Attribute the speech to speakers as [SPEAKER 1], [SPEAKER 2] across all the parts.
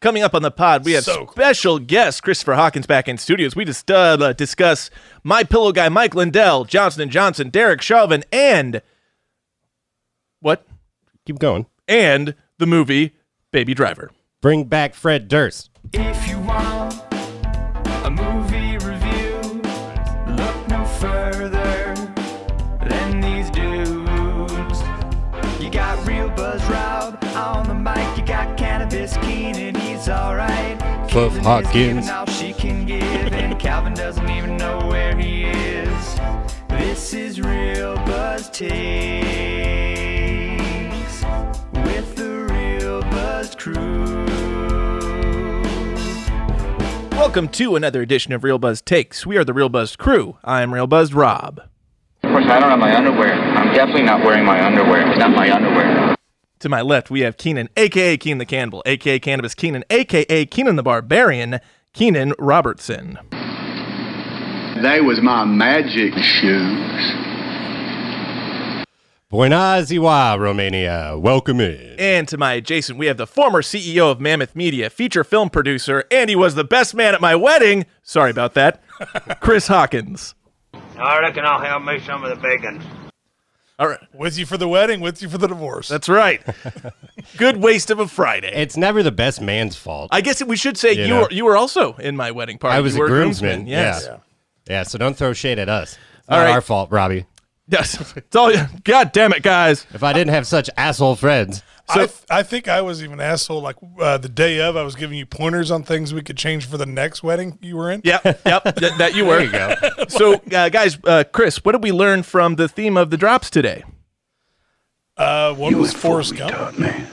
[SPEAKER 1] Coming up on the pod, we have
[SPEAKER 2] So cool.
[SPEAKER 1] special guest Christopher Hawkins back in studios. We just uh, uh, discuss my pillow guy Mike Lindell, Johnson and Johnson, Derek Chauvin, and what?
[SPEAKER 2] Keep going.
[SPEAKER 1] And the movie Baby Driver.
[SPEAKER 2] Bring back Fred Durst.
[SPEAKER 3] If you want a movie review, look no further than these dudes. You got real Buzz Rob on the mic, you got Cannabis Keenan, he's alright.
[SPEAKER 2] Cliff
[SPEAKER 3] Caitlin is
[SPEAKER 2] Hawkins.
[SPEAKER 3] giving all she can give, and Calvin doesn't even know where he is. This is Real Buzz Takes with the Real Buzz Crew.
[SPEAKER 1] Welcome to another edition of Real Buzz Takes. We are the Real Buzz crew. I am Real Buzzed Rob.
[SPEAKER 4] Of course, I don't have my underwear. I'm definitely not wearing my underwear. It's not my underwear.
[SPEAKER 1] To my left, we have Keenan, aka Keenan the Cannibal, aka Cannabis Keenan, aka Keenan the Barbarian, Keenan Robertson.
[SPEAKER 5] They was my magic shoes.
[SPEAKER 2] Buena ziwa, Romania. Welcome in.
[SPEAKER 1] And to my adjacent, we have the former CEO of Mammoth Media, feature film producer, and he was the best man at my wedding. Sorry about that. Chris Hawkins.
[SPEAKER 6] I reckon I'll have me some of the bacon.
[SPEAKER 1] All right.
[SPEAKER 7] With you for the wedding, with you for the divorce.
[SPEAKER 1] That's right. Good waste of a Friday.
[SPEAKER 2] It's never the best man's fault.
[SPEAKER 1] I guess we should say you,
[SPEAKER 2] You know.
[SPEAKER 1] were you were also in my wedding party.
[SPEAKER 2] I was
[SPEAKER 1] You
[SPEAKER 2] a
[SPEAKER 1] were
[SPEAKER 2] groomsman.
[SPEAKER 1] Yes.
[SPEAKER 2] Yeah. yeah, so don't throw shade at us. It's
[SPEAKER 1] All
[SPEAKER 2] not
[SPEAKER 1] right.
[SPEAKER 2] our fault, Robbie.
[SPEAKER 1] Yes. It's all God damn it, guys.
[SPEAKER 2] If I didn't have such asshole friends,
[SPEAKER 7] I, th- I think I was even an asshole. Like uh, the day of, I was giving you pointers on things we could change for the next wedding you were in.
[SPEAKER 1] Yep. Yep. that, that you were.
[SPEAKER 2] there you go.
[SPEAKER 1] So, uh, guys, uh, Chris, what did we learn from the theme of the drops today?
[SPEAKER 7] Uh, one was Forrest Gump.
[SPEAKER 5] man.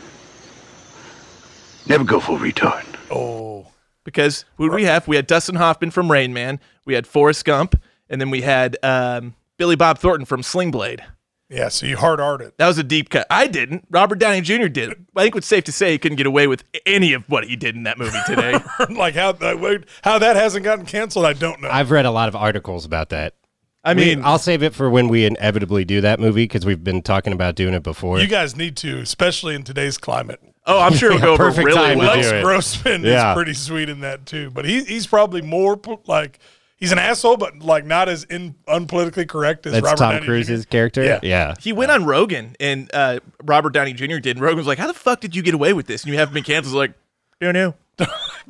[SPEAKER 5] Never go full retard.
[SPEAKER 7] Oh,
[SPEAKER 1] Because who did we have? We had Dustin Hoffman from Rain Man, we had Forrest Gump, and then we had um, Billy Bob Thornton from Sling Blade.
[SPEAKER 7] yeah. So you hard art it.
[SPEAKER 1] That was a deep cut. I didn't. Robert Downey Jr. did. I think it's safe to say he couldn't get away with any of what he did in that movie today.
[SPEAKER 7] like how that how that hasn't gotten canceled, I don't know.
[SPEAKER 2] I've read a lot of articles about that.
[SPEAKER 1] I
[SPEAKER 2] We-
[SPEAKER 1] mean,
[SPEAKER 2] I'll save it for when we inevitably do that movie because we've been talking about doing it before.
[SPEAKER 7] you guys need to, especially in today's climate.
[SPEAKER 1] oh, I'm sure it'll go over
[SPEAKER 2] perfect
[SPEAKER 1] really
[SPEAKER 2] time to
[SPEAKER 1] well.
[SPEAKER 2] do
[SPEAKER 7] Lex
[SPEAKER 2] it.
[SPEAKER 7] Grossman
[SPEAKER 2] Yeah.
[SPEAKER 7] is pretty sweet in that too, but he, he's probably more po- like he's an asshole, but like not as in, unpolitically correct as
[SPEAKER 2] That's
[SPEAKER 7] Robert
[SPEAKER 2] Tom
[SPEAKER 7] Downey Jr.
[SPEAKER 2] Cruise's character.
[SPEAKER 7] Yeah.
[SPEAKER 2] yeah.
[SPEAKER 1] He went on Rogan, and uh, Robert Downey Jr. did. And Rogan was like, "How the fuck did you get away with this?" And you haven't been canceled. Like, no, no.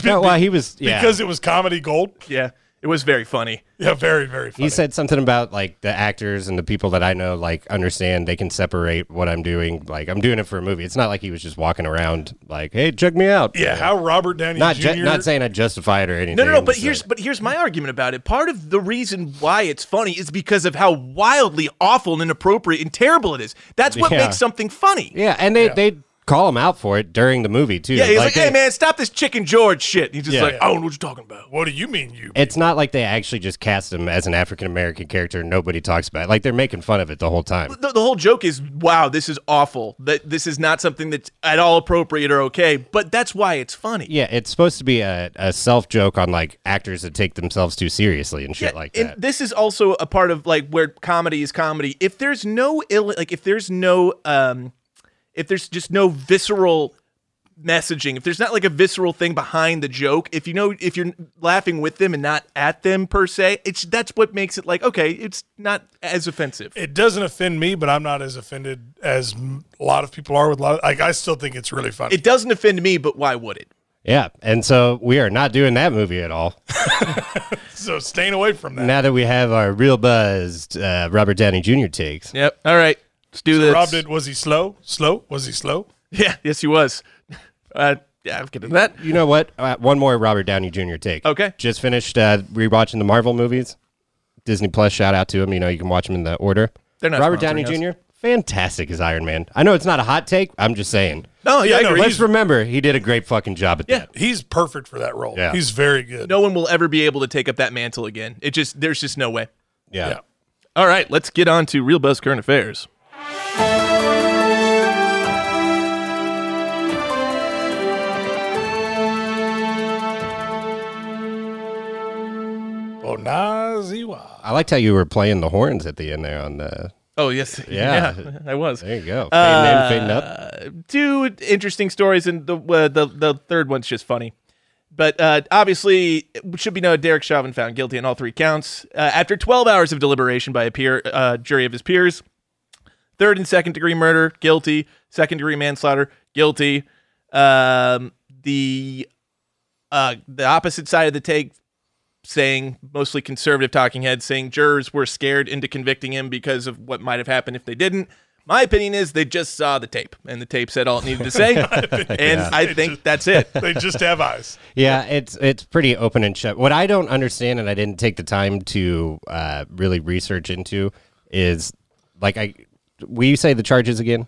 [SPEAKER 2] No, well, he was yeah.
[SPEAKER 7] because it was comedy gold.
[SPEAKER 1] Yeah, it was very funny.
[SPEAKER 7] Yeah, very very funny.
[SPEAKER 2] He said something about like the actors and the people that I know like understand they can separate what I'm doing. Like I'm doing it for a movie. It's not like he was just walking around like, "Hey, check me out."
[SPEAKER 7] Yeah, how Robert Downey
[SPEAKER 2] Not
[SPEAKER 7] Jr.
[SPEAKER 2] ju- not saying I justify it or anything.
[SPEAKER 1] No, no, no. But
[SPEAKER 2] It's
[SPEAKER 1] here's
[SPEAKER 2] like-
[SPEAKER 1] but here's my argument about it. Part of the reason why it's funny is because of how wildly awful and inappropriate and terrible it is. That's what
[SPEAKER 2] Yeah.
[SPEAKER 1] makes something funny. Yeah,
[SPEAKER 2] yeah, and they they call him out for it during the movie too.
[SPEAKER 1] he's like,
[SPEAKER 2] they-
[SPEAKER 1] "Hey, man, stop this Chicken George shit." He's just
[SPEAKER 2] Yeah.
[SPEAKER 1] like, "I don't know what you're talking about."
[SPEAKER 7] what do you mean you?
[SPEAKER 2] It's not like they actually just cast him as an African American character. and Nobody talks about it. Like they're making fun of it the whole time.
[SPEAKER 1] The, the whole joke is, "Wow, this is awful. That this is not something that's at all appropriate or okay." But that's why it's funny.
[SPEAKER 2] Yeah, it's supposed to be a, a self joke on like actors that take themselves too seriously and shit like
[SPEAKER 1] and
[SPEAKER 2] that.
[SPEAKER 1] this is also a part of like where comedy is comedy. If there's no ill, like if there's no, um, if there's just no visceral messaging, if there's not like a visceral thing behind the joke, if you know, if you're laughing with them and not at them per se, it's that's what makes it like okay, it's not as offensive.
[SPEAKER 7] It doesn't offend me, but I'm not as offended as m- a lot of people are with a lot. Of, like I still think it's really funny.
[SPEAKER 1] It doesn't offend me, but why would it?
[SPEAKER 2] yeah, and so we are not doing that movie at all.
[SPEAKER 7] so staying away from that.
[SPEAKER 2] Now that we have our real buzzed uh, Robert Downey Jr. takes,
[SPEAKER 1] Yep. All right, let's do this.
[SPEAKER 7] Rob did. Was he slow? Slow? Was he slow?
[SPEAKER 1] Yeah. Yes, he was. Uh, yeah, I'm getting that.
[SPEAKER 2] you know what? Uh, one more Robert Downey Jr. take.
[SPEAKER 1] Okay.
[SPEAKER 2] Just finished uh, rewatching the Marvel movies. Disney Plus, shout out to him. You know, you can watch them in the order.
[SPEAKER 1] They're not
[SPEAKER 2] Robert
[SPEAKER 1] sponsoring
[SPEAKER 2] Downey Jr., fantastic as Iron Man. I know it's not a hot take. I'm just saying.
[SPEAKER 1] No, Oh, yeah, I
[SPEAKER 7] no,
[SPEAKER 1] agree.
[SPEAKER 2] Let's remember he did a great fucking job at
[SPEAKER 7] Yeah,
[SPEAKER 2] that.
[SPEAKER 7] he's perfect for that role.
[SPEAKER 2] Yeah.
[SPEAKER 7] He's very good.
[SPEAKER 1] no one will ever be able to take up that mantle again. It just there's just no way.
[SPEAKER 2] Yeah.
[SPEAKER 7] Yeah.
[SPEAKER 1] All right, let's get on to Real Buzz Current Affairs.
[SPEAKER 7] Bonaziwa.
[SPEAKER 2] I liked how you were playing the horns at the end there on the.
[SPEAKER 1] Oh yes,
[SPEAKER 2] Yeah.
[SPEAKER 1] I was.
[SPEAKER 2] There you go. Fading
[SPEAKER 1] Uh,
[SPEAKER 2] in, fading up.
[SPEAKER 1] Two interesting stories, and the uh, the the third one's just funny. But uh, obviously, it should be noted Derek Chauvin found guilty on all three counts uh, after 12 hours of deliberation by a peer uh, jury of his peers. Third and second degree murder, guilty. Second degree manslaughter, guilty. Um, the uh, the opposite side of the take saying mostly conservative talking heads saying jurors were scared into convicting him because of what might have happened if they didn't. My opinion is they just saw the tape and the tape said all it needed to say, and I think that's it.
[SPEAKER 7] They just have eyes.
[SPEAKER 2] Yeah, it's it's pretty open and shut. What I don't understand, and I didn't take the time to uh, really research into, is like I. Will you say the charges again?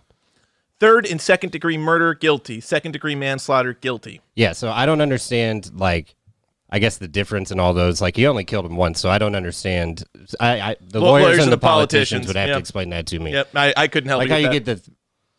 [SPEAKER 1] Third and second degree murder, guilty. Second degree manslaughter, guilty.
[SPEAKER 2] Yeah, so I don't understand like I guess the difference in all those. Like he only killed him once, so I don't understand. I, I the
[SPEAKER 1] Well,
[SPEAKER 2] lawyers, and the politicians, would have
[SPEAKER 1] yeah.
[SPEAKER 2] to explain that to me.
[SPEAKER 1] Yep, I, I couldn't help
[SPEAKER 2] Like
[SPEAKER 1] but
[SPEAKER 2] how you
[SPEAKER 1] that.
[SPEAKER 2] get the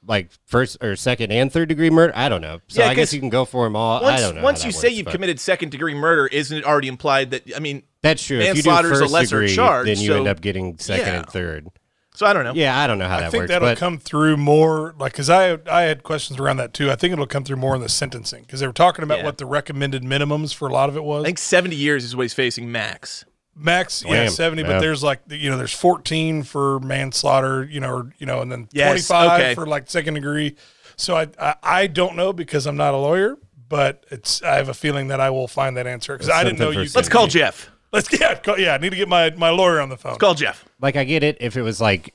[SPEAKER 2] like first or second and third degree murder. I don't know. So
[SPEAKER 1] Yeah,
[SPEAKER 2] I guess
[SPEAKER 1] 'cause
[SPEAKER 2] you can go for them all. I
[SPEAKER 1] Once,
[SPEAKER 2] don't know. how
[SPEAKER 1] once
[SPEAKER 2] that
[SPEAKER 1] you say
[SPEAKER 2] works,
[SPEAKER 1] you've
[SPEAKER 2] but-
[SPEAKER 1] committed second degree murder, isn't it already implied that? I mean,
[SPEAKER 2] that's true. If you do
[SPEAKER 1] manslaughter is a
[SPEAKER 2] first
[SPEAKER 1] lesser
[SPEAKER 2] degree,
[SPEAKER 1] charge,
[SPEAKER 2] then you end
[SPEAKER 1] so-
[SPEAKER 2] up getting second
[SPEAKER 1] Yeah.
[SPEAKER 2] and third.
[SPEAKER 1] so I don't know.
[SPEAKER 2] Yeah, I don't know how
[SPEAKER 7] I
[SPEAKER 2] that
[SPEAKER 7] think
[SPEAKER 2] works.
[SPEAKER 7] that'll
[SPEAKER 2] but
[SPEAKER 7] come through more, like, because I I had questions around that too. I think it'll come through more in the sentencing because they were talking about
[SPEAKER 1] Yeah.
[SPEAKER 7] what the recommended minimums for a lot of it was.
[SPEAKER 1] I think seventy years is what he's facing max.
[SPEAKER 7] Max, yeah,
[SPEAKER 2] Damn,
[SPEAKER 7] seventy.
[SPEAKER 2] yeah.
[SPEAKER 7] But there's like you know, there's fourteen for manslaughter, you know, or, you know, and then
[SPEAKER 1] Yes,
[SPEAKER 7] twenty five
[SPEAKER 1] okay.
[SPEAKER 7] for like second degree. So I, I I don't know because I'm not a lawyer, but it's I have a feeling that I will find that answer because I didn't know
[SPEAKER 2] something
[SPEAKER 7] you.
[SPEAKER 2] for
[SPEAKER 1] Let's call Jeff.
[SPEAKER 7] Let's yeah call, yeah. I need to get my my lawyer on the phone.
[SPEAKER 1] Call Jeff.
[SPEAKER 2] like I get it if it was like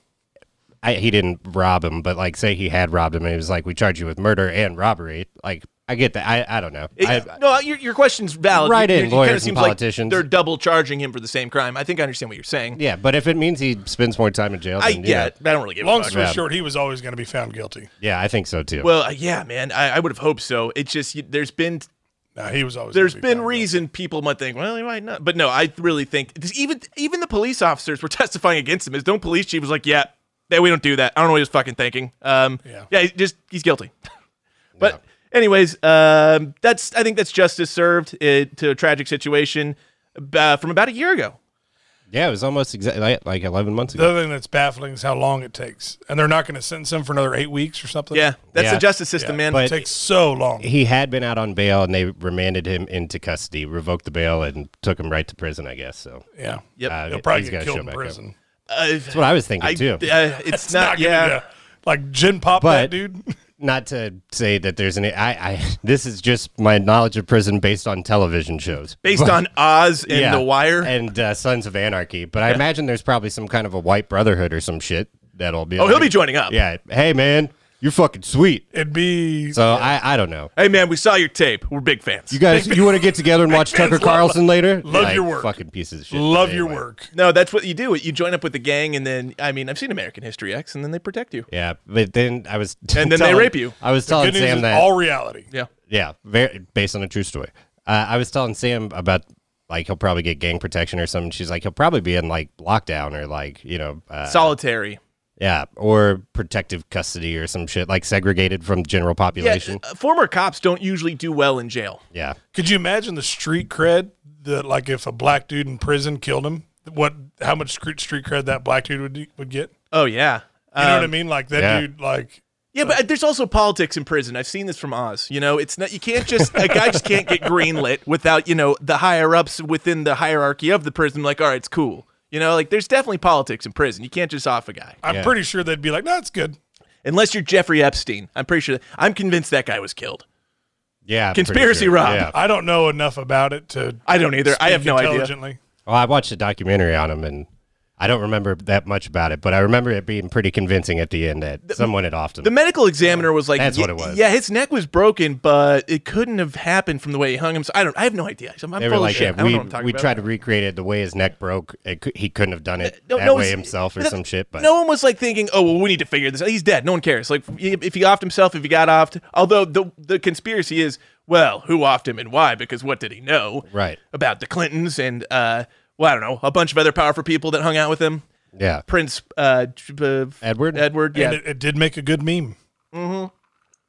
[SPEAKER 2] I, he didn't rob him, but like say he had robbed him and it was like we charge you with murder and robbery. Like I get that. I, I don't know.
[SPEAKER 1] It-
[SPEAKER 2] I,
[SPEAKER 1] no, your, your question's valid.
[SPEAKER 2] Right in,
[SPEAKER 1] It- it kinda
[SPEAKER 2] lawyers and
[SPEAKER 1] seems like
[SPEAKER 2] politicians.
[SPEAKER 1] they're double charging him for the same crime. I think I understand what you're saying.
[SPEAKER 2] yeah, but if it means he spends more time in jail,
[SPEAKER 1] I
[SPEAKER 2] then yeah,
[SPEAKER 1] yeah, I don't really give
[SPEAKER 7] Long
[SPEAKER 1] a fuck.
[SPEAKER 7] story
[SPEAKER 2] Yeah.
[SPEAKER 7] short, he was always going to be found guilty.
[SPEAKER 2] yeah, I think so too.
[SPEAKER 1] Well, uh, yeah, man, I, I would have hoped so. It's just you, there's been
[SPEAKER 7] No, he was always.
[SPEAKER 1] there's
[SPEAKER 7] gonna be
[SPEAKER 1] been
[SPEAKER 7] found guilty.
[SPEAKER 1] reason people might think, well, he might not. But no, I really think this- even even the police officers were testifying against him. His own police chief was like, yeah, yeah, we don't do that. I don't know what he was fucking thinking. Um, yeah,
[SPEAKER 7] Yeah.
[SPEAKER 1] he just he's guilty. but anyways, um, that's I think that's justice served uh to a tragic situation uh, from about a year ago.
[SPEAKER 2] yeah, it was almost exactly like, like eleven months
[SPEAKER 7] The
[SPEAKER 2] ago.
[SPEAKER 7] other thing that's baffling is how long it takes, and they're not going to sentence him for another eight weeks or something.
[SPEAKER 1] Yeah, that's
[SPEAKER 2] Yeah.
[SPEAKER 1] the justice system, man.
[SPEAKER 7] it
[SPEAKER 2] But
[SPEAKER 7] takes so long.
[SPEAKER 2] he had been out on bail and they remanded him into custody, revoked the bail, and took him right to prison. I guess so.
[SPEAKER 7] yeah,
[SPEAKER 1] yep.
[SPEAKER 2] Uh,
[SPEAKER 7] he'll probably
[SPEAKER 2] he's
[SPEAKER 7] get
[SPEAKER 2] gotta
[SPEAKER 7] killed
[SPEAKER 2] show
[SPEAKER 7] in
[SPEAKER 2] back up.
[SPEAKER 7] prison.
[SPEAKER 1] Uh,
[SPEAKER 2] That's what I was thinking
[SPEAKER 1] I,
[SPEAKER 2] too.
[SPEAKER 1] uh, it's not,
[SPEAKER 7] Not gonna
[SPEAKER 1] yeah.
[SPEAKER 7] do that. like gin pop that
[SPEAKER 2] But-
[SPEAKER 7] dude.
[SPEAKER 2] not to say that there's any. I, I this is just my knowledge of prison based on television shows.
[SPEAKER 1] Based on Oz and The Wire.
[SPEAKER 2] and uh, Sons of Anarchy. But I imagine there's probably some kind of a white brotherhood or some shit that'll be.
[SPEAKER 1] oh, he'll be
[SPEAKER 2] like,
[SPEAKER 1] joining up.
[SPEAKER 2] Yeah. Hey, man, you're fucking sweet.
[SPEAKER 7] It'd be
[SPEAKER 2] So I, I don't know.
[SPEAKER 1] Hey, man, we saw your tape. We're big fans.
[SPEAKER 2] You guys, you want to get together and watch Tucker Carlson later?
[SPEAKER 7] love
[SPEAKER 2] Like,
[SPEAKER 7] your work.
[SPEAKER 2] Fucking pieces of shit.
[SPEAKER 7] love your
[SPEAKER 2] Anyway.
[SPEAKER 7] work.
[SPEAKER 1] No, that's what you do. You join up with the gang, and then I mean, I've seen American History X, and then they protect you.
[SPEAKER 2] Yeah, but then I was
[SPEAKER 1] And then they
[SPEAKER 2] telling-
[SPEAKER 1] rape you.
[SPEAKER 2] I was telling
[SPEAKER 7] Good news
[SPEAKER 2] Sam
[SPEAKER 7] is
[SPEAKER 2] that
[SPEAKER 7] all reality.
[SPEAKER 1] Yeah,
[SPEAKER 2] Yeah, very, based on a true story. Uh, I was telling Sam about like he'll probably get gang protection or something. She's like he'll probably be in like lockdown or like you know, uh,
[SPEAKER 1] solitary.
[SPEAKER 2] yeah, or protective custody or some shit like segregated from general
[SPEAKER 1] Yeah,
[SPEAKER 2] population.
[SPEAKER 1] uh, former cops don't usually do well in jail.
[SPEAKER 2] Yeah,
[SPEAKER 7] Could you imagine the street cred that like if a black dude in prison killed him, what how much street street cred that black dude would would get?
[SPEAKER 1] Oh yeah,
[SPEAKER 7] You know
[SPEAKER 1] Um,
[SPEAKER 7] what I mean? Like that
[SPEAKER 2] yeah.
[SPEAKER 7] dude, like
[SPEAKER 1] Yeah, but uh, there's also politics in prison. I've seen this from Oz. You know, it's not you can't just a guy just can't get greenlit without you know the higher ups within the hierarchy of the prison. Like, all right, it's cool. You know, like there's definitely politics in prison. You can't just off a guy
[SPEAKER 7] I'm
[SPEAKER 2] Yeah.
[SPEAKER 7] pretty sure they'd be like, no, it's good.
[SPEAKER 1] unless you're Jeffrey Epstein. I'm pretty sure. I'm convinced that guy was killed.
[SPEAKER 2] yeah. I'm pretty
[SPEAKER 1] Conspiracy
[SPEAKER 2] sure.
[SPEAKER 1] Rob.
[SPEAKER 2] Yeah.
[SPEAKER 7] I don't know enough about it to.
[SPEAKER 1] I don't either. I
[SPEAKER 7] speak
[SPEAKER 1] have no idea.
[SPEAKER 2] Oh,
[SPEAKER 7] intelligently.
[SPEAKER 2] Well, I watched a documentary on him and I don't remember that much about it, but I remember it being pretty convincing at the end that someone had offed him.
[SPEAKER 1] The medical examiner was like,
[SPEAKER 2] That's
[SPEAKER 1] "Yeah-
[SPEAKER 2] what it was."
[SPEAKER 1] Yeah, his neck was broken, but it couldn't have happened from the way he hung him. So I don't. I have no idea. I'm, I'm
[SPEAKER 2] they
[SPEAKER 1] full
[SPEAKER 2] were
[SPEAKER 1] of
[SPEAKER 2] like,
[SPEAKER 1] shit. I
[SPEAKER 2] yeah,
[SPEAKER 1] don't
[SPEAKER 2] we
[SPEAKER 1] know what I'm talking
[SPEAKER 2] we
[SPEAKER 1] about.
[SPEAKER 2] tried to recreate it the way his neck broke. It, cou- he couldn't have done it
[SPEAKER 1] No-
[SPEAKER 2] that
[SPEAKER 1] no,
[SPEAKER 2] way
[SPEAKER 1] it's-
[SPEAKER 2] himself or
[SPEAKER 1] no-
[SPEAKER 2] some shit. But
[SPEAKER 1] no one was like thinking, "Oh, well, we need to figure this out." He's dead. No one cares. Like, if if he offed himself, if he got offed. Although the the conspiracy is, well, who offed him and why? Because what did he know?
[SPEAKER 2] Right.
[SPEAKER 1] About the Clintons and uh, well, I don't know, a bunch of other powerful people that hung out with him.
[SPEAKER 2] yeah,
[SPEAKER 1] Prince uh, t- uh,
[SPEAKER 2] Edward?
[SPEAKER 1] Edward. Yeah,
[SPEAKER 7] And
[SPEAKER 1] it,
[SPEAKER 7] it, it did make a good meme.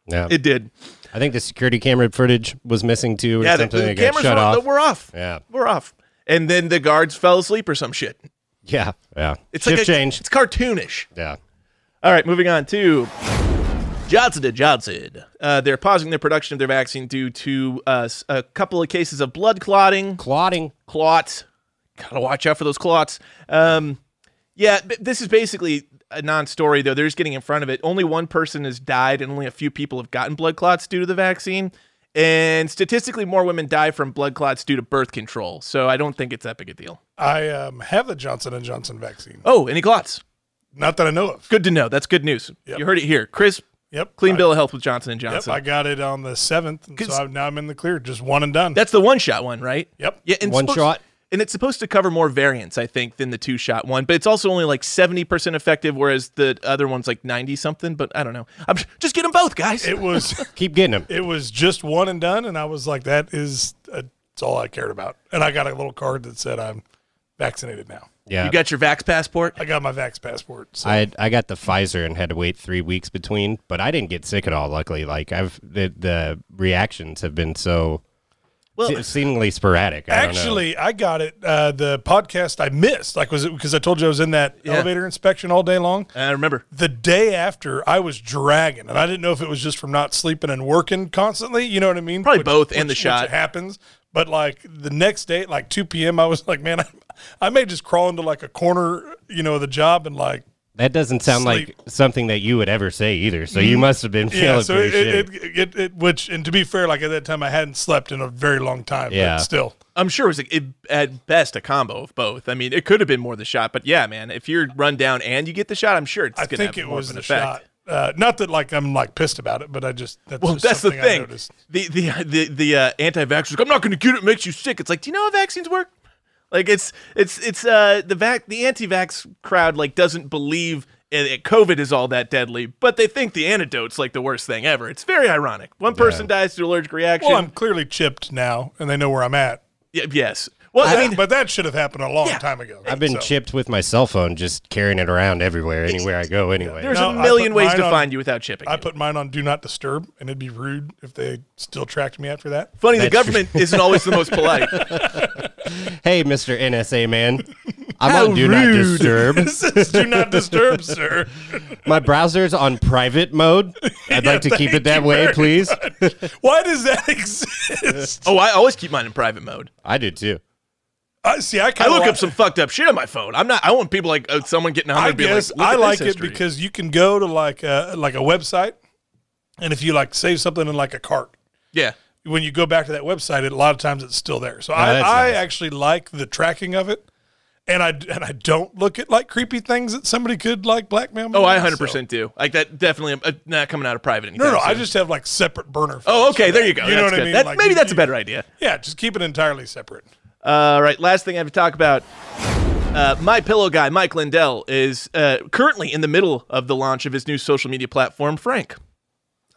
[SPEAKER 2] yeah.
[SPEAKER 1] did.
[SPEAKER 2] I think the security camera footage was missing too, or
[SPEAKER 1] Yeah, the,
[SPEAKER 2] something.
[SPEAKER 1] the
[SPEAKER 2] that got
[SPEAKER 1] cameras
[SPEAKER 2] shut
[SPEAKER 1] were
[SPEAKER 2] off.
[SPEAKER 1] were off.
[SPEAKER 2] Yeah.
[SPEAKER 1] we're off. And then the guards fell asleep or some shit.
[SPEAKER 2] yeah, yeah.
[SPEAKER 1] It's
[SPEAKER 2] Shift
[SPEAKER 1] like a,
[SPEAKER 2] change.
[SPEAKER 1] It's cartoonish.
[SPEAKER 2] yeah,
[SPEAKER 1] All right, moving on to Johnson and Johnson. Uh, they're pausing their production of their vaccine due to uh, s- a couple of cases of blood clotting,
[SPEAKER 2] clotting.
[SPEAKER 1] clots. Gotta watch out for those clots. Um, yeah, b- this is basically a non-story though. They're just getting in front of it. Only one person has died, and only a few people have gotten blood clots due to the vaccine. And statistically, more women die from blood clots due to birth control. So I don't think it's that big a deal.
[SPEAKER 7] I um, have the Johnson and Johnson vaccine.
[SPEAKER 1] Oh, any clots?
[SPEAKER 7] Not that I know of.
[SPEAKER 1] Good to know. That's good news.
[SPEAKER 7] Yep.
[SPEAKER 1] You heard it here, Chris.
[SPEAKER 7] Yep.
[SPEAKER 1] Clean
[SPEAKER 7] I-
[SPEAKER 1] bill of health with Johnson and
[SPEAKER 7] Yep.
[SPEAKER 1] Johnson.
[SPEAKER 7] I got it on the seventh, and so
[SPEAKER 1] 'Cause-
[SPEAKER 7] I, now I'm in the clear. Just one and done.
[SPEAKER 1] That's the one shot one, right?
[SPEAKER 7] Yep.
[SPEAKER 1] Yeah, and
[SPEAKER 2] One
[SPEAKER 1] supposed-
[SPEAKER 2] shot.
[SPEAKER 1] And it's supposed to cover more variants, I think, than the two shot one, but it's also only like 70% effective, whereas the other one's like 90 something, but I don't know. I'm just get them both, guys.
[SPEAKER 7] It was.
[SPEAKER 2] Keep getting them.
[SPEAKER 7] it was just one and done, and I was like, that is uh it's all I cared about. And I got a little card that said I'm vaccinated now.
[SPEAKER 2] Yeah,
[SPEAKER 1] you got your Vax passport?
[SPEAKER 7] I got my vax passport. So
[SPEAKER 2] I I got the Pfizer and had to wait three weeks between, but I didn't get sick at all. Luckily, like I've the the reactions have been so
[SPEAKER 1] Well,
[SPEAKER 2] se- seemingly sporadic. I don't know.
[SPEAKER 7] Actually, I got it. Uh, the podcast I missed, like, was it because I told you I was in that
[SPEAKER 1] Yeah.
[SPEAKER 7] elevator inspection all day long?
[SPEAKER 1] I remember.
[SPEAKER 7] The day after, I was dragging, and I didn't know if it was just from not sleeping and working constantly. You know what I mean?
[SPEAKER 1] Probably both and the shot.
[SPEAKER 7] happens. But like the next day, at like 2 p.m., I was like, man, I, I may just crawl into like a corner, you know, of the job and like
[SPEAKER 2] that doesn't sound
[SPEAKER 7] Sleep. Mm.
[SPEAKER 2] like something that you would ever say either. So you must have been feeling
[SPEAKER 7] yeah, so it,
[SPEAKER 2] pretty shitty.
[SPEAKER 7] it, it, it, it- which and to be fair, like at that time, I hadn't slept in a very long time.
[SPEAKER 2] Yeah.
[SPEAKER 7] but still,
[SPEAKER 1] I'm sure it was like, it, at best a combo of both. I mean, it could have been more the shot, but yeah, man, if you're run down and you get the shot, I'm sure it's
[SPEAKER 7] I
[SPEAKER 1] going to have
[SPEAKER 7] think it
[SPEAKER 1] more
[SPEAKER 7] was
[SPEAKER 1] of an
[SPEAKER 7] the
[SPEAKER 1] effect.
[SPEAKER 7] shot. Uh, not that like I'm like pissed about it, but I just that's
[SPEAKER 1] Well,
[SPEAKER 7] just
[SPEAKER 1] that's the
[SPEAKER 7] something I
[SPEAKER 1] thing.
[SPEAKER 7] noticed.
[SPEAKER 1] The the the the uh, anti-vaxxers. like, I'm not going to get it. it. Makes you sick. It's like, do you know how vaccines work? Like, it's it's it's uh the vac the anti-vax crowd like doesn't believe i- that COVID is all that deadly, but they think the antidote's like the worst thing ever. It's very ironic. One person dies to allergic reaction.
[SPEAKER 7] Well, I'm clearly chipped now, and they know where I'm at.
[SPEAKER 1] Y- yes. Well, I, mean,
[SPEAKER 7] but that should have happened a long
[SPEAKER 1] Yeah.
[SPEAKER 7] time ago.
[SPEAKER 2] I've been
[SPEAKER 7] so.
[SPEAKER 2] chipped with my cell phone, just carrying it around everywhere, anywhere I go. Anyway,
[SPEAKER 1] there's
[SPEAKER 7] No,
[SPEAKER 1] a
[SPEAKER 7] I
[SPEAKER 1] million
[SPEAKER 7] put
[SPEAKER 1] ways to
[SPEAKER 7] mine on-
[SPEAKER 1] find you without shipping.
[SPEAKER 7] I
[SPEAKER 1] you.
[SPEAKER 7] put mine on do not disturb, and it'd be rude if they still tracked me after that.
[SPEAKER 1] Funny, the
[SPEAKER 2] That's true.
[SPEAKER 1] government isn't always the most polite.
[SPEAKER 2] hey, Mister NSA man, I'm
[SPEAKER 1] How
[SPEAKER 2] on do not
[SPEAKER 1] rude.
[SPEAKER 2] disturb.
[SPEAKER 7] This is do not disturb, sir.
[SPEAKER 2] My browser's on private mode. I'd like to keep
[SPEAKER 7] thank
[SPEAKER 2] it that
[SPEAKER 7] you
[SPEAKER 2] way,
[SPEAKER 7] very
[SPEAKER 2] please.
[SPEAKER 7] Why does that exist?
[SPEAKER 1] oh, I always keep mine in private mode.
[SPEAKER 2] I do too.
[SPEAKER 7] I see. I,
[SPEAKER 1] I
[SPEAKER 7] kinda
[SPEAKER 1] look
[SPEAKER 7] like-
[SPEAKER 1] up some fucked up shit on my phone. I'm not. I want people like uh, someone getting on.
[SPEAKER 7] I
[SPEAKER 1] and be
[SPEAKER 7] guess
[SPEAKER 1] like, "Look
[SPEAKER 7] I
[SPEAKER 1] at
[SPEAKER 7] like
[SPEAKER 1] this
[SPEAKER 7] it
[SPEAKER 1] history."
[SPEAKER 7] because you can go to like a like a website, and if you like save something in like a cart,
[SPEAKER 1] yeah.
[SPEAKER 7] when you go back to that website, it, a lot of times it's still there. So
[SPEAKER 2] that's
[SPEAKER 7] I, I
[SPEAKER 2] nice.
[SPEAKER 7] actually like the tracking of it, and I and I don't look at like creepy things that somebody could like blackmail. me
[SPEAKER 1] Oh, I
[SPEAKER 7] with, so-
[SPEAKER 1] 100% do. Like that definitely uh, not coming out of private anytime
[SPEAKER 7] No, no, I
[SPEAKER 1] soon.
[SPEAKER 7] just have like separate burner.
[SPEAKER 1] Oh,
[SPEAKER 7] phones
[SPEAKER 1] okay,
[SPEAKER 7] for
[SPEAKER 1] there
[SPEAKER 7] that.
[SPEAKER 1] you go.
[SPEAKER 7] You know
[SPEAKER 1] That's
[SPEAKER 7] what
[SPEAKER 1] good.
[SPEAKER 7] I mean?
[SPEAKER 1] That-
[SPEAKER 7] Like,
[SPEAKER 1] maybe
[SPEAKER 7] you-
[SPEAKER 1] that's a
[SPEAKER 7] you-
[SPEAKER 1] better idea.
[SPEAKER 7] Yeah, just keep it entirely separate.
[SPEAKER 1] All right, last thing I have to talk about. Uh, my pillow guy, Mike Lindell, is uh, currently in the middle of the launch of his new social media platform, Frank.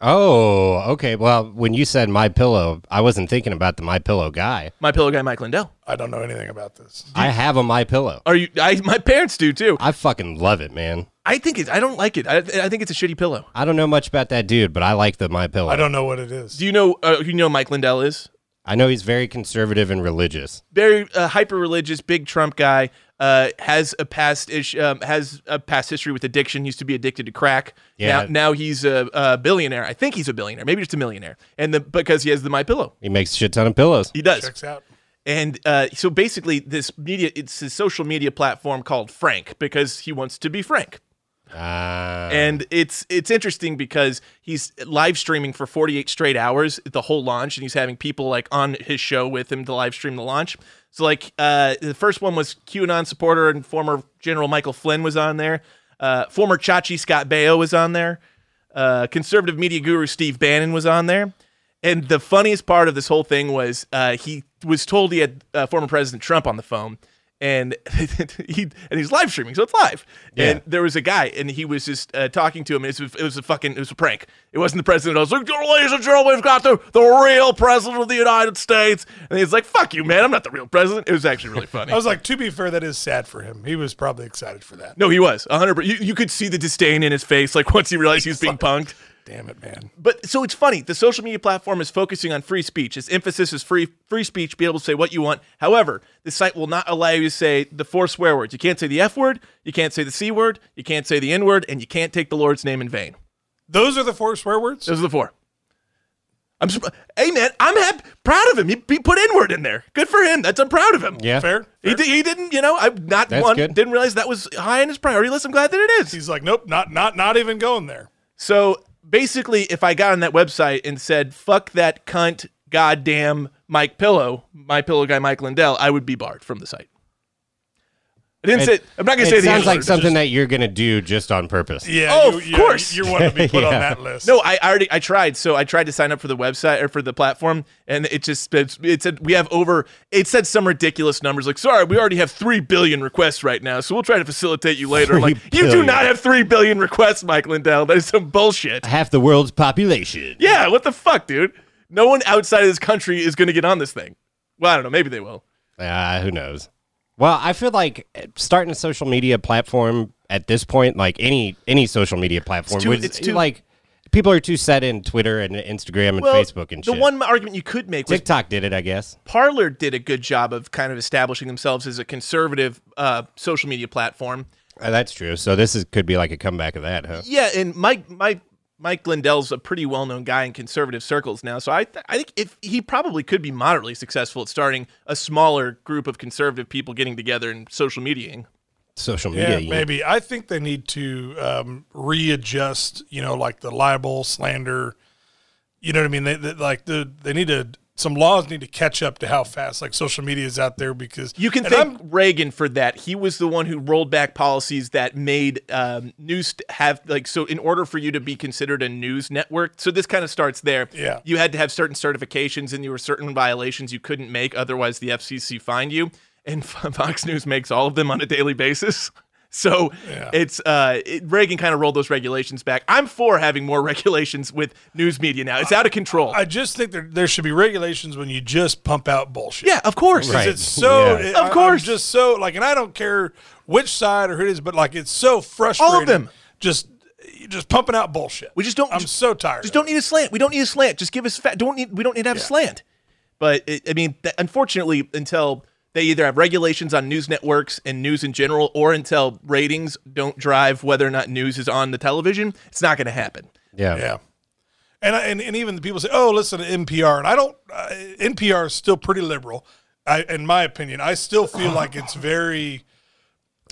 [SPEAKER 2] Oh, okay. Well, when you said my pillow, I wasn't thinking about the my pillow guy.
[SPEAKER 1] My pillow guy, Mike Lindell.
[SPEAKER 7] I don't know anything about this.
[SPEAKER 2] I have a my pillow.
[SPEAKER 1] Are you? I, my parents do too.
[SPEAKER 2] I fucking love it, man.
[SPEAKER 1] I think it's. I don't like it. I, I think it's a shitty pillow.
[SPEAKER 2] I don't know much about that dude, but I like the my pillow.
[SPEAKER 7] I don't know what it is.
[SPEAKER 1] Do you know? Uh, you know, Mike Lindell is
[SPEAKER 2] I know he's very conservative and religious.
[SPEAKER 1] very uh, hyper religious, big Trump guy. Uh, has a past ish, um, has a past history with addiction. Used to be addicted to crack.
[SPEAKER 2] Yeah.
[SPEAKER 1] Now, now he's a, a billionaire. I think he's a billionaire, maybe just a millionaire. And the because he has the My Pillow,
[SPEAKER 2] He makes a shit ton of pillows.
[SPEAKER 1] he does.
[SPEAKER 7] Checks out.
[SPEAKER 1] And uh, so basically, this media it's his social media platform called Frank because he wants to be Frank. and it's it's interesting because he's live streaming for 48 straight hours the whole launch and he's having people like on his show with him to live stream the launch so like uh the first one was qanon supporter and former general michael flynn was on there uh former chachi scott baio was on there uh conservative media guru steve bannon was on there and the funniest part of this whole thing was uh, he was told he had uh, former President Trump on the phone, and he and he's live streaming, so it's live. And there was a guy, and he was just uh, talking to him. It was, it was a fucking, it was a prank. It wasn't the president. I was like, ladies and gentlemen, we've got the the real president of the United States. And he's like, fuck you, man, I'm not the real president. It was actually really funny.
[SPEAKER 7] I was like, to be fair, that is sad for him. He was probably excited for that.
[SPEAKER 1] no, he was 100. You, you could see the disdain in his face, like once he realized he was being punked.
[SPEAKER 7] Damn it, man.
[SPEAKER 1] But so it's funny. The social media platform is focusing on free speech. Its emphasis is free free speech. Be able to say what you want. However, the site will not allow you to say the four swear words. You can't say the f word. You can't say the c word. You can't say the n word, and you can't take the Lord's name in vain.
[SPEAKER 7] Those are the four swear words.
[SPEAKER 1] Those are the four. I'm surp- hey man, I'm hap- proud of him. He, he put n word in there. Good for him. That's I'm proud of him.
[SPEAKER 2] Yeah.
[SPEAKER 7] Fair.
[SPEAKER 1] He, di- he didn't, you know, I not
[SPEAKER 2] That's
[SPEAKER 1] one
[SPEAKER 2] good.
[SPEAKER 1] didn't realize that was high on his priority list. I'm glad that it is.
[SPEAKER 7] He's like, nope, not not not even going there.
[SPEAKER 1] So basically, if I got on that website and said "fuck that cunt," goddamn Mike Pillow, my pillow guy Mike Lindell, I would be barred from the site. I didn't say. I'm not gonna say
[SPEAKER 2] It
[SPEAKER 1] the
[SPEAKER 2] sounds
[SPEAKER 1] N-word.
[SPEAKER 2] like something that you're gonna do just on purpose.
[SPEAKER 7] Yeah.
[SPEAKER 1] Oh,
[SPEAKER 7] you,
[SPEAKER 1] of
[SPEAKER 7] yeah,
[SPEAKER 1] course.
[SPEAKER 7] You, want to be put
[SPEAKER 2] Yeah.
[SPEAKER 7] on that list.
[SPEAKER 1] No, I I already I tried. So I tried to sign up for the website or for the platform, and it just it's, it said we have over. It said some ridiculous numbers. Like, sorry, we already have three billion requests right now, so we'll try to facilitate you later. I'm
[SPEAKER 2] Three
[SPEAKER 1] like, you do
[SPEAKER 2] billion.
[SPEAKER 1] not have three billion requests, Mike Lindell. That is some bullshit.
[SPEAKER 2] Half the world's population.
[SPEAKER 1] Yeah, what the fuck, dude? No one outside of this country is going to get on this thing. Well, I don't know. Maybe they will.
[SPEAKER 2] Uh, who knows? Well, I feel like starting a social media platform at this point, like any any social media platform,
[SPEAKER 1] too-
[SPEAKER 2] would-
[SPEAKER 1] it's too-
[SPEAKER 2] like people are too set in Twitter and Instagram and
[SPEAKER 1] Well,
[SPEAKER 2] Facebook and
[SPEAKER 1] the
[SPEAKER 2] shit.
[SPEAKER 1] one argument you could make was
[SPEAKER 2] TikTok did it, I guess.
[SPEAKER 1] Parler did a good job of kind of establishing themselves as a conservative uh, social media platform.
[SPEAKER 2] Uh, that's true. So this is could be like a comeback of that, huh?
[SPEAKER 1] Yeah, and Mike Mike Mike Lindell's a pretty well known guy in conservative circles now. So I th- I think if he probably could be moderately successful at starting a smaller group of conservative people getting together and social mediating.
[SPEAKER 2] Social
[SPEAKER 7] Yeah,
[SPEAKER 2] media. you-
[SPEAKER 7] maybe. I think they need to um, readjust. You know, like the libel, slander. You know what I mean? They, they like the they need to some laws need to catch up to how fast like social media is out there because
[SPEAKER 1] You can
[SPEAKER 7] and
[SPEAKER 1] thank
[SPEAKER 7] I'm-
[SPEAKER 1] Reagan for that. He was the one who rolled back policies that made um, news t- have like so. In order for you to be considered a news network, so this kind of starts there.
[SPEAKER 7] Yeah.
[SPEAKER 1] you had to have certain certifications, and there were certain violations you couldn't make, otherwise the FCC fined you. And Fox News makes all of them on a daily basis. So it's uh, it, Reagan kind of rolled those regulations back. I'm for having more regulations with news media now. It's out of control.
[SPEAKER 7] I just think there there should be regulations when you just pump out bullshit.
[SPEAKER 1] yeah, of course.
[SPEAKER 2] Right.
[SPEAKER 7] It's so
[SPEAKER 2] Yeah.
[SPEAKER 7] it-
[SPEAKER 1] Of
[SPEAKER 7] I- I'm
[SPEAKER 1] course.
[SPEAKER 7] just so like, and I don't care which side or who it is, but like, it's so frustrating.
[SPEAKER 1] them.
[SPEAKER 7] just just pumping out bullshit.
[SPEAKER 1] We just don't-
[SPEAKER 7] I'm
[SPEAKER 1] just-
[SPEAKER 7] so tired.
[SPEAKER 1] Just
[SPEAKER 7] of
[SPEAKER 1] don't need a slant. We don't need a slant. Just give us fat. Don't need. We don't need to have a slant. But it, I mean, th- unfortunately, until they either have regulations on news networks and news in general, or until ratings don't drive whether or not news is on the television, it's not going to happen.
[SPEAKER 2] yeah.
[SPEAKER 7] it. yeah. And, I, and and even the people say, oh, listen to NPR, and I don't. Uh, NPR is still pretty liberal, I, in my opinion. I still feel like it's very.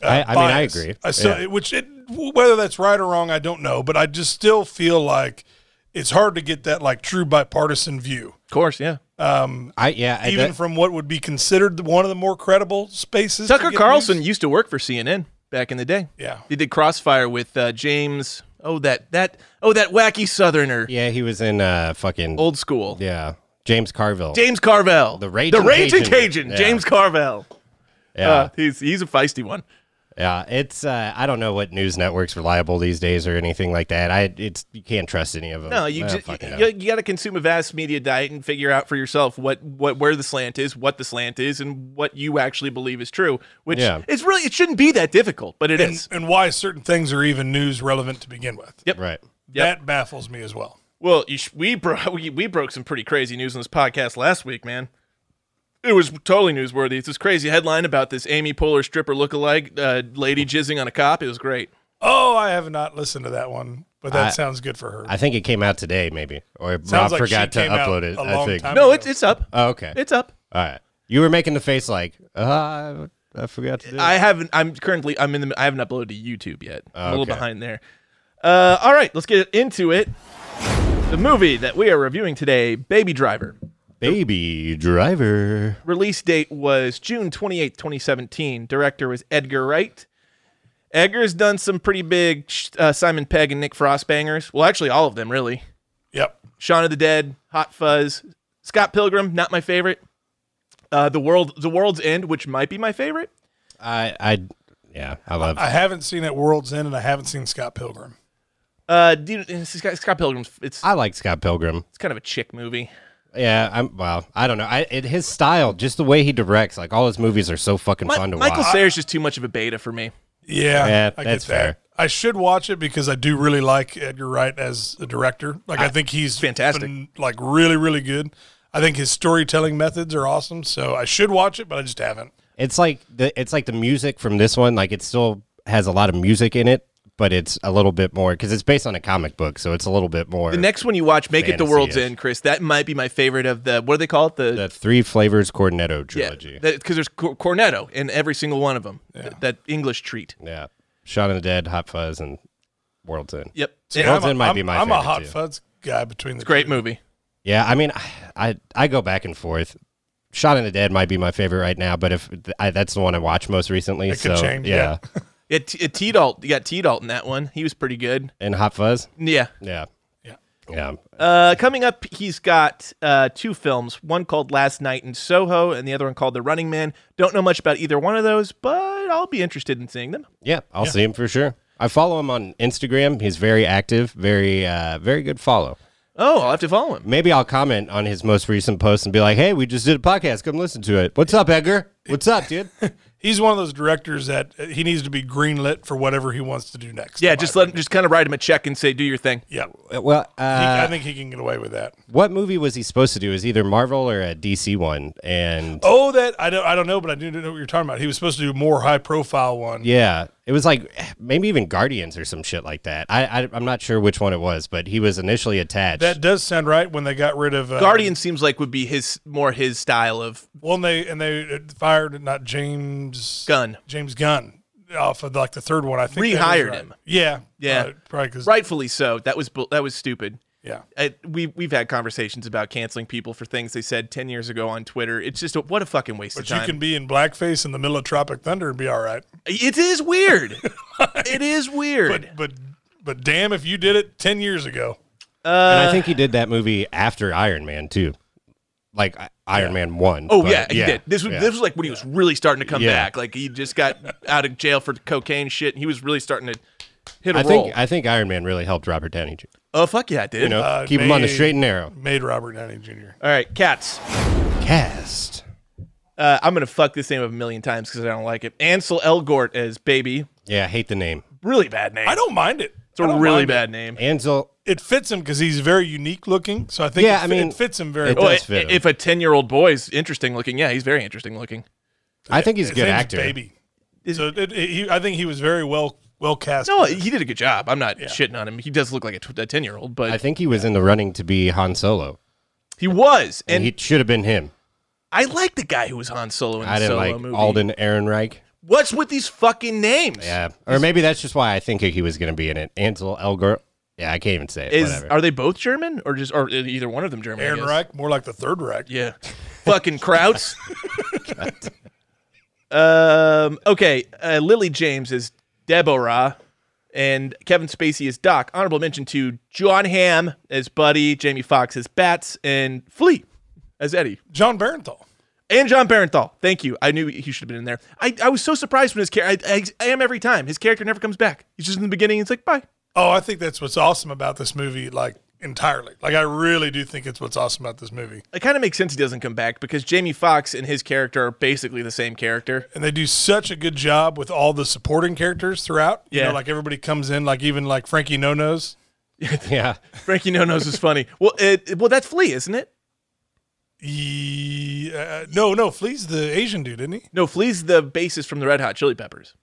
[SPEAKER 1] Uh,
[SPEAKER 2] I, I mean, I
[SPEAKER 7] biased.
[SPEAKER 2] agree.
[SPEAKER 7] I still,
[SPEAKER 2] Yeah.
[SPEAKER 7] which it, whether that's right or wrong, I don't know, but I just still feel like it's hard to get that like true bipartisan view.
[SPEAKER 1] Of course, yeah.
[SPEAKER 2] I, yeah. I,
[SPEAKER 7] even
[SPEAKER 2] that-
[SPEAKER 7] from what would be considered the- one of the more credible spaces. to
[SPEAKER 1] Tucker
[SPEAKER 7] get
[SPEAKER 1] Carlson
[SPEAKER 7] news.
[SPEAKER 1] used to work for CNN back in the day.
[SPEAKER 7] Yeah.
[SPEAKER 1] he did Crossfire with uh, James. Oh, that that oh that wacky Southerner,
[SPEAKER 2] yeah, he was in uh, fucking
[SPEAKER 1] old school.
[SPEAKER 2] yeah James Carville.
[SPEAKER 1] James Carvel, the
[SPEAKER 2] Raging
[SPEAKER 1] the raging
[SPEAKER 2] Cajun.
[SPEAKER 1] Cajun,
[SPEAKER 2] Yeah.
[SPEAKER 1] James Carvel.
[SPEAKER 2] yeah,
[SPEAKER 1] Uh, he's he's a feisty one.
[SPEAKER 2] yeah. It's uh, I don't know what news networks reliable these days or anything like that. I it's you can't trust any of them.
[SPEAKER 1] No, you
[SPEAKER 2] I don't
[SPEAKER 1] just,
[SPEAKER 2] fucking know.
[SPEAKER 1] you, you got to consume a vast media diet and figure out for yourself what what where the slant is, what the slant is, and what you actually believe is true. Which
[SPEAKER 2] Yeah.
[SPEAKER 1] it's really it shouldn't be that difficult, but it is.
[SPEAKER 7] and, and why certain things are even news relevant to begin with.
[SPEAKER 1] Yep.
[SPEAKER 2] right.
[SPEAKER 1] Yep.
[SPEAKER 7] That baffles me as well.
[SPEAKER 1] Well, you sh- we bro- we we broke some pretty crazy news on this podcast last week, man. It was totally newsworthy. It's this crazy headline about this Amy Poehler stripper lookalike uh, lady jizzing on a cop. It was great.
[SPEAKER 7] Oh, I have not listened to that one, but that
[SPEAKER 2] I-
[SPEAKER 7] sounds good for her.
[SPEAKER 2] I think it came out today, maybe, or Rob
[SPEAKER 7] Sounds like she
[SPEAKER 2] forgot to
[SPEAKER 7] came out
[SPEAKER 2] upload it.
[SPEAKER 7] a
[SPEAKER 2] I uh,
[SPEAKER 7] long
[SPEAKER 2] think.
[SPEAKER 7] time
[SPEAKER 1] No,
[SPEAKER 7] ago.
[SPEAKER 1] it's it's up.
[SPEAKER 2] Oh, okay.
[SPEAKER 1] It's up.
[SPEAKER 2] All right. You were making the face like, uh, I forgot to do.
[SPEAKER 1] I haven't. I'm currently. I'm in the. I haven't uploaded to YouTube yet. I'm a little
[SPEAKER 2] Okay.
[SPEAKER 1] behind there. Uh, all right, let's get into it. The movie that we are reviewing today, Baby Driver.
[SPEAKER 2] Baby Driver.
[SPEAKER 1] Release date was June 28th, 2017. Director was Edgar Wright. Edgar's done some pretty big sh- uh, Simon Pegg and Nick Frost bangers. Well, actually, all of them really.
[SPEAKER 7] Yep.
[SPEAKER 1] Shaun of the Dead, Hot Fuzz, Scott Pilgrim, not my favorite. Uh, the world, The World's End, which might be my favorite.
[SPEAKER 2] I I yeah. I love.
[SPEAKER 7] I haven't seen at World's End, and I haven't seen Scott Pilgrim.
[SPEAKER 1] Uh, dude, Scott, Scott Pilgrim's it's
[SPEAKER 2] I like Scott Pilgrim.
[SPEAKER 1] it's kind of a chick movie.
[SPEAKER 2] Yeah, I'm. Well, I don't know. I it, his style, just the way he directs, like all his movies are so fucking
[SPEAKER 1] Mi-
[SPEAKER 2] fun to
[SPEAKER 1] Michael
[SPEAKER 2] watch.
[SPEAKER 1] Sarah's just too much of a beta for me.
[SPEAKER 7] Yeah,
[SPEAKER 2] Yeah,
[SPEAKER 7] I
[SPEAKER 2] that's
[SPEAKER 7] get that.
[SPEAKER 2] fair.
[SPEAKER 7] I should watch it because I do really like Edgar Wright as a director. Like I, think he's
[SPEAKER 1] fantastic.
[SPEAKER 7] been, like really, really good. I think his storytelling methods are awesome. So I should watch it, but I just haven't.
[SPEAKER 2] It's like the it's like the music from this one. Like it still has a lot of music in it, but it's a little bit more because it's based on a comic book, so it's a little bit more.
[SPEAKER 1] The next one you watch, Make It the World's
[SPEAKER 2] Fantasy-ish.
[SPEAKER 1] End, Chris. That might be my favorite of the what do they call it? The,
[SPEAKER 2] the three flavors Cornetto trilogy.
[SPEAKER 1] yeah, because there's cor- cornetto in every single one of them. that English treat.
[SPEAKER 2] Yeah. Shaun of the Dead, Hot Fuzz, and World's End.
[SPEAKER 1] Yep,
[SPEAKER 7] See,
[SPEAKER 2] World's
[SPEAKER 7] I'm a-
[SPEAKER 2] End might be
[SPEAKER 7] I'm-
[SPEAKER 2] my
[SPEAKER 7] I'm a
[SPEAKER 2] favorite,
[SPEAKER 7] hot
[SPEAKER 2] too.
[SPEAKER 7] fuzz guy between the
[SPEAKER 1] great movie.
[SPEAKER 2] Yeah, I mean, I I go back and forth. Shaun of the Dead might be my favorite right now, but if I, that's the one I watched most recently,
[SPEAKER 7] It
[SPEAKER 2] so
[SPEAKER 7] could change,
[SPEAKER 2] yeah.
[SPEAKER 1] Yeah, T- uh, T-Dalt. You got T-Dalt in that one. He was pretty good.
[SPEAKER 2] and Hot Fuzz,
[SPEAKER 1] Yeah.
[SPEAKER 2] yeah,
[SPEAKER 7] Yeah.
[SPEAKER 2] yeah.
[SPEAKER 1] Uh, coming up, he's got uh, two films. One called Last Night in Soho, and the other one called The Running Man. Don't know much about either one of those, but I'll be interested in seeing them.
[SPEAKER 2] Yeah, I'll see him for sure. I follow him on Instagram. He's very active, very uh, very good follow.
[SPEAKER 1] Oh, I'll have to follow him.
[SPEAKER 2] Maybe I'll comment on his most recent post and be like, "Hey, we just did a podcast. Come listen to it. What's up, Edgar? What's up, dude?"
[SPEAKER 7] He's one of those directors that uh, he needs to be greenlit for whatever he wants to do next.
[SPEAKER 1] Yeah,
[SPEAKER 7] in my
[SPEAKER 1] just let him, just kind of write him a check and say, do your thing.
[SPEAKER 7] Yeah,
[SPEAKER 2] well,
[SPEAKER 7] He-
[SPEAKER 2] uh,
[SPEAKER 7] I think he can get away with that.
[SPEAKER 2] what movie was he supposed to do? It was either Marvel or a DC one, and
[SPEAKER 7] Oh, that I don't, I don't know, but I do know what you're talking about. He was supposed to do a more high profile one.
[SPEAKER 2] Yeah, it was like maybe even Guardians or some shit like that. I, I I'm not sure which one it was, but he was initially attached.
[SPEAKER 7] That does sound right. When they got rid of uh,
[SPEAKER 2] um,
[SPEAKER 1] Guardian seems like would be his more his style of
[SPEAKER 7] Well, and they and they uh, fired not James
[SPEAKER 1] gun.
[SPEAKER 7] James Gunn off of like the third one. I think that is
[SPEAKER 1] Rehired
[SPEAKER 7] right.
[SPEAKER 1] him.
[SPEAKER 7] Yeah,
[SPEAKER 1] Yeah.
[SPEAKER 7] uh, probably because
[SPEAKER 1] Rightfully so. That was bu- that was stupid.
[SPEAKER 7] yeah.
[SPEAKER 1] I, we we've had conversations about canceling people for things they said ten years ago on Twitter. It's just a, what a fucking waste
[SPEAKER 7] But
[SPEAKER 1] of
[SPEAKER 7] you
[SPEAKER 1] time.
[SPEAKER 7] can be in blackface in the middle of Tropic Thunder and be all right.
[SPEAKER 1] it is weird. it is weird.
[SPEAKER 7] But but but damn, if you did it ten years ago,
[SPEAKER 2] and
[SPEAKER 1] uh,
[SPEAKER 2] I think he did that movie after Iron Man too, like I- Iron Man one.
[SPEAKER 1] oh
[SPEAKER 2] but
[SPEAKER 1] yeah, he did. This was
[SPEAKER 2] yeah.
[SPEAKER 1] this was like when he was really starting to come
[SPEAKER 2] Yeah.
[SPEAKER 1] back. Like he just got out of jail for cocaine shit, and he was really starting to hit a
[SPEAKER 2] I
[SPEAKER 1] roll.
[SPEAKER 2] think I think Iron Man really helped Robert Downey. Jr.
[SPEAKER 1] oh fuck yeah, I did.
[SPEAKER 2] You know, keep him on the
[SPEAKER 7] may-
[SPEAKER 2] straight and narrow.
[SPEAKER 7] made Robert Downey Jr.
[SPEAKER 1] All right, cats.
[SPEAKER 2] Cast.
[SPEAKER 1] Uh, I'm gonna fuck this name up a million times because I don't like it. Ansel Elgort as baby.
[SPEAKER 2] Yeah, I hate the name.
[SPEAKER 1] Really bad name.
[SPEAKER 7] I don't mind it.
[SPEAKER 1] It's a really bad name.
[SPEAKER 2] Ansel.
[SPEAKER 7] It fits him because he's very unique looking. So I think
[SPEAKER 2] Yeah,
[SPEAKER 7] it,
[SPEAKER 2] I
[SPEAKER 7] fit-
[SPEAKER 2] mean,
[SPEAKER 7] it fits him very
[SPEAKER 2] it
[SPEAKER 7] well.
[SPEAKER 2] does
[SPEAKER 1] i-
[SPEAKER 2] fit him.
[SPEAKER 1] if a ten-year-old boy is interesting looking, yeah, he's very interesting looking.
[SPEAKER 2] I think he's a
[SPEAKER 7] His
[SPEAKER 2] good
[SPEAKER 7] name's
[SPEAKER 2] actor.
[SPEAKER 7] Baby. So it, it- he, I think he was very well well cast.
[SPEAKER 1] No, he did a good job. I'm not shitting on him. He does look like a tw- a ten-year-old, but
[SPEAKER 2] I think he was in the running to be Han Solo,
[SPEAKER 1] he was. And
[SPEAKER 2] and he should have been him.
[SPEAKER 1] I like the guy who was Han Solo in the
[SPEAKER 2] I didn't
[SPEAKER 1] Solo
[SPEAKER 2] like
[SPEAKER 1] movie.
[SPEAKER 2] Alden Ehrenreich.
[SPEAKER 1] What's with these fucking names?
[SPEAKER 2] Yeah, or maybe that's just why I think he was going to be in it. Ansel Elgort. Yeah, I can't even say it.
[SPEAKER 1] Is
[SPEAKER 2] Whatever.
[SPEAKER 1] are they both German or just or either one of them German? I
[SPEAKER 7] Aaron
[SPEAKER 1] guess.
[SPEAKER 7] Reich, more like the third Reich.
[SPEAKER 1] Yeah. fucking Krauts. um. Okay. Uh, Lily James is Deborah. And Kevin Spacey is Doc. Honorable mention to John Hamm as Buddy, Jamie Foxx as Bats, and Flea as Eddie.
[SPEAKER 7] John Barenthal.
[SPEAKER 1] And John Barenthal. Thank you. I knew he should have been in there. I, I was so surprised when his character, I, I, I am every time. His character never comes back. He's just in the beginning. It's like, bye.
[SPEAKER 7] Oh, I think that's what's awesome about this movie, like entirely. Like I really do think it's what's awesome about this movie.
[SPEAKER 1] It kind of makes sense he doesn't come back because Jamie Foxx and his character are basically the same character.
[SPEAKER 7] And they do such a good job with all the supporting characters throughout. You
[SPEAKER 1] Yeah.
[SPEAKER 7] know, like everybody comes in, like even like Frankie No Nos.
[SPEAKER 2] yeah,
[SPEAKER 1] Frankie No Nose is funny. Well, it, well, that's Flea, isn't it?
[SPEAKER 7] He, uh, no, no, Flea's the Asian dude, isn't he?
[SPEAKER 1] No, Flea's the bassist from the Red Hot Chili Peppers.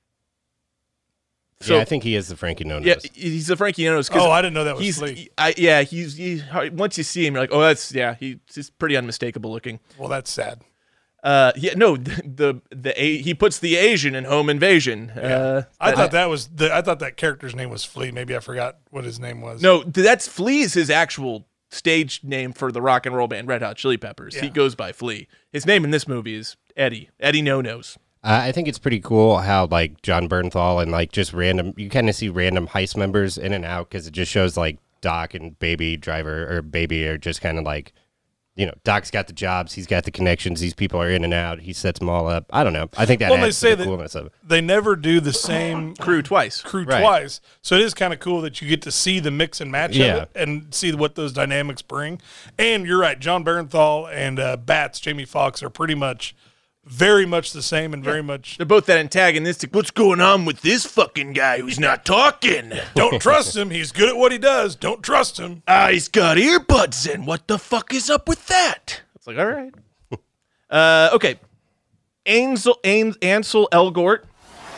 [SPEAKER 1] So-
[SPEAKER 2] yeah. I think he is the Frankie No
[SPEAKER 1] Yeah,
[SPEAKER 2] Nose.
[SPEAKER 1] he's the Frankie No Nose. 'cause
[SPEAKER 7] Oh, I didn't know that was
[SPEAKER 1] He's, e
[SPEAKER 7] Flea.
[SPEAKER 1] I, yeah, he's, he, once you see him, you're like, oh, that's, yeah, he's just pretty unmistakable looking.
[SPEAKER 7] Well, that's sad.
[SPEAKER 1] Uh, yeah, no, the the, the A, he puts the Asian in Home Invasion. Uh,
[SPEAKER 7] I thought that was the. I thought that character's name was Flea. Maybe I forgot what his name was.
[SPEAKER 1] no, th- that's Flea's his actual stage name for the rock and roll band Red Hot Chili Peppers. He
[SPEAKER 7] Yeah.
[SPEAKER 1] goes by Flea. His name in this movie is Eddie. Eddie No Nos.
[SPEAKER 2] Uh, I think it's pretty cool how like John Bernthal and like just random you kind of see random heist members in and out because it just shows like Doc and Baby Driver or Baby are just kind of like you know Doc's got the jobs he's got the connections these people are in and out he sets them all up I don't know I think that
[SPEAKER 7] Well, they
[SPEAKER 2] adds
[SPEAKER 7] say
[SPEAKER 2] to the
[SPEAKER 7] that-
[SPEAKER 2] coolness of it
[SPEAKER 7] they never do the same
[SPEAKER 1] Crew twice.
[SPEAKER 7] crew
[SPEAKER 2] Right.
[SPEAKER 7] twice. So it is kind of cool that you get to see the mix and match
[SPEAKER 2] Yeah.
[SPEAKER 7] of it and see what those dynamics bring. And you're right, John Barenthal and uh, Bats, Jamie Foxx are pretty much very much the same and very much
[SPEAKER 1] They're both that antagonistic. What's going on with this fucking guy who's not talking?
[SPEAKER 7] don't trust him. He's good at what he does. Don't trust him.
[SPEAKER 1] Ah, he's got earbuds in. What the fuck is up with that? It's like, all right. uh, okay. Ansel, An- Ansel Elgort.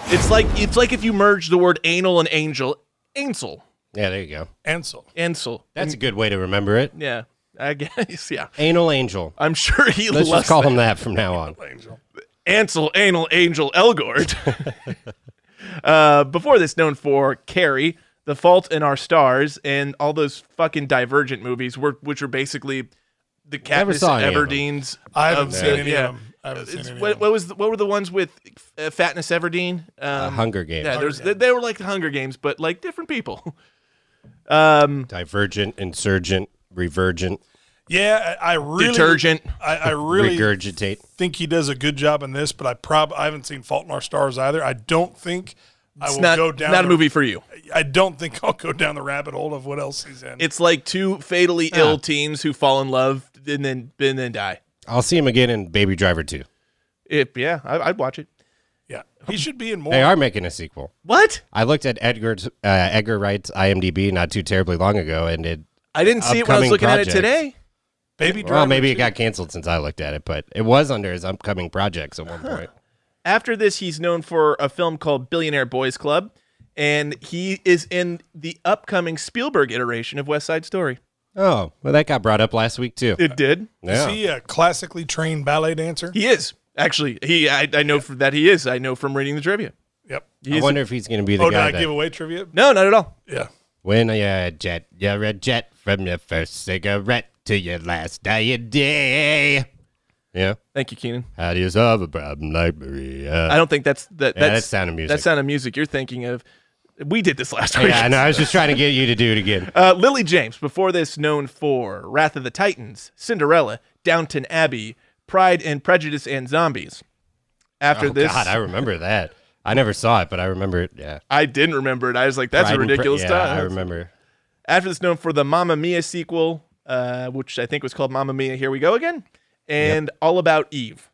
[SPEAKER 1] It's like it's like if you merge the word anal and angel. Ansel.
[SPEAKER 2] yeah there you go
[SPEAKER 7] Ansel.
[SPEAKER 1] Ansel.
[SPEAKER 2] that's a good way to remember it
[SPEAKER 1] Yeah. I guess. Yeah.
[SPEAKER 2] anal angel
[SPEAKER 1] I'm sure he
[SPEAKER 2] let's
[SPEAKER 1] loves
[SPEAKER 2] just call him that from now on
[SPEAKER 7] Angel.
[SPEAKER 1] Ansel Anal Angel Elgort. uh, before this, known for Carrie, The Fault in Our Stars, and all those fucking Divergent movies, were, which are basically the
[SPEAKER 2] Never
[SPEAKER 1] Katniss
[SPEAKER 2] saw any of them.
[SPEAKER 1] Everdeens.
[SPEAKER 7] I haven't
[SPEAKER 1] of
[SPEAKER 7] seen
[SPEAKER 1] the-
[SPEAKER 7] any
[SPEAKER 1] yeah.
[SPEAKER 7] of them. I haven't seen
[SPEAKER 1] It's-
[SPEAKER 7] any
[SPEAKER 1] what,
[SPEAKER 7] of them.
[SPEAKER 1] what was the- what were the ones with uh, Fatness Everdeen? Um,
[SPEAKER 2] Uh, Hunger Games.
[SPEAKER 1] Yeah, there's they, they were like the Hunger Games, but like different people.
[SPEAKER 2] divergent insurgent revergent
[SPEAKER 7] Yeah, I, I really
[SPEAKER 1] Detergent.
[SPEAKER 7] I, I really
[SPEAKER 2] regurgitate
[SPEAKER 7] think he does a good job in this, but I prob I haven't seen Fault in Our Stars either. I don't think I
[SPEAKER 1] It's
[SPEAKER 7] will
[SPEAKER 1] not
[SPEAKER 7] go down
[SPEAKER 1] not a
[SPEAKER 7] the-
[SPEAKER 1] movie for you.
[SPEAKER 7] I don't think I'll go down the rabbit hole of what else he's in.
[SPEAKER 1] It's like two fatally
[SPEAKER 2] Uh.
[SPEAKER 1] ill teens who fall in love and then and then die.
[SPEAKER 2] I'll see him again in Baby Driver 2
[SPEAKER 1] It, yeah, I, I'd watch it.
[SPEAKER 7] Yeah, he should be in more.
[SPEAKER 2] they are making a sequel
[SPEAKER 1] What?
[SPEAKER 2] I looked at Edgar's uh, Edgar Wright's IMDb not too terribly long ago, and it
[SPEAKER 1] I didn't see it when I was
[SPEAKER 2] upcoming
[SPEAKER 1] looking at it
[SPEAKER 2] projects.
[SPEAKER 1] today.
[SPEAKER 7] Baby Driver.
[SPEAKER 2] well maybe it
[SPEAKER 7] too.
[SPEAKER 2] got canceled since I looked at it, but it was under his upcoming projects at one point.
[SPEAKER 1] After this, he's known for a film called Billionaire Boys Club, and he is in the upcoming Spielberg iteration of West Side Story.
[SPEAKER 2] Oh, well, that got brought up last week too.
[SPEAKER 1] It did.
[SPEAKER 7] Is
[SPEAKER 2] Yeah.
[SPEAKER 7] he a classically trained ballet dancer?
[SPEAKER 1] He is actually. He I, I know for that he is. I know from reading the trivia.
[SPEAKER 7] Yep.
[SPEAKER 2] I
[SPEAKER 1] is-
[SPEAKER 2] wonder if he's going to be the
[SPEAKER 7] oh, did
[SPEAKER 2] guy
[SPEAKER 7] I
[SPEAKER 2] that
[SPEAKER 7] give away trivia?
[SPEAKER 1] No, not at all.
[SPEAKER 7] Yeah.
[SPEAKER 2] when you're a uh, jet, you're a jet from your first cigarette to your last day of day. Yeah,
[SPEAKER 1] Thank you, Keenan.
[SPEAKER 2] how do you solve a problem like Maria?
[SPEAKER 1] I don't think that's that.
[SPEAKER 2] Yeah,
[SPEAKER 1] That's,
[SPEAKER 2] that's Sound of Music.
[SPEAKER 1] That's sound of music. You're thinking of. We did this last week.
[SPEAKER 2] yeah, I know. I was just trying to get you to do it again.
[SPEAKER 1] Uh, Lily James, before this, known for Wrath of the Titans, Cinderella, Downton Abbey, Pride and Prejudice, and Zombies. After
[SPEAKER 2] Oh,
[SPEAKER 1] this,
[SPEAKER 2] God, I
[SPEAKER 1] I,
[SPEAKER 2] remember that. I never saw it, but I remember it. Yeah,
[SPEAKER 1] didn't remember it. I was like, that's a
[SPEAKER 2] Pride and Pre-
[SPEAKER 1] ridiculous
[SPEAKER 2] yeah,
[SPEAKER 1] time.
[SPEAKER 2] I remember.
[SPEAKER 1] After this, known for the Mamma Mia sequel, uh, which I think was called Mamma Mia, Here We Go Again, and All About Eve.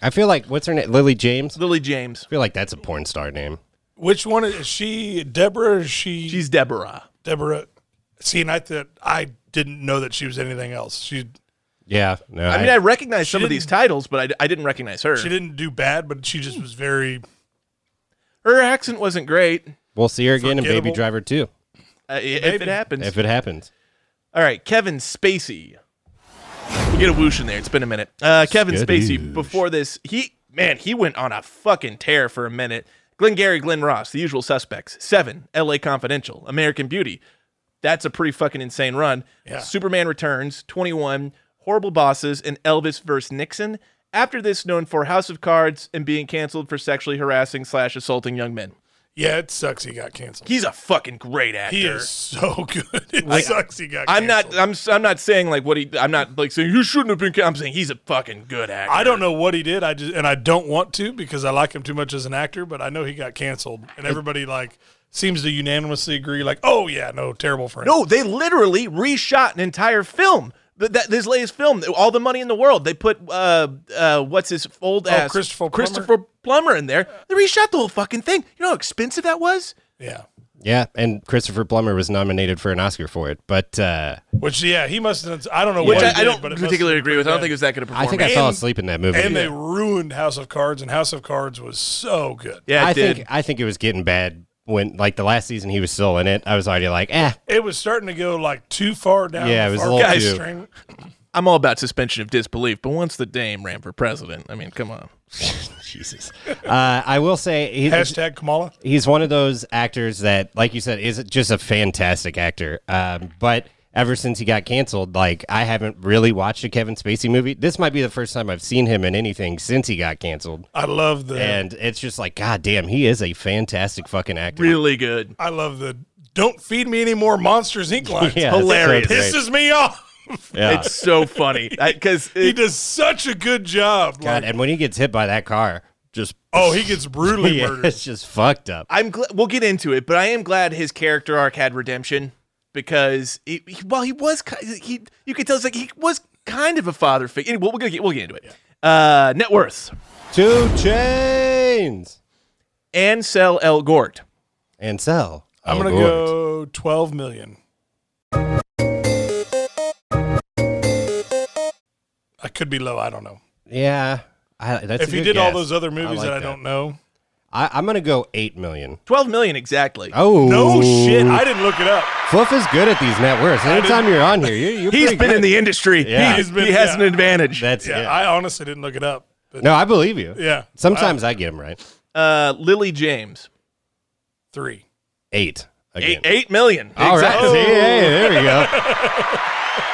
[SPEAKER 2] I feel like what's her name? Lily James.
[SPEAKER 1] Lily James.
[SPEAKER 2] I feel like that's a porn star name.
[SPEAKER 7] Which one is she? Deborah? Or is she
[SPEAKER 1] She's Deborah.
[SPEAKER 7] Deborah? See, and I that I didn't know that she was anything else. She
[SPEAKER 2] Yeah. No,
[SPEAKER 1] I mean, I, recognize some of
[SPEAKER 7] didn't-
[SPEAKER 1] these titles, but I d- I, didn't recognize her.
[SPEAKER 7] she didn't do bad, but she just was very.
[SPEAKER 1] Her accent wasn't great.
[SPEAKER 2] we'll see her again in Baby
[SPEAKER 7] forgettable.
[SPEAKER 2] Driver too,
[SPEAKER 1] Uh, i- if it happens.
[SPEAKER 2] if it happens.
[SPEAKER 1] All right, Kevin Spacey. We get a whoosh in there. It's been a minute. Uh, Kevin Spacey.
[SPEAKER 2] Skadoosh.
[SPEAKER 1] Before this, he man, he went on a fucking tear for a minute. Glengarry Glenn Ross, The Usual Suspects, Seven, L.A. Confidential, American Beauty. That's a pretty fucking insane run.
[SPEAKER 7] Yeah.
[SPEAKER 1] Superman Returns, Twenty One, Horrible Bosses, and Elvis vs. Nixon. After this, known for House of Cards and being canceled for sexually harassing slash assaulting young men.
[SPEAKER 7] Yeah, it sucks. He got canceled.
[SPEAKER 1] He's a fucking great actor.
[SPEAKER 7] He is so good. It sucks. He got. Canceled.
[SPEAKER 1] I'm not. I'm. s- I'm not saying like what he. I'm not like saying you shouldn't have been. ca-" I'm saying he's a fucking good actor.
[SPEAKER 7] I don't know what he did. I just and I don't want to because I like him too much as an actor, but I know he got canceled, and everybody like seems to unanimously agree, like, oh yeah, no, terrible for him.
[SPEAKER 1] No, they literally reshot an entire film. Th- That this latest film, all the money in the world, they put uh, uh, what's his old
[SPEAKER 2] Oh,
[SPEAKER 1] ass
[SPEAKER 7] Christopher Plummer?
[SPEAKER 1] Christopher Plummer in there. They reshot the whole fucking thing. You know how expensive that was.
[SPEAKER 7] yeah,
[SPEAKER 2] Yeah, and Christopher Plummer was nominated for an Oscar for it, but uh,
[SPEAKER 7] which yeah, he must have. I don't know
[SPEAKER 1] Which
[SPEAKER 7] what
[SPEAKER 1] I,
[SPEAKER 7] he
[SPEAKER 1] I
[SPEAKER 7] did,
[SPEAKER 1] don't
[SPEAKER 7] but it must
[SPEAKER 1] particularly
[SPEAKER 7] have
[SPEAKER 1] agree
[SPEAKER 7] been
[SPEAKER 1] with. I don't think
[SPEAKER 7] pretty
[SPEAKER 1] it was that good a
[SPEAKER 2] I
[SPEAKER 1] performance.
[SPEAKER 2] think I fell
[SPEAKER 7] And-
[SPEAKER 2] asleep in that movie.
[SPEAKER 7] bad. And they ruined House of Cards, and House of Cards was so good.
[SPEAKER 1] yeah, it
[SPEAKER 2] I
[SPEAKER 1] did.
[SPEAKER 2] think I think it was getting bad when like the last season he was still in it. I was already like, eh,
[SPEAKER 7] It was starting to go like too far down.
[SPEAKER 2] Yeah,
[SPEAKER 7] the
[SPEAKER 2] it was a
[SPEAKER 7] far
[SPEAKER 2] little
[SPEAKER 7] right
[SPEAKER 2] too-
[SPEAKER 7] string.
[SPEAKER 1] I'm all about suspension of disbelief, but once the dame ran for president, I mean, come on.
[SPEAKER 2] Jesus. Uh, I will say he-
[SPEAKER 7] Hashtag Kamala.
[SPEAKER 2] he's one of those actors that, like you said, is just a fantastic actor. Um, but ever since he got canceled, like I haven't really watched a Kevin Spacey movie. This might be the first time I've seen him in anything since he got canceled.
[SPEAKER 7] I love the.
[SPEAKER 2] And it's just like, god damn, he is a fantastic fucking actor.
[SPEAKER 1] Really good.
[SPEAKER 7] I love the. Don't feed me any more Monsters Inc. lines.
[SPEAKER 2] Yeah, it's
[SPEAKER 1] Hilarious.
[SPEAKER 2] so great.
[SPEAKER 7] Pisses me off.
[SPEAKER 2] Yeah.
[SPEAKER 1] It's so funny because
[SPEAKER 7] He does such a good job.
[SPEAKER 2] God,
[SPEAKER 7] Like,
[SPEAKER 2] and when he gets hit by that car, just
[SPEAKER 7] oh, he gets brutally
[SPEAKER 2] yeah,
[SPEAKER 7] murdered.
[SPEAKER 2] it's just fucked up.
[SPEAKER 1] I'm glad we'll get into it, but I am glad his character arc had redemption because he, he well he was ki- he you could tell it's like he was kind of a father figure. Anyway, we're gonna get we'll get into it. Uh, net worth:
[SPEAKER 2] Two chains
[SPEAKER 1] Ansel L. Gort.
[SPEAKER 2] and sell.
[SPEAKER 7] I'm gonna go 12 million. I could be low. I don't know.
[SPEAKER 2] Yeah, I, that's
[SPEAKER 7] if
[SPEAKER 2] a
[SPEAKER 7] he
[SPEAKER 2] good
[SPEAKER 7] did all
[SPEAKER 2] guess.
[SPEAKER 7] those other movies
[SPEAKER 2] like
[SPEAKER 7] that I don't know.
[SPEAKER 2] I, I'm gonna go eight million.
[SPEAKER 1] Twelve million exactly.
[SPEAKER 2] Oh
[SPEAKER 7] No shit. I didn't look it up.
[SPEAKER 2] Fluff is good at these net worths. Anytime you're on here, you're, you're
[SPEAKER 1] He's
[SPEAKER 2] pretty
[SPEAKER 1] been
[SPEAKER 2] good.
[SPEAKER 1] in the industry.
[SPEAKER 2] Yeah.
[SPEAKER 1] He,
[SPEAKER 7] He's been-
[SPEAKER 1] he has
[SPEAKER 7] yeah.
[SPEAKER 1] an advantage.
[SPEAKER 2] That's
[SPEAKER 7] Yeah,
[SPEAKER 2] it.
[SPEAKER 7] I honestly didn't look it up. But
[SPEAKER 2] no, I believe you.
[SPEAKER 7] Yeah.
[SPEAKER 2] Sometimes I get them right.
[SPEAKER 1] Uh, Lily James.
[SPEAKER 7] three.
[SPEAKER 2] Eight
[SPEAKER 1] Eight,
[SPEAKER 2] again.
[SPEAKER 1] eight million.
[SPEAKER 2] All right.
[SPEAKER 1] Exactly.
[SPEAKER 2] See, hey, there we go.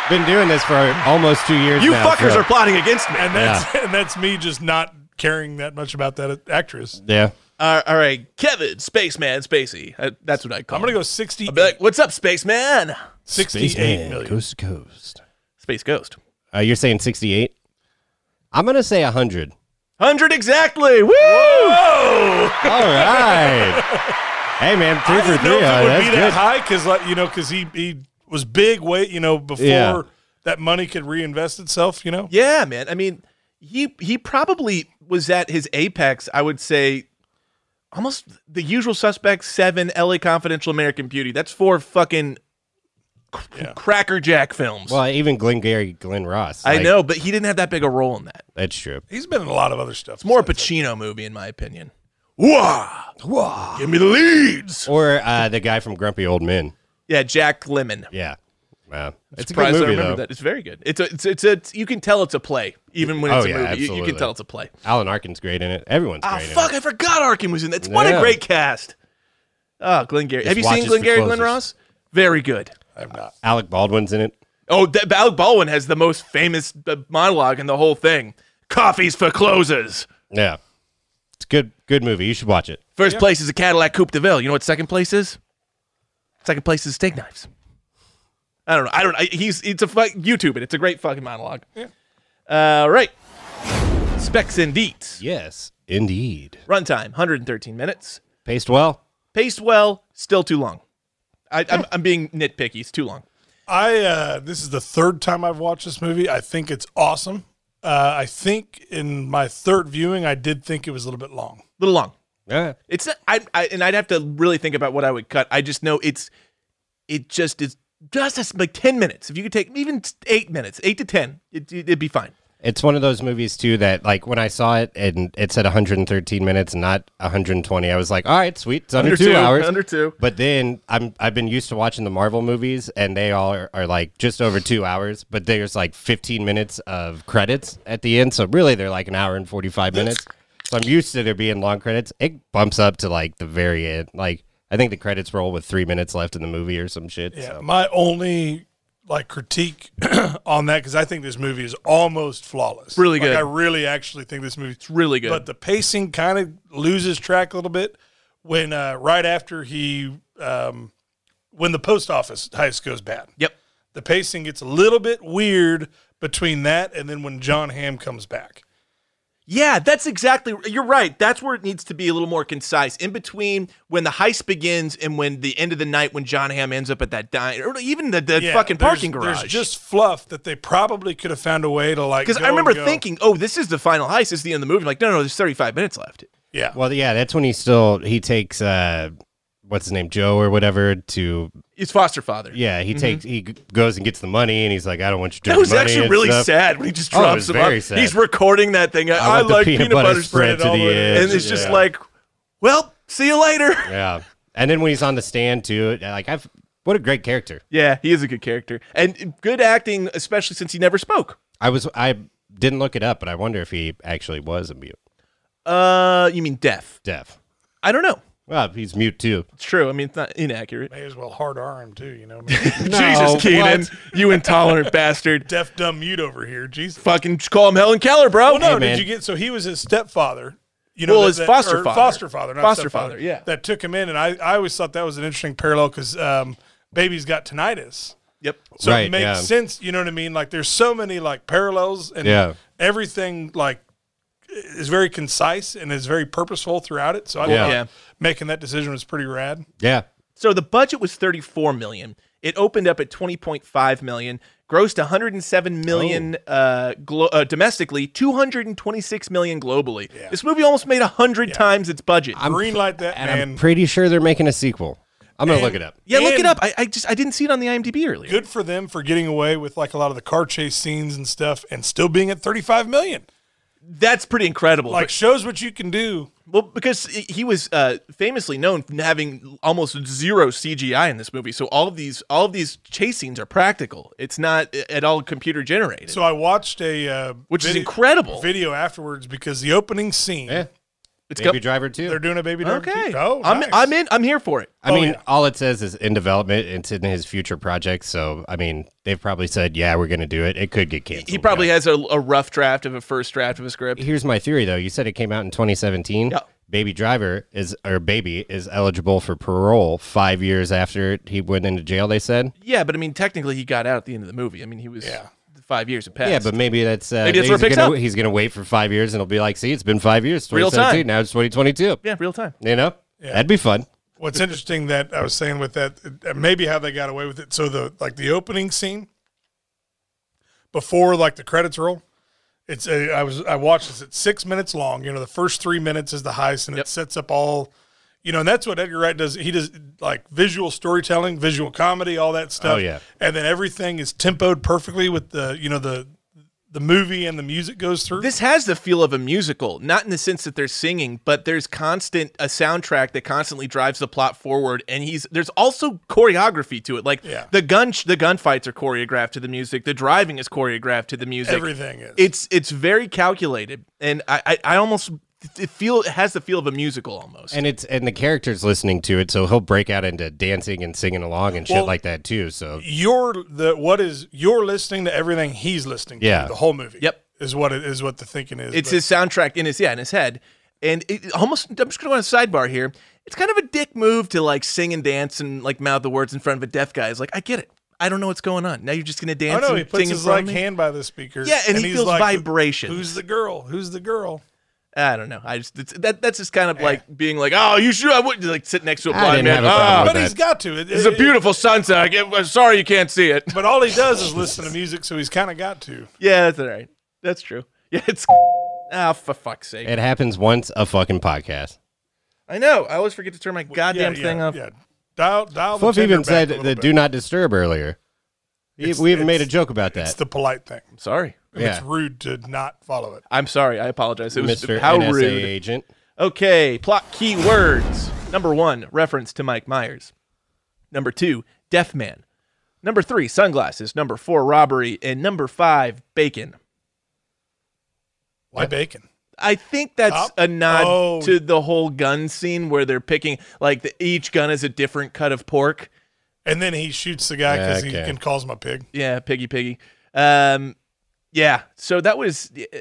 [SPEAKER 2] been doing this for almost two years.
[SPEAKER 1] You
[SPEAKER 2] now,
[SPEAKER 1] fuckers
[SPEAKER 2] so-
[SPEAKER 1] are plotting against me.
[SPEAKER 7] And that's and that's me just not caring that much about that actress.
[SPEAKER 2] Yeah.
[SPEAKER 1] Uh, all right, Kevin, Spaceman, Spacey. Uh, that's what I call.
[SPEAKER 7] I'm gonna
[SPEAKER 1] him.
[SPEAKER 7] go 60,
[SPEAKER 1] I'll be like, "What's up, Spaceman?"
[SPEAKER 7] 68 million.
[SPEAKER 2] Coast to coast.
[SPEAKER 1] Space Ghost.
[SPEAKER 2] Uh, you're saying 68? I'm going to say 100.
[SPEAKER 1] 100 exactly. Woo!
[SPEAKER 2] All right. hey, man, three
[SPEAKER 7] I
[SPEAKER 2] for
[SPEAKER 7] didn't
[SPEAKER 2] three.
[SPEAKER 7] know if
[SPEAKER 2] huh?
[SPEAKER 7] it would
[SPEAKER 2] That's
[SPEAKER 7] be
[SPEAKER 2] good.
[SPEAKER 7] that high because like you know because he he was big weight you know before
[SPEAKER 2] Yeah.
[SPEAKER 7] that money could reinvest itself you know.
[SPEAKER 1] Yeah, man. I mean, he he probably was at his apex, I would say almost the usual suspects 7 LA Confidential American Beauty. That's four fucking cr- crackerjack films.
[SPEAKER 2] Well, even Glenn Gary, Glenn Ross.
[SPEAKER 1] I
[SPEAKER 2] like,
[SPEAKER 1] know, but he didn't have that big a role in that.
[SPEAKER 2] That's true.
[SPEAKER 7] He's been in a lot of other stuff.
[SPEAKER 1] More a
[SPEAKER 7] besides
[SPEAKER 1] Pacino movie in my opinion. Wah! Wah! Give me the leads.
[SPEAKER 2] Or uh, the guy from Grumpy Old Men.
[SPEAKER 1] Yeah, Jack Lemon.
[SPEAKER 2] Yeah. Wow. It's a good
[SPEAKER 1] Surprised I
[SPEAKER 2] movie,
[SPEAKER 1] remember
[SPEAKER 2] though.
[SPEAKER 1] that. It's very good. It's a, it's it's a you can tell it's a play even when
[SPEAKER 2] Oh,
[SPEAKER 1] it's a
[SPEAKER 2] yeah,
[SPEAKER 1] movie. You- You,
[SPEAKER 2] absolutely.
[SPEAKER 1] can tell it's a play.
[SPEAKER 2] Alan Arkin's great in it. Everyone's
[SPEAKER 1] Ah,
[SPEAKER 2] great
[SPEAKER 1] fuck!
[SPEAKER 2] in it.
[SPEAKER 1] I forgot Arkin was in that. What a
[SPEAKER 2] Yeah.
[SPEAKER 1] great cast. Oh, Glenn Gary. Have you seen
[SPEAKER 2] watches
[SPEAKER 1] Glenn
[SPEAKER 2] for
[SPEAKER 1] Gary, Glenn Ross?
[SPEAKER 2] closers.
[SPEAKER 1] Very good.
[SPEAKER 2] Alec Baldwin's in it.
[SPEAKER 1] Oh, that, Alec Baldwin has the most famous uh, monologue in the whole thing. Coffees for closers.
[SPEAKER 2] Yeah. It's a good, good movie. You should watch it.
[SPEAKER 1] First place is a Cadillac Coupe de Ville. You know what second place is? Second place is steak knives. I don't know. I don't. I, he's it's a fuck YouTube it. It's a great fucking monologue. Yeah. Uh, right. Specs and deets.
[SPEAKER 2] Yes, indeed.
[SPEAKER 1] Runtime 113 minutes.
[SPEAKER 2] Paced well.
[SPEAKER 1] Paced well. Still too long. I, I'm, I'm being nitpicky. It's too long.
[SPEAKER 7] I uh, this is the third time I've watched this movie. I think it's awesome. Uh, I think in my third viewing, I did think it was a little bit long.
[SPEAKER 1] little long.
[SPEAKER 2] Yeah.
[SPEAKER 1] It's not, I, I and I'd have to really think about what I would cut. I just know it's it just is just as like ten minutes. If you could take even eight minutes, eight to ten, it, it'd be fine.
[SPEAKER 2] It's one of those movies too that like when I saw it and it said 113 minutes, not 120. I was like, all right, sweet, it's under,
[SPEAKER 1] Under
[SPEAKER 2] two,
[SPEAKER 1] two,
[SPEAKER 2] hours.
[SPEAKER 1] under two.
[SPEAKER 2] But then I'm I've been used to watching the Marvel movies and they all are, are like just over two hours. But there's like 15 minutes of credits at the end, so really they're like an hour and 45 minutes. So I'm used to there being long credits. It bumps up to like the very end. Like I think the credits roll with three minutes left in the movie or some shit.
[SPEAKER 7] Yeah,
[SPEAKER 2] so.
[SPEAKER 7] my only like critique on that because I think this movie is almost flawless.
[SPEAKER 1] Really
[SPEAKER 7] Like,
[SPEAKER 1] good.
[SPEAKER 7] I really actually think this movie is
[SPEAKER 1] really good.
[SPEAKER 7] But the pacing kind of loses track a little bit when uh, right after he um, when the post office heist goes bad.
[SPEAKER 1] Yep.
[SPEAKER 7] the pacing gets a little bit weird between that and then when John Hamm comes back.
[SPEAKER 1] Yeah, that's exactly. You're right. That's where it needs to be a little more concise. In between when the heist begins and when the end of the night when John Hamm ends up at that diner, or even the, the
[SPEAKER 7] Yeah,
[SPEAKER 1] fucking
[SPEAKER 7] there's-
[SPEAKER 1] parking garage.
[SPEAKER 7] There's just fluff that they probably could have found a way to like.
[SPEAKER 1] because
[SPEAKER 7] go
[SPEAKER 1] I remember
[SPEAKER 7] and go.
[SPEAKER 1] thinking, oh, this is the final heist. This is the end of the movie. I'm like, no, no, there's 35 minutes left.
[SPEAKER 7] yeah,
[SPEAKER 2] Well, yeah, that's when he still he takes uh, what's his name, Joe or whatever, to
[SPEAKER 1] It's Foster Father.
[SPEAKER 2] yeah, he takes he g- goes and gets the money, and he's like, I don't want your
[SPEAKER 1] Mm-hmm. That
[SPEAKER 2] dirty
[SPEAKER 1] was
[SPEAKER 2] money.
[SPEAKER 1] actually
[SPEAKER 2] and
[SPEAKER 1] really
[SPEAKER 2] stuff.
[SPEAKER 1] sad when he just
[SPEAKER 2] Oh, it
[SPEAKER 1] drops
[SPEAKER 2] was
[SPEAKER 1] him up.
[SPEAKER 2] very sad.
[SPEAKER 1] He's recording that thing. I,
[SPEAKER 2] I,
[SPEAKER 1] I
[SPEAKER 2] want the
[SPEAKER 1] like peanut, butter spread,
[SPEAKER 2] spread to
[SPEAKER 7] all
[SPEAKER 2] the
[SPEAKER 7] over it.
[SPEAKER 2] edge,
[SPEAKER 1] and it's just
[SPEAKER 2] yeah.
[SPEAKER 1] like, well, see you later.
[SPEAKER 2] yeah. And then when he's on the stand too, like I've What a great character.
[SPEAKER 1] Yeah, he is a good character and good acting, especially since he never spoke.
[SPEAKER 2] I was I didn't look it up, but I wonder if he actually was a mute.
[SPEAKER 1] Uh, you mean deaf?
[SPEAKER 2] Deaf.
[SPEAKER 1] I don't know.
[SPEAKER 2] Well, he's mute too.
[SPEAKER 1] It's true. I mean, it's not inaccurate.
[SPEAKER 7] May as well hard arm too, you know. what I mean?
[SPEAKER 1] Jesus, Keenan, you intolerant bastard!
[SPEAKER 7] Deaf dumb mute over here. Jesus.
[SPEAKER 1] Fucking just call him Helen Keller, bro.
[SPEAKER 7] Well, no,
[SPEAKER 2] Hey,
[SPEAKER 7] did
[SPEAKER 2] man.
[SPEAKER 7] you get? So he was his stepfather. You know,
[SPEAKER 1] Well,
[SPEAKER 7] that-
[SPEAKER 1] his
[SPEAKER 7] that-
[SPEAKER 1] foster
[SPEAKER 7] or
[SPEAKER 1] father.
[SPEAKER 7] foster father, not
[SPEAKER 1] Foster
[SPEAKER 7] stepfather,
[SPEAKER 1] father, yeah.
[SPEAKER 7] that took him in, and I, I always thought that was an interesting parallel because um, baby's got tinnitus,
[SPEAKER 1] Yep.
[SPEAKER 7] so
[SPEAKER 2] Right,
[SPEAKER 7] it makes
[SPEAKER 2] yeah.
[SPEAKER 7] sense. You know what I mean? Like, there's so many like parallels, and
[SPEAKER 2] Yeah.
[SPEAKER 7] everything like is very concise and is very purposeful throughout it. So I
[SPEAKER 2] Yeah.
[SPEAKER 7] thought
[SPEAKER 1] Yeah.
[SPEAKER 7] making that decision was pretty rad.
[SPEAKER 2] Yeah.
[SPEAKER 1] So the budget was 34 million. It opened up at 20.5 million, grossed 107 million
[SPEAKER 7] Oh.
[SPEAKER 1] uh, glo- uh, domestically, 226 million globally. This movie almost made 100 times its budget.
[SPEAKER 7] Green light that
[SPEAKER 2] And
[SPEAKER 7] man.
[SPEAKER 2] I'm pretty sure they're making a sequel. I'm gonna
[SPEAKER 7] And-
[SPEAKER 2] look it up.
[SPEAKER 1] yeah, look it
[SPEAKER 7] and-
[SPEAKER 1] up. I, I just I didn't see it on the IMDb earlier.
[SPEAKER 7] good for them for getting away with like a lot of the car chase scenes and stuff, and still being at 35 million.
[SPEAKER 1] That's pretty incredible.
[SPEAKER 7] Like shows what you can do.
[SPEAKER 1] well, because he he was uh, famously known for having almost zero CGI in this movie, so all of these all of these chase scenes are practical. It's not a- at all computer generated.
[SPEAKER 7] So I watched a uh,
[SPEAKER 1] Which is
[SPEAKER 7] vide-
[SPEAKER 1] incredible.
[SPEAKER 7] video afterwards because the opening scene
[SPEAKER 2] Yeah.
[SPEAKER 1] it's
[SPEAKER 2] Baby
[SPEAKER 1] got-
[SPEAKER 2] Driver too.
[SPEAKER 7] they're doing a baby driver.
[SPEAKER 1] okay.
[SPEAKER 7] uh, Oh,
[SPEAKER 1] I'm
[SPEAKER 7] nice.
[SPEAKER 1] I'm in. I'm here for it.
[SPEAKER 2] I
[SPEAKER 7] Oh,
[SPEAKER 2] mean,
[SPEAKER 7] yeah.
[SPEAKER 2] all it says is in development. It's in his future projects. So, I mean, they've probably said, "Yeah, we're going to do it." It could get canceled.
[SPEAKER 1] He probably
[SPEAKER 2] but-
[SPEAKER 1] has a, a rough draft of a first draft of a script.
[SPEAKER 2] Here's my theory, though. You said it came out in 2017.
[SPEAKER 1] Yeah.
[SPEAKER 2] Baby Driver is or Baby is eligible for parole five years after he went into jail. They said.
[SPEAKER 1] Yeah, but I mean, technically, he got out at the end of the movie. I mean, he was
[SPEAKER 7] Yeah.
[SPEAKER 1] five years had passed.
[SPEAKER 2] Yeah, but maybe that's uh,
[SPEAKER 1] Maybe that's
[SPEAKER 2] he's
[SPEAKER 1] where it picks
[SPEAKER 2] gonna,
[SPEAKER 1] up.
[SPEAKER 2] He's going to wait for five years and he'll be like, "See, it's been five years.
[SPEAKER 1] Real time.
[SPEAKER 2] 2017. Now it's 2022."
[SPEAKER 1] yeah, real time.
[SPEAKER 2] You know, that'd be fun.
[SPEAKER 7] What's interesting that I was saying with that, uh, maybe how they got away with it. So the like the opening scene before like the credits roll. It's a, I was I watched this. It's six minutes long. You know, the first three minutes is the heist, and
[SPEAKER 1] Yep.
[SPEAKER 7] it sets up all. You know, and that's what Edgar Wright does. He does like visual storytelling, visual comedy, all that stuff.
[SPEAKER 2] Oh, yeah.
[SPEAKER 7] and then everything is tempoed perfectly with the you know the the movie and the music goes through.
[SPEAKER 1] This has the feel of a musical, not in the sense that they're singing, but there's constant a soundtrack that constantly drives the plot forward, and he's there's also choreography to it. Like
[SPEAKER 7] Yeah.
[SPEAKER 1] the gun the gunfights are choreographed to the music, the driving is choreographed to the music.
[SPEAKER 7] everything is.
[SPEAKER 1] It's it's very calculated, and I I, I almost it feel it has the feel of a musical almost.
[SPEAKER 2] And it's and the characters listening to it, so he'll break out into dancing and singing along and shit
[SPEAKER 7] Well,
[SPEAKER 2] like that too. So
[SPEAKER 7] you're the what is you're listening to everything he's listening to
[SPEAKER 2] Yeah.
[SPEAKER 7] the whole movie
[SPEAKER 1] Yep.
[SPEAKER 7] is what it is what the thinking is
[SPEAKER 1] It's
[SPEAKER 7] but
[SPEAKER 1] his soundtrack in his yeah in his head, and it almost. I'm just gonna go on a sidebar here. It's kind of a dick move to like sing and dance and like mouth the words in front of a deaf guy. It's like I get it. I don't know what's going on. Now you're just gonna
[SPEAKER 7] oh
[SPEAKER 1] dance.
[SPEAKER 7] no
[SPEAKER 1] and
[SPEAKER 7] he puts
[SPEAKER 1] sing in
[SPEAKER 7] his
[SPEAKER 1] front
[SPEAKER 7] like
[SPEAKER 1] of me?
[SPEAKER 7] hand by the speaker
[SPEAKER 1] Yeah, and he feels
[SPEAKER 7] "Who-
[SPEAKER 1] vibrations."
[SPEAKER 7] who's the girl who's the girl
[SPEAKER 1] I don't know. I just it's, that that's just kind of like being like, oh, you should. I wouldn't like sit next to a
[SPEAKER 2] I
[SPEAKER 1] blind man.
[SPEAKER 2] didn't have a problem
[SPEAKER 1] Ah,
[SPEAKER 2] with
[SPEAKER 7] but
[SPEAKER 2] that.
[SPEAKER 7] he's got to it,
[SPEAKER 1] it's
[SPEAKER 7] it-
[SPEAKER 1] a beautiful sunset. I get, I'm sorry you can't see it.
[SPEAKER 7] but all he does is listen to music so he's kind of got to
[SPEAKER 1] yeah, that's all right. That's true. Yeah, it's ah for fuck's sake.
[SPEAKER 2] it happens once a fucking podcast.
[SPEAKER 1] I know. I always forget to turn my goddamn
[SPEAKER 7] yeah,
[SPEAKER 1] thing
[SPEAKER 7] yeah,
[SPEAKER 1] off.
[SPEAKER 7] yeah dial dial the
[SPEAKER 2] Fluff
[SPEAKER 7] tender
[SPEAKER 2] even
[SPEAKER 7] back
[SPEAKER 2] said
[SPEAKER 7] a little
[SPEAKER 2] the
[SPEAKER 7] bit.
[SPEAKER 2] do not disturb earlier. We-
[SPEAKER 7] It's-
[SPEAKER 2] we even made a
[SPEAKER 7] it's-
[SPEAKER 2] joke about
[SPEAKER 7] it's
[SPEAKER 2] that.
[SPEAKER 7] the polite thing
[SPEAKER 1] I'm sorry.
[SPEAKER 2] yeah.
[SPEAKER 7] it's rude to not follow it
[SPEAKER 1] I'm sorry. I apologize. It was
[SPEAKER 2] Mr.
[SPEAKER 1] how
[SPEAKER 2] NSA
[SPEAKER 1] rude.
[SPEAKER 2] agent.
[SPEAKER 1] Okay, plot keywords. Number one, reference to Mike Myers. Number two, Deaf Man. Number three, sunglasses. Number four, robbery. And number five, bacon.
[SPEAKER 7] why bacon
[SPEAKER 1] I think that's
[SPEAKER 7] Cop?
[SPEAKER 1] a nod
[SPEAKER 7] Oh.
[SPEAKER 1] to the whole gun scene where they're picking, like, the, each gun is a different cut of pork.
[SPEAKER 7] and then he shoots the guy because he
[SPEAKER 2] Okay.
[SPEAKER 7] can calls him a pig
[SPEAKER 1] Yeah, piggy, piggy. Um, yeah, so that was. Uh,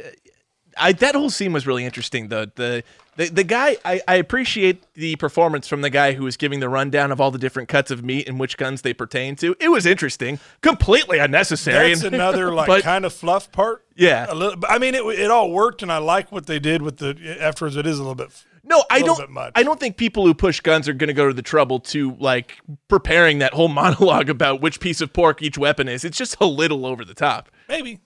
[SPEAKER 1] I, that whole scene was really interesting though. The the, the guy I, I appreciate the performance from the guy who was giving the rundown of all the different cuts of meat and which guns they pertain to. It was interesting. Completely unnecessary.
[SPEAKER 7] That's another like
[SPEAKER 1] but-
[SPEAKER 7] kind of fluff part.
[SPEAKER 1] Yeah.
[SPEAKER 7] a little. but, I mean, it it all worked, and I like what they did with the afterwards. It is a little bit.
[SPEAKER 1] no, I
[SPEAKER 7] little
[SPEAKER 1] don't
[SPEAKER 7] bit much.
[SPEAKER 1] I don't think people who push guns are gonna go to the trouble to like preparing that whole monologue about which piece of pork each weapon is. It's just a little over the top.
[SPEAKER 7] Maybe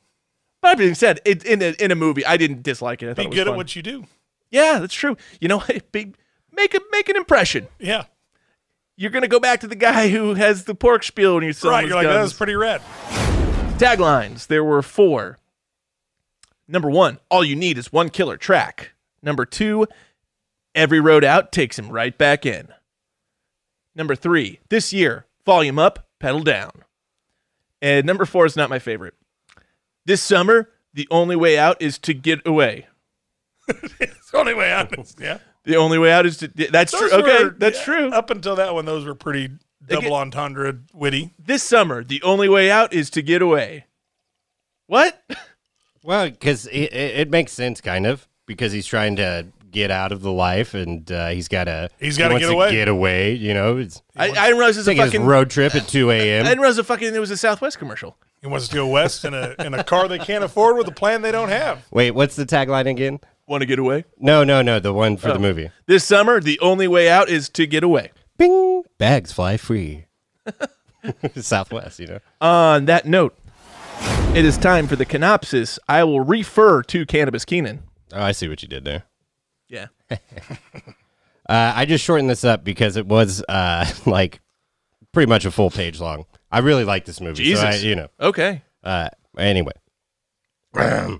[SPEAKER 1] But that being said, it, in a in a movie, I didn't dislike it. I thought
[SPEAKER 7] be
[SPEAKER 1] it was
[SPEAKER 7] good
[SPEAKER 1] fun.
[SPEAKER 7] at what you do.
[SPEAKER 1] Yeah, that's true. You know, be, make a make an impression.
[SPEAKER 7] Yeah,
[SPEAKER 1] You're gonna go back to the guy who has the pork spiel when you sell
[SPEAKER 7] right. You're like that was
[SPEAKER 1] guns.
[SPEAKER 7] pretty rad.
[SPEAKER 1] Taglines. There were four. Number one, all you need is one killer track. Number two, every road out takes him right back in. Number three, this year, Volume up, pedal down. And number four is not my favorite. This summer, the only way out is to get away.
[SPEAKER 7] It's the only way out. is- Yeah.
[SPEAKER 1] The only way out is to. That's true.
[SPEAKER 7] Those
[SPEAKER 1] Okay,
[SPEAKER 7] were-
[SPEAKER 1] that's
[SPEAKER 7] yeah,
[SPEAKER 1] true.
[SPEAKER 7] Up until that one, those were pretty double
[SPEAKER 1] get-
[SPEAKER 7] entendre witty.
[SPEAKER 1] This summer, the only way out is to get away. What?
[SPEAKER 2] Well, because it, it, it makes sense, kind of, because he's trying to get out of the life, and uh, he's got to
[SPEAKER 7] He's gotta get away.
[SPEAKER 2] Get away, you know. It's
[SPEAKER 1] I, I didn't realize it was a
[SPEAKER 2] taking his
[SPEAKER 1] fucking.
[SPEAKER 2] road trip at two
[SPEAKER 1] I
[SPEAKER 2] a.m.
[SPEAKER 1] didn't realize it fucking. It was a Southwest commercial.
[SPEAKER 7] He wants to go west in a in a car they can't afford with a plan they don't have.
[SPEAKER 2] Wait, what's the tagline again?
[SPEAKER 1] Want to get away?
[SPEAKER 2] No, no, no, the one
[SPEAKER 7] Oh.
[SPEAKER 2] for the movie.
[SPEAKER 1] This summer, the only way out is to get away.
[SPEAKER 2] Bing, bags fly free. Southwest, you know.
[SPEAKER 1] On that note, it is time for the canopsis. I will refer to Cannabis Keenan.
[SPEAKER 2] Oh, I see what you did there.
[SPEAKER 1] Yeah.
[SPEAKER 2] Uh, I just shortened this up because it was uh, like pretty much a full page long. I really like this movie. so I-
[SPEAKER 1] Jesus.
[SPEAKER 2] you know.
[SPEAKER 1] Okay.
[SPEAKER 2] Uh, anyway.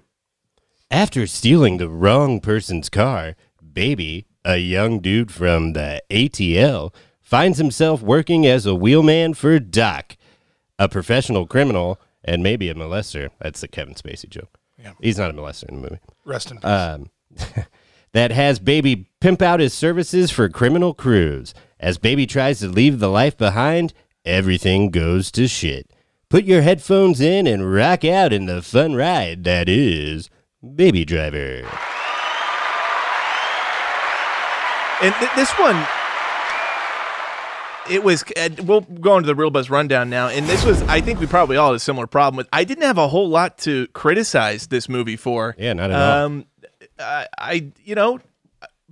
[SPEAKER 2] After stealing the wrong person's car, Baby, a young dude from the ATL, finds himself working as a wheelman for Doc, a professional criminal and maybe a molester. That's the Kevin Spacey joke.
[SPEAKER 7] Yeah.
[SPEAKER 2] He's not a molester in the movie
[SPEAKER 7] Rest in peace.
[SPEAKER 1] Uh,
[SPEAKER 2] um, that has Baby pimp out his services for criminal crews. As Baby tries to leave the life behind, everything goes to shit. Put your headphones in and rock out in the fun ride that is Baby Driver.
[SPEAKER 1] And th- this one, it was. Uh, we'll go into the real buzz rundown now. And this was, I think, we probably all had a similar problem with. I didn't have a whole lot to criticize this movie for.
[SPEAKER 2] Yeah, not at all.
[SPEAKER 1] um, I, I, you know,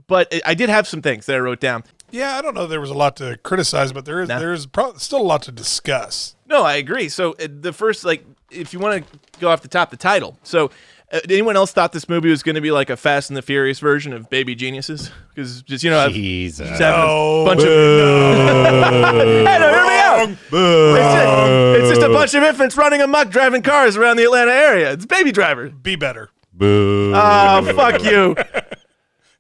[SPEAKER 1] but I- I did have some things that I wrote down.
[SPEAKER 7] yeah, I don't know. There was a lot to criticize, but there is
[SPEAKER 1] Nah.
[SPEAKER 7] there is pro- still a lot to discuss.
[SPEAKER 1] No, I agree. So uh, the first, like, if you want to go off the top, the title. So, uh, did anyone else thought this movie was going to be like a Fast and the Furious version of Baby Geniuses? Because just you know, I've-
[SPEAKER 2] Jesus.
[SPEAKER 1] just having a
[SPEAKER 7] No.
[SPEAKER 1] bunch of. Hey, no, hear me out. It's, just, it's just a bunch of infants running amok driving cars around the Atlanta area. It's Baby Driver.
[SPEAKER 7] Be better.
[SPEAKER 2] Boo.
[SPEAKER 1] Oh, fuck you.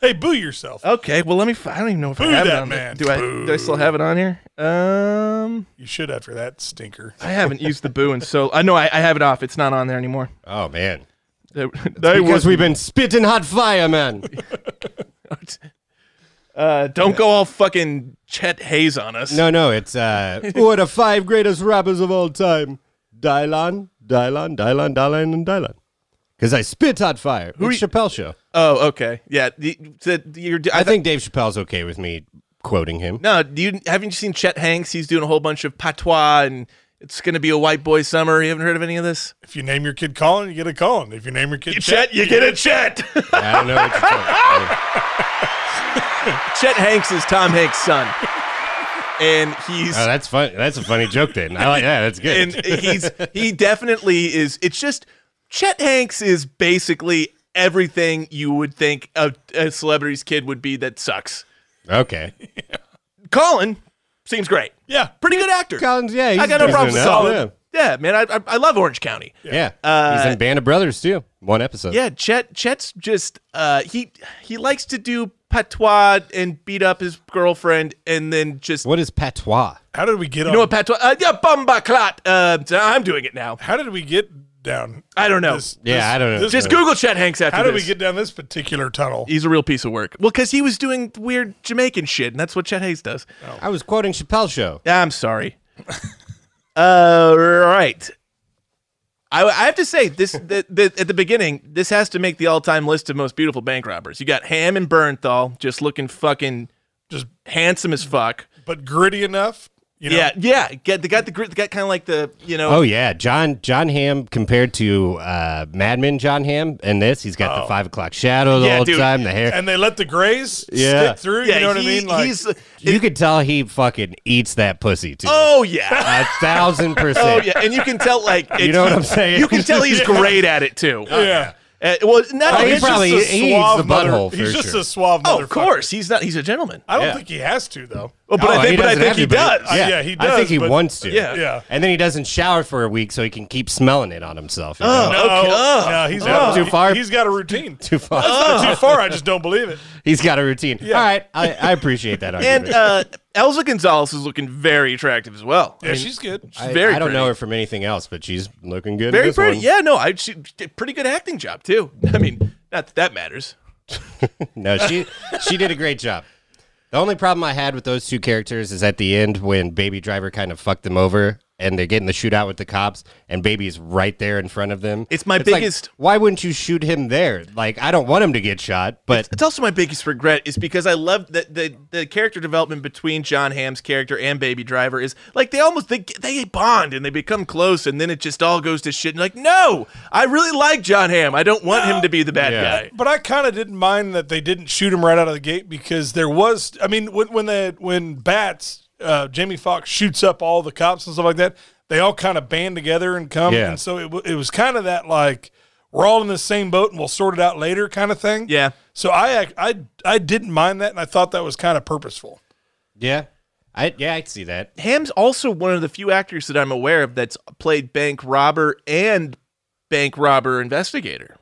[SPEAKER 7] Hey, boo yourself.
[SPEAKER 1] Okay, well let me. f- I don't even know if I
[SPEAKER 7] Boo
[SPEAKER 1] have it
[SPEAKER 7] that
[SPEAKER 1] on
[SPEAKER 7] man.
[SPEAKER 1] The, do I? Do I still have it on here? Um,
[SPEAKER 7] You should after that stinker.
[SPEAKER 1] I haven't used the boo, and so I know I, I have it off. It's not on there anymore.
[SPEAKER 2] oh, man.
[SPEAKER 1] They,
[SPEAKER 2] Because we've been spitting hot fire, man.
[SPEAKER 1] Uh, don't go all fucking Chet Hayes on us.
[SPEAKER 2] No, no, it's uh, what the five greatest rappers of all time: Dylan, Dylan, Dylan, Dylan, and Dylan. Because I spit hot fire. Who it's Chappelle show?
[SPEAKER 1] Oh, okay. Yeah. The, the, you're, I,
[SPEAKER 2] I
[SPEAKER 1] think.
[SPEAKER 2] think Dave Chappelle's okay with me quoting him.
[SPEAKER 1] No, do you haven't you seen Chet Hanks? He's doing a whole bunch of patois, and it's gonna be a white boy summer. You haven't heard of any of this?
[SPEAKER 7] If you name your kid Colin, you get a Colin. If you name your kid Chet,
[SPEAKER 1] you get a Chet.
[SPEAKER 2] I don't know. What you're talking about.
[SPEAKER 1] Chet Hanks is Tom Hanks' son, and he's
[SPEAKER 2] oh, that's fun. That's a funny joke. Then I like that. That's good.
[SPEAKER 1] and he's he definitely is. It's just Chet Hanks is basically everything you would think a, a celebrity's kid would be. That sucks.
[SPEAKER 2] okay.
[SPEAKER 1] Colin seems great.
[SPEAKER 7] yeah,
[SPEAKER 1] Pretty good actor.
[SPEAKER 2] Collins, yeah, he's
[SPEAKER 1] I got no
[SPEAKER 2] he's
[SPEAKER 1] problem with
[SPEAKER 2] doing
[SPEAKER 1] solid.
[SPEAKER 2] that.
[SPEAKER 1] Yeah, man, I, I I love Orange County.
[SPEAKER 2] Yeah, Yeah. he's in Band of Brothers too. One episode.
[SPEAKER 1] Yeah, Chet Chet's just uh he he likes to do patois and beat up his girlfriend and then just
[SPEAKER 2] What is patois?
[SPEAKER 7] how did we get on?
[SPEAKER 1] you know what patois uh, yeah bumba clot uh so I'm doing it now.
[SPEAKER 7] how did we get down?
[SPEAKER 1] I don't know.
[SPEAKER 7] This,
[SPEAKER 2] Yeah, I don't know.
[SPEAKER 7] this-
[SPEAKER 1] Just Google Chet Hanks after
[SPEAKER 7] How did we
[SPEAKER 1] this.
[SPEAKER 7] get down this particular tunnel?
[SPEAKER 1] He's a real piece of work. Well, because he was doing weird Jamaican shit, and that's what Chet Hanks does.
[SPEAKER 2] I was quoting Chappelle show.
[SPEAKER 1] I'm sorry. uh, right. I, I have to say this the, the, at the beginning. This has to make the all-time list of most beautiful bank robbers. You got Ham and Bernthal just looking fucking just handsome as fuck.
[SPEAKER 7] But gritty enough. You know,
[SPEAKER 1] Yeah, yeah. Get they got the grit. They got kind of like the you know.
[SPEAKER 2] Oh yeah, John John Hamm compared to uh, Madman John Hamm, and this he's got the five o'clock shadow the
[SPEAKER 1] Oh. Yeah,
[SPEAKER 2] whole
[SPEAKER 1] dude.
[SPEAKER 2] time. The hair,
[SPEAKER 7] and they let the grays
[SPEAKER 2] Yeah.
[SPEAKER 7] stick through.
[SPEAKER 1] yeah.
[SPEAKER 7] you know what I
[SPEAKER 1] he-
[SPEAKER 7] mean? Like,
[SPEAKER 1] he's uh,
[SPEAKER 2] you could tell he fucking eats that pussy too.
[SPEAKER 1] oh yeah.
[SPEAKER 2] A thousand percent.
[SPEAKER 1] Oh yeah, and you can tell like it's-
[SPEAKER 2] know what I'm saying?
[SPEAKER 1] You can tell he's great at it too.
[SPEAKER 7] yeah.
[SPEAKER 1] Uh, well, not
[SPEAKER 2] Oh, he
[SPEAKER 1] it's just-
[SPEAKER 2] probably-
[SPEAKER 7] Just a
[SPEAKER 2] he eats
[SPEAKER 7] suave
[SPEAKER 2] the
[SPEAKER 7] mother-
[SPEAKER 2] butthole for
[SPEAKER 7] He's just
[SPEAKER 2] sure.
[SPEAKER 7] a suave
[SPEAKER 1] oh,
[SPEAKER 7] motherfucker.
[SPEAKER 1] of course, he's not. He's a gentleman.
[SPEAKER 7] I don't
[SPEAKER 2] Yeah.
[SPEAKER 7] think he has to though.
[SPEAKER 1] Well, but
[SPEAKER 2] Oh,
[SPEAKER 1] I think, but I
[SPEAKER 2] doesn't
[SPEAKER 1] think
[SPEAKER 2] have
[SPEAKER 1] he
[SPEAKER 2] to, but
[SPEAKER 1] does.
[SPEAKER 2] it's- Yeah.
[SPEAKER 7] Yeah, he
[SPEAKER 2] I think
[SPEAKER 7] does,
[SPEAKER 2] he
[SPEAKER 7] but-
[SPEAKER 2] wants to.
[SPEAKER 1] Yeah.
[SPEAKER 7] Yeah.
[SPEAKER 2] And then he doesn't shower for a week so he can keep smelling it on himself.
[SPEAKER 1] Oh.
[SPEAKER 2] you know?
[SPEAKER 7] No,
[SPEAKER 1] okay.
[SPEAKER 7] no, he's
[SPEAKER 2] Oh.
[SPEAKER 7] got
[SPEAKER 2] Too
[SPEAKER 7] he-
[SPEAKER 2] far?
[SPEAKER 7] He's got a routine.
[SPEAKER 2] Too far.
[SPEAKER 1] Oh.
[SPEAKER 7] Too far. I just don't believe it.
[SPEAKER 2] He's got a routine. All right. I, I appreciate that.
[SPEAKER 1] And
[SPEAKER 2] argument.
[SPEAKER 1] uh, Elsa Gonzalez is looking very attractive as well.
[SPEAKER 7] Yeah, she's good.
[SPEAKER 1] she's
[SPEAKER 2] I,
[SPEAKER 1] very.
[SPEAKER 2] I don't
[SPEAKER 1] pretty.
[SPEAKER 2] know her from anything else, but she's looking good. in
[SPEAKER 1] Very
[SPEAKER 2] this
[SPEAKER 1] pretty.
[SPEAKER 2] one.
[SPEAKER 1] Yeah, no, I she did pretty good acting job too. I mean, not that that matters.
[SPEAKER 2] no, she she did a great job. The only problem I had with those two characters is at the end when Baby Driver kind of fucked them over and they're getting the shootout with the cops and Baby's right there in front of them.
[SPEAKER 1] It's my
[SPEAKER 2] like,
[SPEAKER 1] biggest-
[SPEAKER 2] why wouldn't you shoot him there? Like I don't want him to get shot, but
[SPEAKER 1] It's also my biggest regret is because I love that the, the character development between John Hamm's character and Baby Driver is like they almost they they bond and they become close and then it just all goes to shit. And like, no, I really like John Hamm. I don't want him to be the bad
[SPEAKER 2] Yeah.
[SPEAKER 1] guy.
[SPEAKER 7] But I kind of didn't mind that they didn't shoot him right out of the gate because there was, I mean, when when the when bats, uh, Jamie Foxx shoots up all the cops and stuff like that. They all kind of band together and come,
[SPEAKER 2] Yeah.
[SPEAKER 7] and so it, w- it was kind of that like we're all in the same boat and we'll sort it out later kind of thing.
[SPEAKER 1] Yeah.
[SPEAKER 7] So I ac- I I didn't mind that, and I thought that was kind of purposeful.
[SPEAKER 2] yeah, I yeah I see that.
[SPEAKER 1] Ham's also one of the few actors that I'm aware of that's played bank robber and bank robber investigator.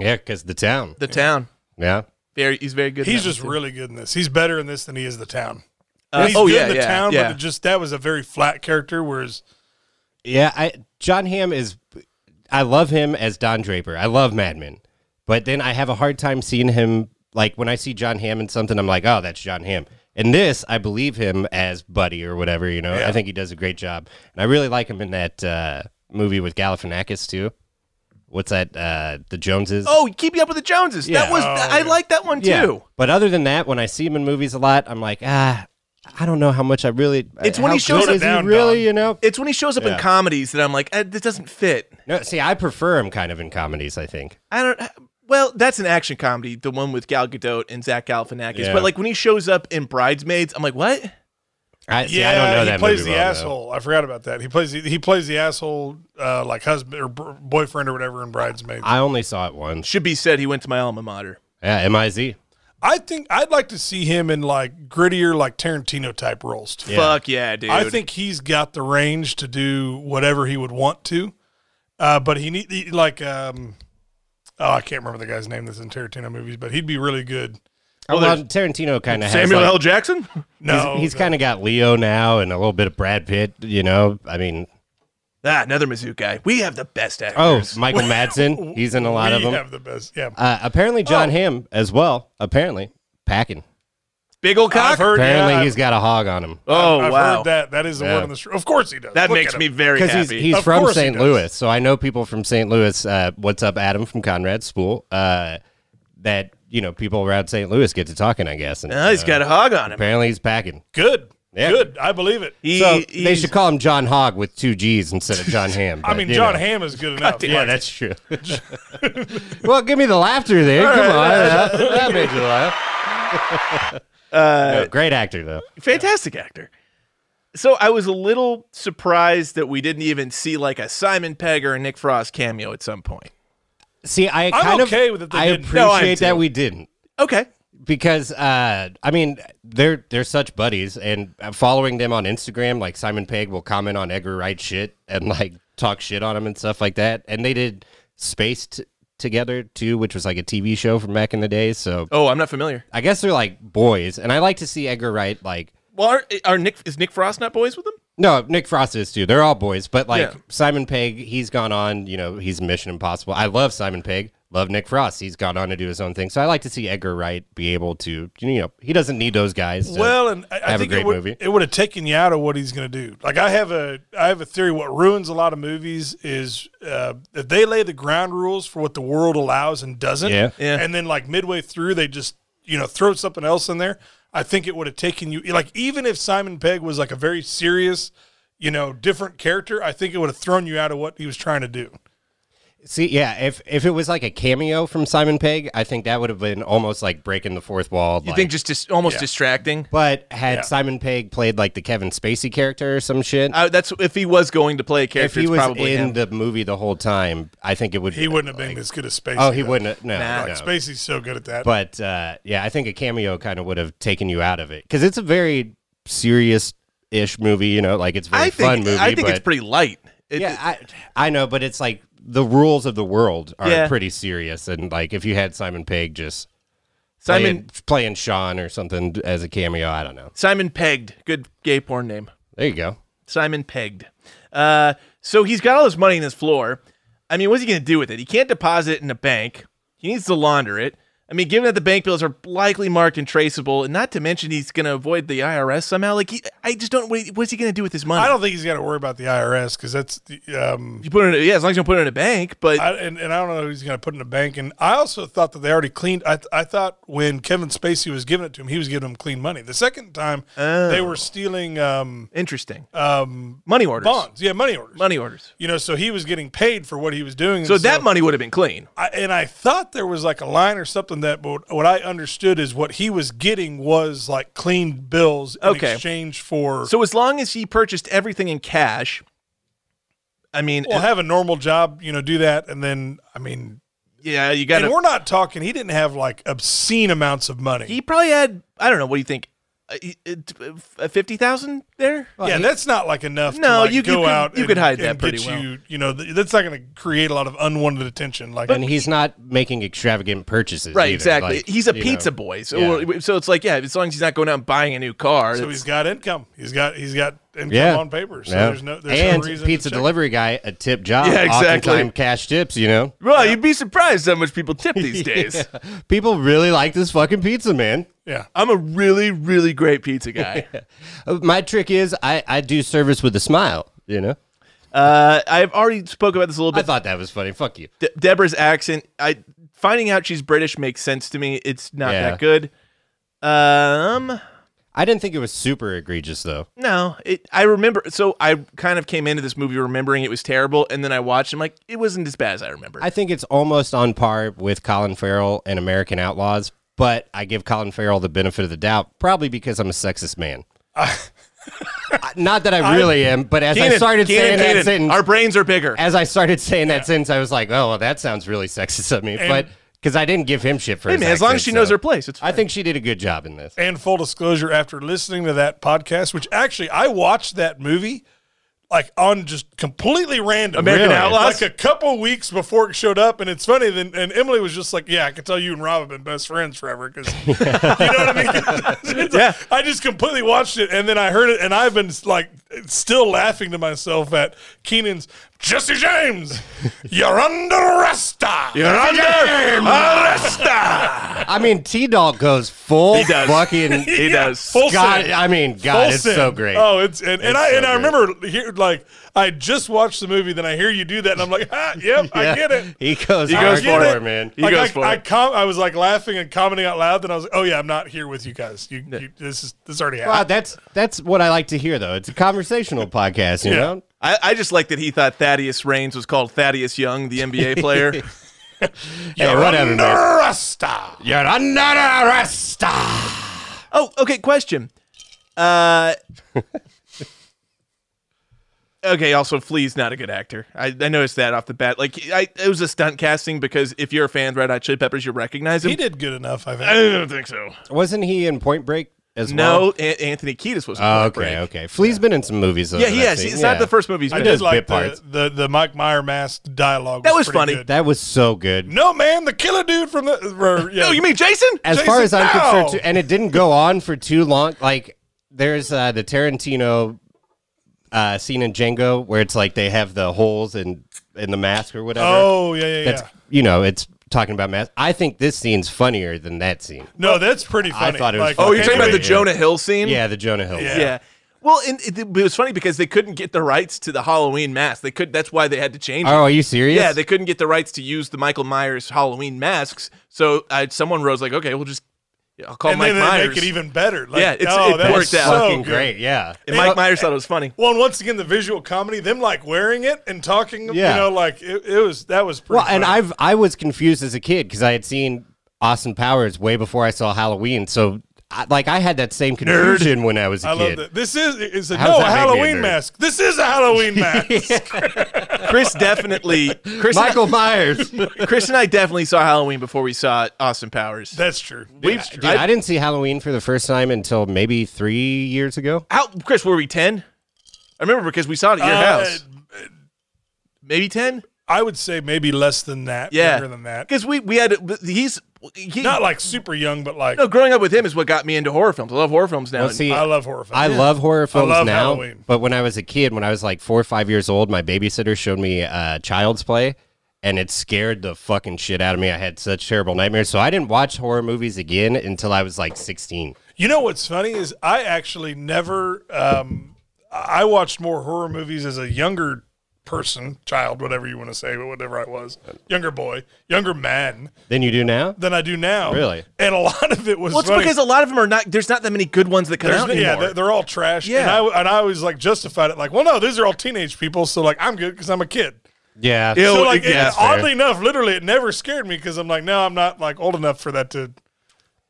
[SPEAKER 2] Yeah, because the town.
[SPEAKER 1] The town.
[SPEAKER 2] Yeah,
[SPEAKER 1] Very he's very good. in
[SPEAKER 7] He's
[SPEAKER 1] that
[SPEAKER 7] just
[SPEAKER 1] one, too.
[SPEAKER 7] really good in this. He's better in this than he is the town.
[SPEAKER 1] Uh,
[SPEAKER 7] he's
[SPEAKER 1] oh,
[SPEAKER 7] good
[SPEAKER 1] yeah,
[SPEAKER 7] in the
[SPEAKER 1] yeah,
[SPEAKER 7] town,
[SPEAKER 1] yeah.
[SPEAKER 7] but it just that was a very flat character. Whereas
[SPEAKER 2] yeah. I John Hamm is. I love him as Don Draper. I love Mad Men, but then I have a hard time seeing him. Like when I see John Hamm in something, I'm like, oh, that's John Hamm. And this, I believe him as Buddy or whatever. You know, I think he does a great job, and I really like him in that uh, movie with Galifianakis too. What's that? Uh, the Joneses.
[SPEAKER 1] Oh, keeping up with the Joneses. That
[SPEAKER 2] Yeah.
[SPEAKER 1] was I like that one too.
[SPEAKER 2] But other than that, when I see him in movies a lot, I'm like, ah, I don't know how much I really. uh,
[SPEAKER 1] It's when
[SPEAKER 2] how
[SPEAKER 1] he shows
[SPEAKER 2] good
[SPEAKER 1] up
[SPEAKER 2] is
[SPEAKER 7] down,
[SPEAKER 2] he really,
[SPEAKER 7] Don.
[SPEAKER 2] you know.
[SPEAKER 1] It's when he shows up in
[SPEAKER 2] Yeah.
[SPEAKER 1] comedies that I'm like, eh, this doesn't fit.
[SPEAKER 2] No, see, I prefer him kind of in comedies. I think.
[SPEAKER 1] I don't. eh, Well, that's an action comedy, the one with Gal Gadot and Zach Galifianakis.
[SPEAKER 2] Yeah.
[SPEAKER 1] But like when he shows up in Bridesmaids, I'm like, what?
[SPEAKER 2] I, see, I don't
[SPEAKER 7] he
[SPEAKER 2] know that
[SPEAKER 7] plays
[SPEAKER 2] movie
[SPEAKER 7] the
[SPEAKER 2] well, though.
[SPEAKER 7] asshole. I forgot about that. He plays the, he plays the asshole uh, like husband or b- boyfriend or whatever in Bridesmaids. I,
[SPEAKER 2] I only saw it once.
[SPEAKER 1] Should be said he went to my alma mater.
[SPEAKER 2] Yeah, M I Z.
[SPEAKER 7] think I'd like to see him in like grittier, like Tarantino type roles. too.
[SPEAKER 1] Fuck yeah, dude.
[SPEAKER 7] I think he's got the range to do whatever he would want to, uh, but he need he- like um, oh I can't remember the guy's name that's in Tarantino movies, but he'd be really good.
[SPEAKER 2] Well,
[SPEAKER 1] there's-
[SPEAKER 2] Tarantino kind of has.
[SPEAKER 1] Samuel L.
[SPEAKER 2] Like,
[SPEAKER 1] Jackson.
[SPEAKER 7] No,
[SPEAKER 2] he's kind of got Leo now and a little bit of Brad Pitt. You know, I mean,
[SPEAKER 1] ah, another Mizzou guy. We have the best
[SPEAKER 2] oh,
[SPEAKER 1] actors.
[SPEAKER 2] Michael Madsen. He's in a lot
[SPEAKER 7] we
[SPEAKER 2] of them.
[SPEAKER 7] have the best. Yeah,
[SPEAKER 2] Uh, apparently,
[SPEAKER 1] Oh.
[SPEAKER 2] John Hamm as well. Apparently, packing.
[SPEAKER 1] big old cock.
[SPEAKER 7] I've heard.
[SPEAKER 2] Apparently,
[SPEAKER 7] yeah,
[SPEAKER 2] he's got a hog on him.
[SPEAKER 1] oh
[SPEAKER 7] I've, I've
[SPEAKER 1] wow,
[SPEAKER 7] heard that. That is the
[SPEAKER 2] Yeah.
[SPEAKER 7] word on the street. Of course he does.
[SPEAKER 1] that
[SPEAKER 7] Look
[SPEAKER 1] makes
[SPEAKER 7] at
[SPEAKER 1] me
[SPEAKER 7] him.
[SPEAKER 1] very
[SPEAKER 2] because he's,
[SPEAKER 1] happy.
[SPEAKER 2] he's
[SPEAKER 7] Of
[SPEAKER 2] from
[SPEAKER 7] course he
[SPEAKER 2] St.
[SPEAKER 7] does.
[SPEAKER 2] Louis, so I know people from St. Louis. Uh, what's up, Adam from Conrad School? Uh, that you know, people around St. Louis get to talking, I guess. And
[SPEAKER 1] Ah, he's
[SPEAKER 2] uh,
[SPEAKER 1] got a hog on him.
[SPEAKER 2] apparently he's packing.
[SPEAKER 7] good.
[SPEAKER 2] Yeah.
[SPEAKER 7] Good. I believe it.
[SPEAKER 1] He,
[SPEAKER 2] So they
[SPEAKER 1] he's-
[SPEAKER 2] should call him John Hogg with two G's instead of John Ham.
[SPEAKER 7] I mean, John Hamm is good enough.
[SPEAKER 2] Yeah, that's true. well, give me the laughter there. Come on, uh, that made you laugh.
[SPEAKER 7] Uh,
[SPEAKER 2] No, great actor though.
[SPEAKER 1] fantastic actor. So I was a little surprised that we didn't even see like a Simon Pegg or a Nick Frost cameo at some point.
[SPEAKER 2] See, I kind
[SPEAKER 7] okay
[SPEAKER 2] of
[SPEAKER 7] with it they
[SPEAKER 2] I
[SPEAKER 7] didn't. No, I'm
[SPEAKER 2] appreciate
[SPEAKER 1] too.
[SPEAKER 2] that we didn't.
[SPEAKER 1] Okay.
[SPEAKER 2] because uh, I mean they're they're such buddies, and following them on Instagram, like Simon Pegg will comment on Edgar Wright shit and like talk shit on him and stuff like that. And they did Space t- together too, which was like a TV show from back in the day. So
[SPEAKER 1] Oh, I'm not familiar.
[SPEAKER 2] I guess they're like boys, and I like to see Edgar Wright like.
[SPEAKER 1] Well, are, are Nick is Nick Frost not boys with him?
[SPEAKER 2] No, Nick Frost is too. They're all boys, but like
[SPEAKER 1] Yeah.
[SPEAKER 2] Simon Pegg, he's gone on. You know, he's Mission Impossible. I love Simon Pegg. Love Nick Frost. He's gone on to do his own thing. So I like to see Edgar Wright be able to. You know, he doesn't need those guys. to-
[SPEAKER 7] Well, and I, I
[SPEAKER 2] have a
[SPEAKER 7] think
[SPEAKER 2] great
[SPEAKER 7] it would,
[SPEAKER 2] movie.
[SPEAKER 7] It would have taken you out of what he's going to do. Like I have a, I have a theory. What ruins a lot of movies is uh, if they lay the ground rules for what the world allows and doesn't,
[SPEAKER 2] Yeah.
[SPEAKER 1] Yeah.
[SPEAKER 7] and then like midway through they just you know throw something else in there. I think it would have taken you like even if Simon Pegg was like a very serious, you know, different character. I think it would have thrown you out of what he was trying to do.
[SPEAKER 2] See, yeah, if if it was like a cameo from Simon Pegg, I think that would have been almost like breaking the fourth wall.
[SPEAKER 1] You
[SPEAKER 2] like-
[SPEAKER 1] think just dis- almost distracting?
[SPEAKER 2] but had
[SPEAKER 7] Yeah.
[SPEAKER 2] Simon Pegg played like the Kevin Spacey character or some shit,
[SPEAKER 1] Uh, that's if he was going to play a
[SPEAKER 2] if
[SPEAKER 1] character.
[SPEAKER 2] he
[SPEAKER 1] it's
[SPEAKER 2] was
[SPEAKER 1] probably
[SPEAKER 2] in
[SPEAKER 1] him.
[SPEAKER 2] the movie the whole time, I think it would.
[SPEAKER 7] He wouldn't have been as good as Spacey.
[SPEAKER 2] Oh, he
[SPEAKER 7] though.
[SPEAKER 2] wouldn't. Have, no,
[SPEAKER 1] Nah.
[SPEAKER 2] no.
[SPEAKER 7] Like, Spacey's so good at that.
[SPEAKER 2] But uh, yeah, I think a cameo kind of would have taken you out of it because it's a very serious ish movie. You know, like it's a very
[SPEAKER 1] I think
[SPEAKER 2] fun movie.
[SPEAKER 1] I think it's
[SPEAKER 2] but-
[SPEAKER 1] pretty light. It-
[SPEAKER 2] yeah, I, I know, but it's like the rules of the world are
[SPEAKER 1] Yeah.
[SPEAKER 2] pretty serious, and like if you had Simon Pegg just
[SPEAKER 1] Simon
[SPEAKER 2] Playing, playing Sean or something as a cameo. I don't know.
[SPEAKER 1] Simon Pegged. Good gay porn name.
[SPEAKER 2] There you go.
[SPEAKER 1] Simon Pegged. Uh, so he's got all this money in his floor. I mean, what's he going to do with it? He can't deposit it in a bank. He needs to launder it. I mean, given that the bank bills are likely marked and traceable, and not to mention he's going to avoid the IRS somehow. Like, he, I just don't. What, what's he going to do with his money?
[SPEAKER 7] I don't think he's got to worry about the IRS because that's the, um,
[SPEAKER 1] You put it. In, a- yeah, as long as you don't put it in a bank. But
[SPEAKER 7] I, and, and I don't know who he's going to put in the bank. And I also thought that they already cleaned. I, I thought when Kevin Spacey was giving it to him, he was giving him clean money. The second time,
[SPEAKER 1] Oh.
[SPEAKER 7] they were stealing um,
[SPEAKER 1] interesting.
[SPEAKER 7] um,
[SPEAKER 1] money orders.
[SPEAKER 7] bonds. Yeah, money orders.
[SPEAKER 1] Money orders.
[SPEAKER 7] You know, so he was getting paid for what he was doing. and
[SPEAKER 1] So that money would have been clean.
[SPEAKER 7] I, and I thought there was like a line or something that, but what I understood is what he was getting was like clean bills in
[SPEAKER 1] Okay.
[SPEAKER 7] exchange for.
[SPEAKER 1] So as long as he purchased everything in cash, I mean, uh,
[SPEAKER 7] well, have a normal job, you know, do that, and then I mean,
[SPEAKER 1] yeah, you got
[SPEAKER 7] and
[SPEAKER 1] to
[SPEAKER 7] we're not talking. He didn't have like obscene amounts of money.
[SPEAKER 1] He probably had I don't know. What do you think? Uh, Fifty thousand there?
[SPEAKER 7] yeah, that's not like enough.
[SPEAKER 1] No,
[SPEAKER 7] to like
[SPEAKER 1] you- you
[SPEAKER 7] go
[SPEAKER 1] could-
[SPEAKER 7] out.
[SPEAKER 1] you
[SPEAKER 7] and-
[SPEAKER 1] could hide
[SPEAKER 7] and
[SPEAKER 1] that pretty
[SPEAKER 7] get
[SPEAKER 1] well.
[SPEAKER 7] You, you know, th- that's not going to create a lot of unwanted attention. Like,
[SPEAKER 2] and he's not making extravagant purchases.
[SPEAKER 1] right,
[SPEAKER 2] either,
[SPEAKER 1] exactly.
[SPEAKER 2] like,
[SPEAKER 1] he's a
[SPEAKER 2] you know.
[SPEAKER 1] pizza boy, so
[SPEAKER 2] Yeah.
[SPEAKER 1] we're- so it's like yeah, as long as he's not going out and buying a new car.
[SPEAKER 7] so
[SPEAKER 1] it's-
[SPEAKER 7] he's got income. He's got he's got income
[SPEAKER 2] Yeah.
[SPEAKER 7] on paper. So
[SPEAKER 2] Yeah.
[SPEAKER 7] there's no there's
[SPEAKER 2] and
[SPEAKER 7] no reason
[SPEAKER 2] pizza
[SPEAKER 7] to check.
[SPEAKER 2] delivery guy a tip job.
[SPEAKER 1] Yeah, exactly.
[SPEAKER 2] Oftentimes cash tips. You know,
[SPEAKER 1] well, you'd be surprised how much people tip these days.
[SPEAKER 2] people really like this fucking pizza, man.
[SPEAKER 7] Yeah,
[SPEAKER 1] I'm a really, really great pizza guy.
[SPEAKER 2] Uh, My trick is I I do service with a smile. You know,
[SPEAKER 1] uh, I've already spoke about this a little
[SPEAKER 2] I
[SPEAKER 1] bit.
[SPEAKER 2] thought that was funny. Fuck you.
[SPEAKER 1] De- Deborah's accent. I finding out she's British makes sense to me. It's not
[SPEAKER 2] Yeah.
[SPEAKER 1] that good. Um,
[SPEAKER 2] I didn't think it was super egregious though.
[SPEAKER 1] No, it. I remember. So I kind of came into this movie remembering it was terrible, and then I watched. I'm like, it wasn't as bad as I remember.
[SPEAKER 2] I think it's almost on par with Colin Farrell and American Outlaws, but I give Colin Farrell the benefit of the doubt, probably because I'm a sexist man. Uh, Not that I really am, but as I
[SPEAKER 1] Keenan,
[SPEAKER 2] started
[SPEAKER 1] Keenan,
[SPEAKER 2] saying
[SPEAKER 1] Keenan,
[SPEAKER 2] that sentence,
[SPEAKER 1] our brains are bigger.
[SPEAKER 2] as I started saying that sentence, I was like, "Oh, well, that sounds really sexist of me," but because I didn't give him shit for
[SPEAKER 1] hey
[SPEAKER 2] his
[SPEAKER 1] man, as long as
[SPEAKER 2] accent,
[SPEAKER 1] she knows
[SPEAKER 2] so
[SPEAKER 1] her place, it's.
[SPEAKER 2] I
[SPEAKER 1] Fine.
[SPEAKER 2] think she did a good job in this.
[SPEAKER 7] And full disclosure, after listening to that podcast, which actually I watched that movie like on just completely random
[SPEAKER 1] American
[SPEAKER 2] Really?
[SPEAKER 1] Outlaws?
[SPEAKER 7] like a couple weeks before it showed up. And it's funny. Then and Emily was just like, "Yeah, I can tell you and Rob have been best friends forever." Because you know what I mean? It's like,
[SPEAKER 1] Yeah.
[SPEAKER 7] I just completely watched it, and then I heard it, and I've been like still laughing to myself at Keenan's Jesse James. You're under arrest. ah." You're
[SPEAKER 1] under
[SPEAKER 7] arrest.
[SPEAKER 2] I mean, T Dog goes full
[SPEAKER 1] does.
[SPEAKER 2] fucking.
[SPEAKER 1] he does.
[SPEAKER 7] Full
[SPEAKER 2] God,
[SPEAKER 7] send.
[SPEAKER 2] I mean, God,
[SPEAKER 7] Full
[SPEAKER 2] it's
[SPEAKER 7] send.
[SPEAKER 2] so great.
[SPEAKER 7] Oh, it's and, and
[SPEAKER 2] It's
[SPEAKER 7] I
[SPEAKER 2] so
[SPEAKER 7] and I
[SPEAKER 2] great.
[SPEAKER 7] remember here like I just watched the movie, then I hear you do that, and I'm like, ah, yep, I
[SPEAKER 2] Yeah.
[SPEAKER 7] get it.
[SPEAKER 2] He goes, he
[SPEAKER 7] I
[SPEAKER 2] goes
[SPEAKER 7] get
[SPEAKER 2] for
[SPEAKER 7] it.
[SPEAKER 2] it, man.
[SPEAKER 1] He
[SPEAKER 7] like,
[SPEAKER 1] goes
[SPEAKER 7] I,
[SPEAKER 1] for
[SPEAKER 7] I,
[SPEAKER 1] it.
[SPEAKER 7] com- I was like laughing and commenting out loud. Then I was like, "Oh yeah, I'm not here with you guys. You, you this is this already
[SPEAKER 2] Wow,
[SPEAKER 7] happened."
[SPEAKER 2] that's that's what I like to hear though. It's a conversational podcast, you
[SPEAKER 7] Yeah.
[SPEAKER 2] know.
[SPEAKER 1] I, I just like that he thought Thaddeus Reigns was called Thaddeus Young, the NBA player.
[SPEAKER 2] Hey, whatever,
[SPEAKER 7] Under
[SPEAKER 2] man.
[SPEAKER 7] arrest.
[SPEAKER 2] You're under arrest.
[SPEAKER 1] oh, okay. Question. Uh. Okay. Also, Flea's not a good actor. I, I noticed that off the bat. Like, I it was a stunt casting because if you're a fan of Red Hot Chili Peppers, you recognize him.
[SPEAKER 7] He did good enough. I
[SPEAKER 1] I
[SPEAKER 7] think.
[SPEAKER 1] don't think so.
[SPEAKER 2] Wasn't he in Point Break as well?
[SPEAKER 1] No, An- Anthony Kiedis was. in
[SPEAKER 2] Oh,
[SPEAKER 1] Point
[SPEAKER 2] okay,
[SPEAKER 1] Break.
[SPEAKER 2] okay. Flea's been in some movies. Though,
[SPEAKER 1] Yeah,
[SPEAKER 2] that
[SPEAKER 1] he
[SPEAKER 2] I've
[SPEAKER 1] has.
[SPEAKER 2] seen.
[SPEAKER 1] It's not
[SPEAKER 2] Yeah.
[SPEAKER 1] the first movie he's
[SPEAKER 7] I
[SPEAKER 1] been
[SPEAKER 7] did
[SPEAKER 1] in.
[SPEAKER 7] like the,
[SPEAKER 2] parts.
[SPEAKER 7] the the Mike Meyer mask dialogue.
[SPEAKER 1] That was
[SPEAKER 7] pretty
[SPEAKER 1] funny.
[SPEAKER 7] good.
[SPEAKER 2] That was so good.
[SPEAKER 7] no man, the killer dude from the. or, yeah.
[SPEAKER 1] Oh, you mean Jason?
[SPEAKER 2] as far
[SPEAKER 7] Jason,
[SPEAKER 2] as I'm concerned,
[SPEAKER 7] no!
[SPEAKER 2] too, and it didn't go on for too long. Like there's uh, the Tarantino uh, scene in Django where it's like they have the holes in in the mask or whatever.
[SPEAKER 7] Oh yeah yeah
[SPEAKER 2] that's
[SPEAKER 7] yeah.
[SPEAKER 2] you know it's talking about mask. I think this scene's funnier than that scene.
[SPEAKER 7] No, that's pretty
[SPEAKER 2] I
[SPEAKER 7] funny.
[SPEAKER 2] thought it was
[SPEAKER 1] oh, you're
[SPEAKER 2] Okay,
[SPEAKER 1] talking about the
[SPEAKER 2] yeah.
[SPEAKER 1] Jonah Hill scene?
[SPEAKER 2] Yeah, the Jonah Hill.
[SPEAKER 7] Yeah.
[SPEAKER 1] Yeah. Well, and it, it was funny because they couldn't get the rights to the Halloween mask. They could. That's why they had to change. it.
[SPEAKER 2] Oh, are you serious?
[SPEAKER 1] Yeah, they couldn't get the rights to use the Michael Myers Halloween masks. So uh, someone wrote like, "Okay, we'll just I'll call
[SPEAKER 7] and
[SPEAKER 1] Mike
[SPEAKER 7] then they
[SPEAKER 1] Myers."
[SPEAKER 7] make it even better. Like,
[SPEAKER 1] Yeah, it's-
[SPEAKER 7] oh,
[SPEAKER 1] it
[SPEAKER 7] that
[SPEAKER 1] worked
[SPEAKER 7] was
[SPEAKER 1] out.
[SPEAKER 7] so
[SPEAKER 2] fucking
[SPEAKER 7] good.
[SPEAKER 2] great. Yeah.
[SPEAKER 1] and Mike Myers thought it was funny.
[SPEAKER 7] Well, and once again, the visual comedy, them like wearing it and talking,
[SPEAKER 2] Yeah.
[SPEAKER 7] you know, like it, it was that was pretty.
[SPEAKER 2] Well, and
[SPEAKER 7] funny.
[SPEAKER 2] I've I was confused as a kid because I had seen Austin Powers way before I saw Halloween. So, I, like, I had that same confusion when I was a
[SPEAKER 7] I love
[SPEAKER 2] kid.
[SPEAKER 7] that. This is it's a
[SPEAKER 2] How
[SPEAKER 7] no a
[SPEAKER 2] does that make me a
[SPEAKER 7] Halloween
[SPEAKER 2] nerd?
[SPEAKER 7] mask. This is a Halloween mask.
[SPEAKER 1] Chris definitely. Chris,
[SPEAKER 2] Michael Myers. Dude,
[SPEAKER 1] Chris and I definitely saw Halloween before we saw Austin Powers.
[SPEAKER 7] That's true.
[SPEAKER 1] We've-
[SPEAKER 7] That's true.
[SPEAKER 2] I didn't see Halloween for the first time until maybe three years ago.
[SPEAKER 1] How, Chris, were we 10? I remember because we saw it at your
[SPEAKER 7] Uh,
[SPEAKER 1] house. Maybe 10?
[SPEAKER 7] I would say maybe less than that.
[SPEAKER 1] Yeah.
[SPEAKER 7] bigger than that.
[SPEAKER 1] Because we, we had, he's he-
[SPEAKER 7] Not like super young, but like
[SPEAKER 1] no, growing up with him is what got me into horror films. I love horror films now.
[SPEAKER 2] Well, see,
[SPEAKER 7] I love horror films.
[SPEAKER 2] I love horror films
[SPEAKER 7] love
[SPEAKER 2] now,
[SPEAKER 7] Halloween.
[SPEAKER 2] but when I was a kid, when I was like four or five years old, my babysitter showed me uh, Child's Play, and it scared the fucking shit out of me. I had such terrible nightmares, so I didn't watch horror movies again until I was like sixteen.
[SPEAKER 7] You know what's funny is I actually never. Um, I watched more horror movies as a younger person, child, whatever you want to say, but whatever I was, younger boy, younger man
[SPEAKER 2] Then you do now?
[SPEAKER 7] than I do now.
[SPEAKER 2] Really?
[SPEAKER 7] and a lot of it was.
[SPEAKER 1] well, it's
[SPEAKER 7] funny.
[SPEAKER 1] because a lot of them are not. There's not that many good ones that come
[SPEAKER 7] There's-
[SPEAKER 1] out
[SPEAKER 7] yeah,
[SPEAKER 1] anymore.
[SPEAKER 7] they're, they're all trash. and
[SPEAKER 1] Yeah.
[SPEAKER 7] I, and I always like justified it like, well, no, these are all teenage people, so like I'm good because I'm a kid.
[SPEAKER 2] Yeah.
[SPEAKER 1] Ew.
[SPEAKER 7] So
[SPEAKER 1] Oh,
[SPEAKER 7] like,
[SPEAKER 1] yeah,
[SPEAKER 7] it-
[SPEAKER 1] that's
[SPEAKER 2] fair.
[SPEAKER 7] oddly enough, literally, it never scared me because I'm like, no, I'm not like old enough for that to,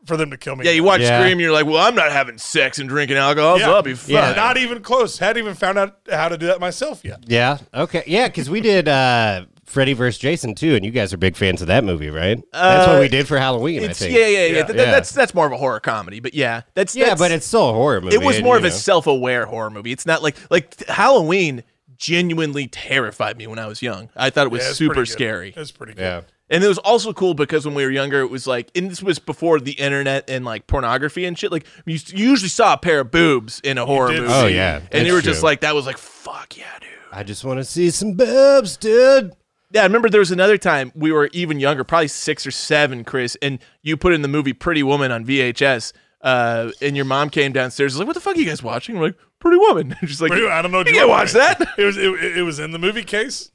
[SPEAKER 7] for them to kill me.
[SPEAKER 1] yeah, you watch
[SPEAKER 2] Yeah.
[SPEAKER 1] Scream, you're like, well, I'm not having sex and drinking alcohol, so I'll be fine.
[SPEAKER 2] Yeah.
[SPEAKER 7] Not even close. Hadn't even found out how to do that myself yet.
[SPEAKER 2] Yeah. Okay. Yeah, because we did uh, Freddy vs. Jason too, and you guys are big fans of that movie, right? that's what we did for Halloween. I
[SPEAKER 1] Uh, It's, yeah,
[SPEAKER 2] think.
[SPEAKER 1] yeah, yeah. Th- th-
[SPEAKER 2] Yeah.
[SPEAKER 1] That's that's more of a horror comedy, but yeah, that's
[SPEAKER 2] Yeah,
[SPEAKER 1] that's-
[SPEAKER 2] but it's still a horror movie.
[SPEAKER 1] it was
[SPEAKER 2] and,
[SPEAKER 1] more
[SPEAKER 2] you
[SPEAKER 1] of a
[SPEAKER 2] know.
[SPEAKER 1] self-aware horror movie. It's not like like th- Halloween genuinely terrified me when I was young. I thought it was
[SPEAKER 7] Yeah, it's pretty
[SPEAKER 1] super
[SPEAKER 7] good.
[SPEAKER 1] scary.
[SPEAKER 7] It's pretty good.
[SPEAKER 2] Yeah.
[SPEAKER 1] And it was also cool because when we were younger, it was like, and this was before the internet and like pornography and shit. Like, you s- you usually saw a pair of boobs in a horror
[SPEAKER 7] did
[SPEAKER 1] movie.
[SPEAKER 7] see- Oh,
[SPEAKER 2] yeah,
[SPEAKER 1] And they
[SPEAKER 2] that's
[SPEAKER 1] were just
[SPEAKER 2] true.
[SPEAKER 1] like, that was like, fuck yeah, dude.
[SPEAKER 2] I just want to see some boobs, dude.
[SPEAKER 1] Yeah, I remember there was another time we were even younger, probably six or seven, Chris, and you put in the movie Pretty Woman on VHS. Uh, and your mom came downstairs, was like, what the fuck are you guys watching? We're like, Pretty Woman. She's like,
[SPEAKER 7] Pretty- I don't know.
[SPEAKER 1] You can't watch that.
[SPEAKER 7] It was it, it was in the movie case.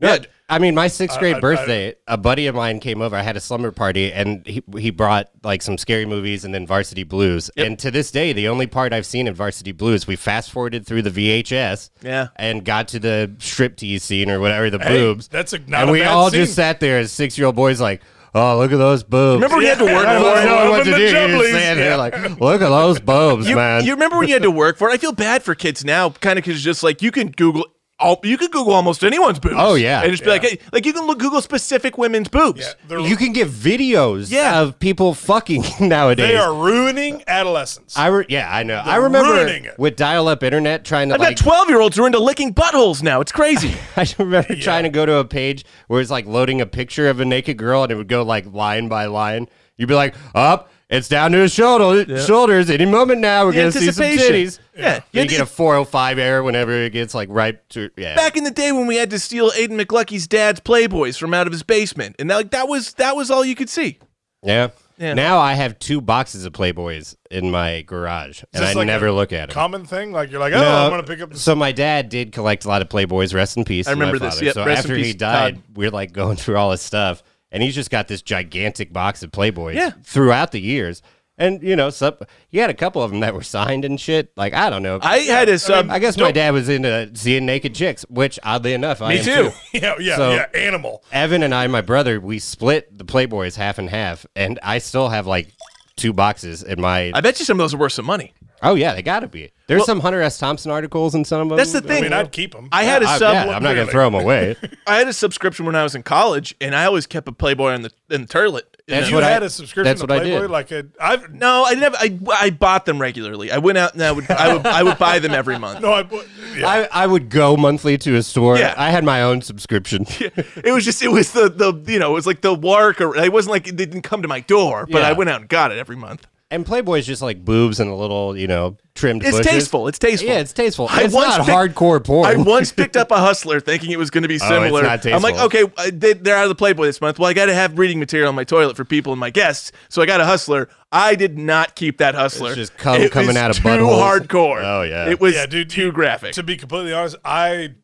[SPEAKER 2] Yeah. I mean, my sixth grade
[SPEAKER 7] I- I-
[SPEAKER 2] birthday, a buddy of mine came over. I had a slumber party, and he he brought like some scary movies and then Varsity Blues. And to this day, the only part I've seen in Varsity Blues, we fast forwarded through the VHS,
[SPEAKER 1] Yeah.
[SPEAKER 2] and got to the striptease scene or whatever the boobs.
[SPEAKER 7] that's a- not
[SPEAKER 2] and
[SPEAKER 7] a
[SPEAKER 2] we
[SPEAKER 7] bad
[SPEAKER 2] all
[SPEAKER 7] scene.
[SPEAKER 2] just sat there as six year old boys, like, oh, look at those boobs.
[SPEAKER 1] Remember when you had to work
[SPEAKER 2] I
[SPEAKER 1] for
[SPEAKER 2] don't
[SPEAKER 1] it?
[SPEAKER 2] know what
[SPEAKER 7] Open
[SPEAKER 2] to
[SPEAKER 7] the
[SPEAKER 2] do. You're just
[SPEAKER 7] jubblies.
[SPEAKER 2] standing
[SPEAKER 7] Yeah.
[SPEAKER 2] there like, look at those boobs,
[SPEAKER 1] you,
[SPEAKER 2] man.
[SPEAKER 1] you remember when you had to work for it? I feel bad for kids now, kind of because just like you can Google. All, you could Google almost anyone's boobs.
[SPEAKER 2] Oh, yeah.
[SPEAKER 1] and just be like, hey, like you can look Google specific women's boobs.
[SPEAKER 7] Yeah, they're-
[SPEAKER 2] you can get videos
[SPEAKER 1] Yeah.
[SPEAKER 2] of people fucking nowadays.
[SPEAKER 7] They are ruining adolescence.
[SPEAKER 2] I re- yeah, I know. I remember
[SPEAKER 7] ruining it.
[SPEAKER 2] with dial-up internet trying to
[SPEAKER 1] I've
[SPEAKER 2] like.
[SPEAKER 1] got twelve year olds who are into licking buttholes now. It's crazy.
[SPEAKER 2] I remember trying to go to a page where it's like loading a picture of a naked girl, and it would go like line by line. You'd be like, up, it's down to his shoulder, shoulders. Any moment now, we're
[SPEAKER 1] The
[SPEAKER 2] gonna see some
[SPEAKER 1] anticipation.
[SPEAKER 2] titties.
[SPEAKER 1] Yeah.
[SPEAKER 2] Then you get a 405 error whenever it gets like right to yeah.
[SPEAKER 1] Back in the day when we had to steal Aiden McLucky's dad's Playboys from out of his basement, and that, like that was that was all you could see.
[SPEAKER 2] yeah.
[SPEAKER 1] Yeah.
[SPEAKER 2] Now I have two boxes of Playboys in my garage, and
[SPEAKER 7] this
[SPEAKER 2] I
[SPEAKER 7] like
[SPEAKER 2] never
[SPEAKER 7] a
[SPEAKER 2] look at them.
[SPEAKER 7] Common thing, like you're like, oh,
[SPEAKER 2] No,
[SPEAKER 7] I'm gonna pick up. This.
[SPEAKER 2] So my dad did collect a lot of Playboys. Rest in peace.
[SPEAKER 1] I
[SPEAKER 2] to my
[SPEAKER 1] remember this,
[SPEAKER 2] father.
[SPEAKER 1] yep,
[SPEAKER 2] so
[SPEAKER 1] rest in
[SPEAKER 2] after he
[SPEAKER 1] peace,
[SPEAKER 2] died,
[SPEAKER 1] Todd.
[SPEAKER 2] we're like going through all his stuff, and he's just got this gigantic box of Playboys
[SPEAKER 1] Yeah.
[SPEAKER 2] throughout the years. And you know, some he had a couple of them that were signed and shit. Like I don't know.
[SPEAKER 1] I uh, had a sub.
[SPEAKER 2] I guess my dad was into seeing naked chicks, which oddly enough, I
[SPEAKER 1] Me
[SPEAKER 2] am
[SPEAKER 1] too.
[SPEAKER 7] Yeah, yeah,
[SPEAKER 2] So-
[SPEAKER 7] yeah. Animal.
[SPEAKER 2] Evan and I, my brother, we split the Playboys half and half, and I still have like two boxes in my.
[SPEAKER 1] I bet you some of those are worth some money.
[SPEAKER 2] oh yeah, they gotta be. There's
[SPEAKER 1] Well-
[SPEAKER 2] some Hunter S. Thompson articles in some of them.
[SPEAKER 1] That's the
[SPEAKER 7] I
[SPEAKER 1] thing.
[SPEAKER 7] mean, I'd keep them.
[SPEAKER 1] I had a
[SPEAKER 2] I-
[SPEAKER 1] sub.
[SPEAKER 2] yeah, I'm not gonna throw them away.
[SPEAKER 1] I had a subscription when I was in college, and I always kept a Playboy in the in the toilet. in
[SPEAKER 2] That's
[SPEAKER 1] the-
[SPEAKER 7] you
[SPEAKER 2] what I-
[SPEAKER 7] had a subscription
[SPEAKER 2] that's
[SPEAKER 7] to
[SPEAKER 2] what I
[SPEAKER 7] Playboy,
[SPEAKER 2] did.
[SPEAKER 7] like a, I've no,
[SPEAKER 1] no, I never. I, I bought them regularly. I went out and I would I would I would buy them every month.
[SPEAKER 7] I, yeah.
[SPEAKER 2] I, I would go monthly to a store.
[SPEAKER 1] Yeah.
[SPEAKER 2] I had my own subscription.
[SPEAKER 1] It was just it was the the you know it was like the lark or it wasn't like it didn't come to my door, but
[SPEAKER 2] Yeah.
[SPEAKER 1] I went out and got it every month.
[SPEAKER 2] And Playboy's just like boobs and a little, you know, trimmed
[SPEAKER 1] It's
[SPEAKER 2] bushes.
[SPEAKER 1] tasteful. It's tasteful.
[SPEAKER 2] Yeah, it's tasteful.
[SPEAKER 1] I
[SPEAKER 2] it's
[SPEAKER 1] once
[SPEAKER 2] not
[SPEAKER 1] pick-
[SPEAKER 2] hardcore porn.
[SPEAKER 1] I once picked up a hustler thinking it was going to be
[SPEAKER 2] Oh, it's
[SPEAKER 1] similar.
[SPEAKER 2] not
[SPEAKER 1] I'm like,
[SPEAKER 2] tasteful.
[SPEAKER 1] okay, I- they, they're out of the Playboy this month. Well, I got to have reading material on my toilet for people and my guests, so I got a hustler. I did not keep that hustler.
[SPEAKER 2] It's just cum
[SPEAKER 1] It
[SPEAKER 2] coming
[SPEAKER 1] was
[SPEAKER 2] out of
[SPEAKER 1] too
[SPEAKER 2] buttholes.
[SPEAKER 1] hardcore.
[SPEAKER 2] Oh, yeah.
[SPEAKER 1] it was
[SPEAKER 7] Yeah, dude,
[SPEAKER 1] too graphic.
[SPEAKER 7] to be completely honest, I,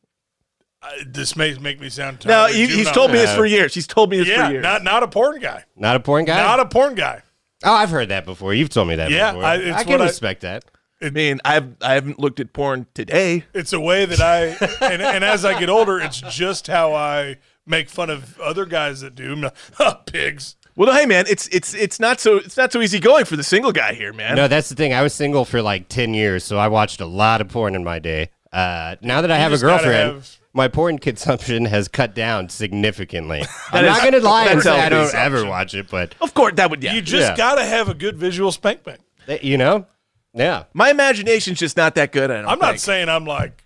[SPEAKER 7] I this may make me sound.
[SPEAKER 1] Now
[SPEAKER 7] totally
[SPEAKER 1] he, he's
[SPEAKER 7] juvenile.
[SPEAKER 1] told me this
[SPEAKER 2] Yeah.
[SPEAKER 1] for years. He's told me this for
[SPEAKER 7] Yeah,
[SPEAKER 1] years.
[SPEAKER 7] not not a porn guy.
[SPEAKER 2] not a porn guy?
[SPEAKER 7] Not a porn guy.
[SPEAKER 2] oh, I've heard that before. You've told me that
[SPEAKER 7] Yeah,
[SPEAKER 2] before.
[SPEAKER 7] I- it's
[SPEAKER 2] can
[SPEAKER 7] what I-
[SPEAKER 2] respect that.
[SPEAKER 1] I mean, I've I haven't looked at porn today.
[SPEAKER 7] It's a way that I and, and as I get older, it's just how I make fun of other guys that do. I'm like, "Huh, pigs.
[SPEAKER 1] Well, no, hey man, it's it's it's not so it's not so easy going for the single guy here, man.
[SPEAKER 2] No, that's the thing. I was single for like 10 years, so I watched a lot of porn in my day. Uh, now that I have a
[SPEAKER 7] just gotta
[SPEAKER 2] girlfriend,
[SPEAKER 7] have-
[SPEAKER 2] my porn consumption has cut down significantly. I'm
[SPEAKER 1] is-
[SPEAKER 2] not going to lie and
[SPEAKER 1] that's
[SPEAKER 2] say I
[SPEAKER 1] healthy
[SPEAKER 2] don't
[SPEAKER 1] consumption.
[SPEAKER 2] ever watch it, but,
[SPEAKER 1] Of course, that would yeah.
[SPEAKER 7] You just
[SPEAKER 2] Yeah.
[SPEAKER 7] gotta have a good visual spank bank.
[SPEAKER 2] you know? Yeah.
[SPEAKER 1] My imagination's just not that good. I don't
[SPEAKER 7] I'm not
[SPEAKER 1] think.
[SPEAKER 7] saying I'm like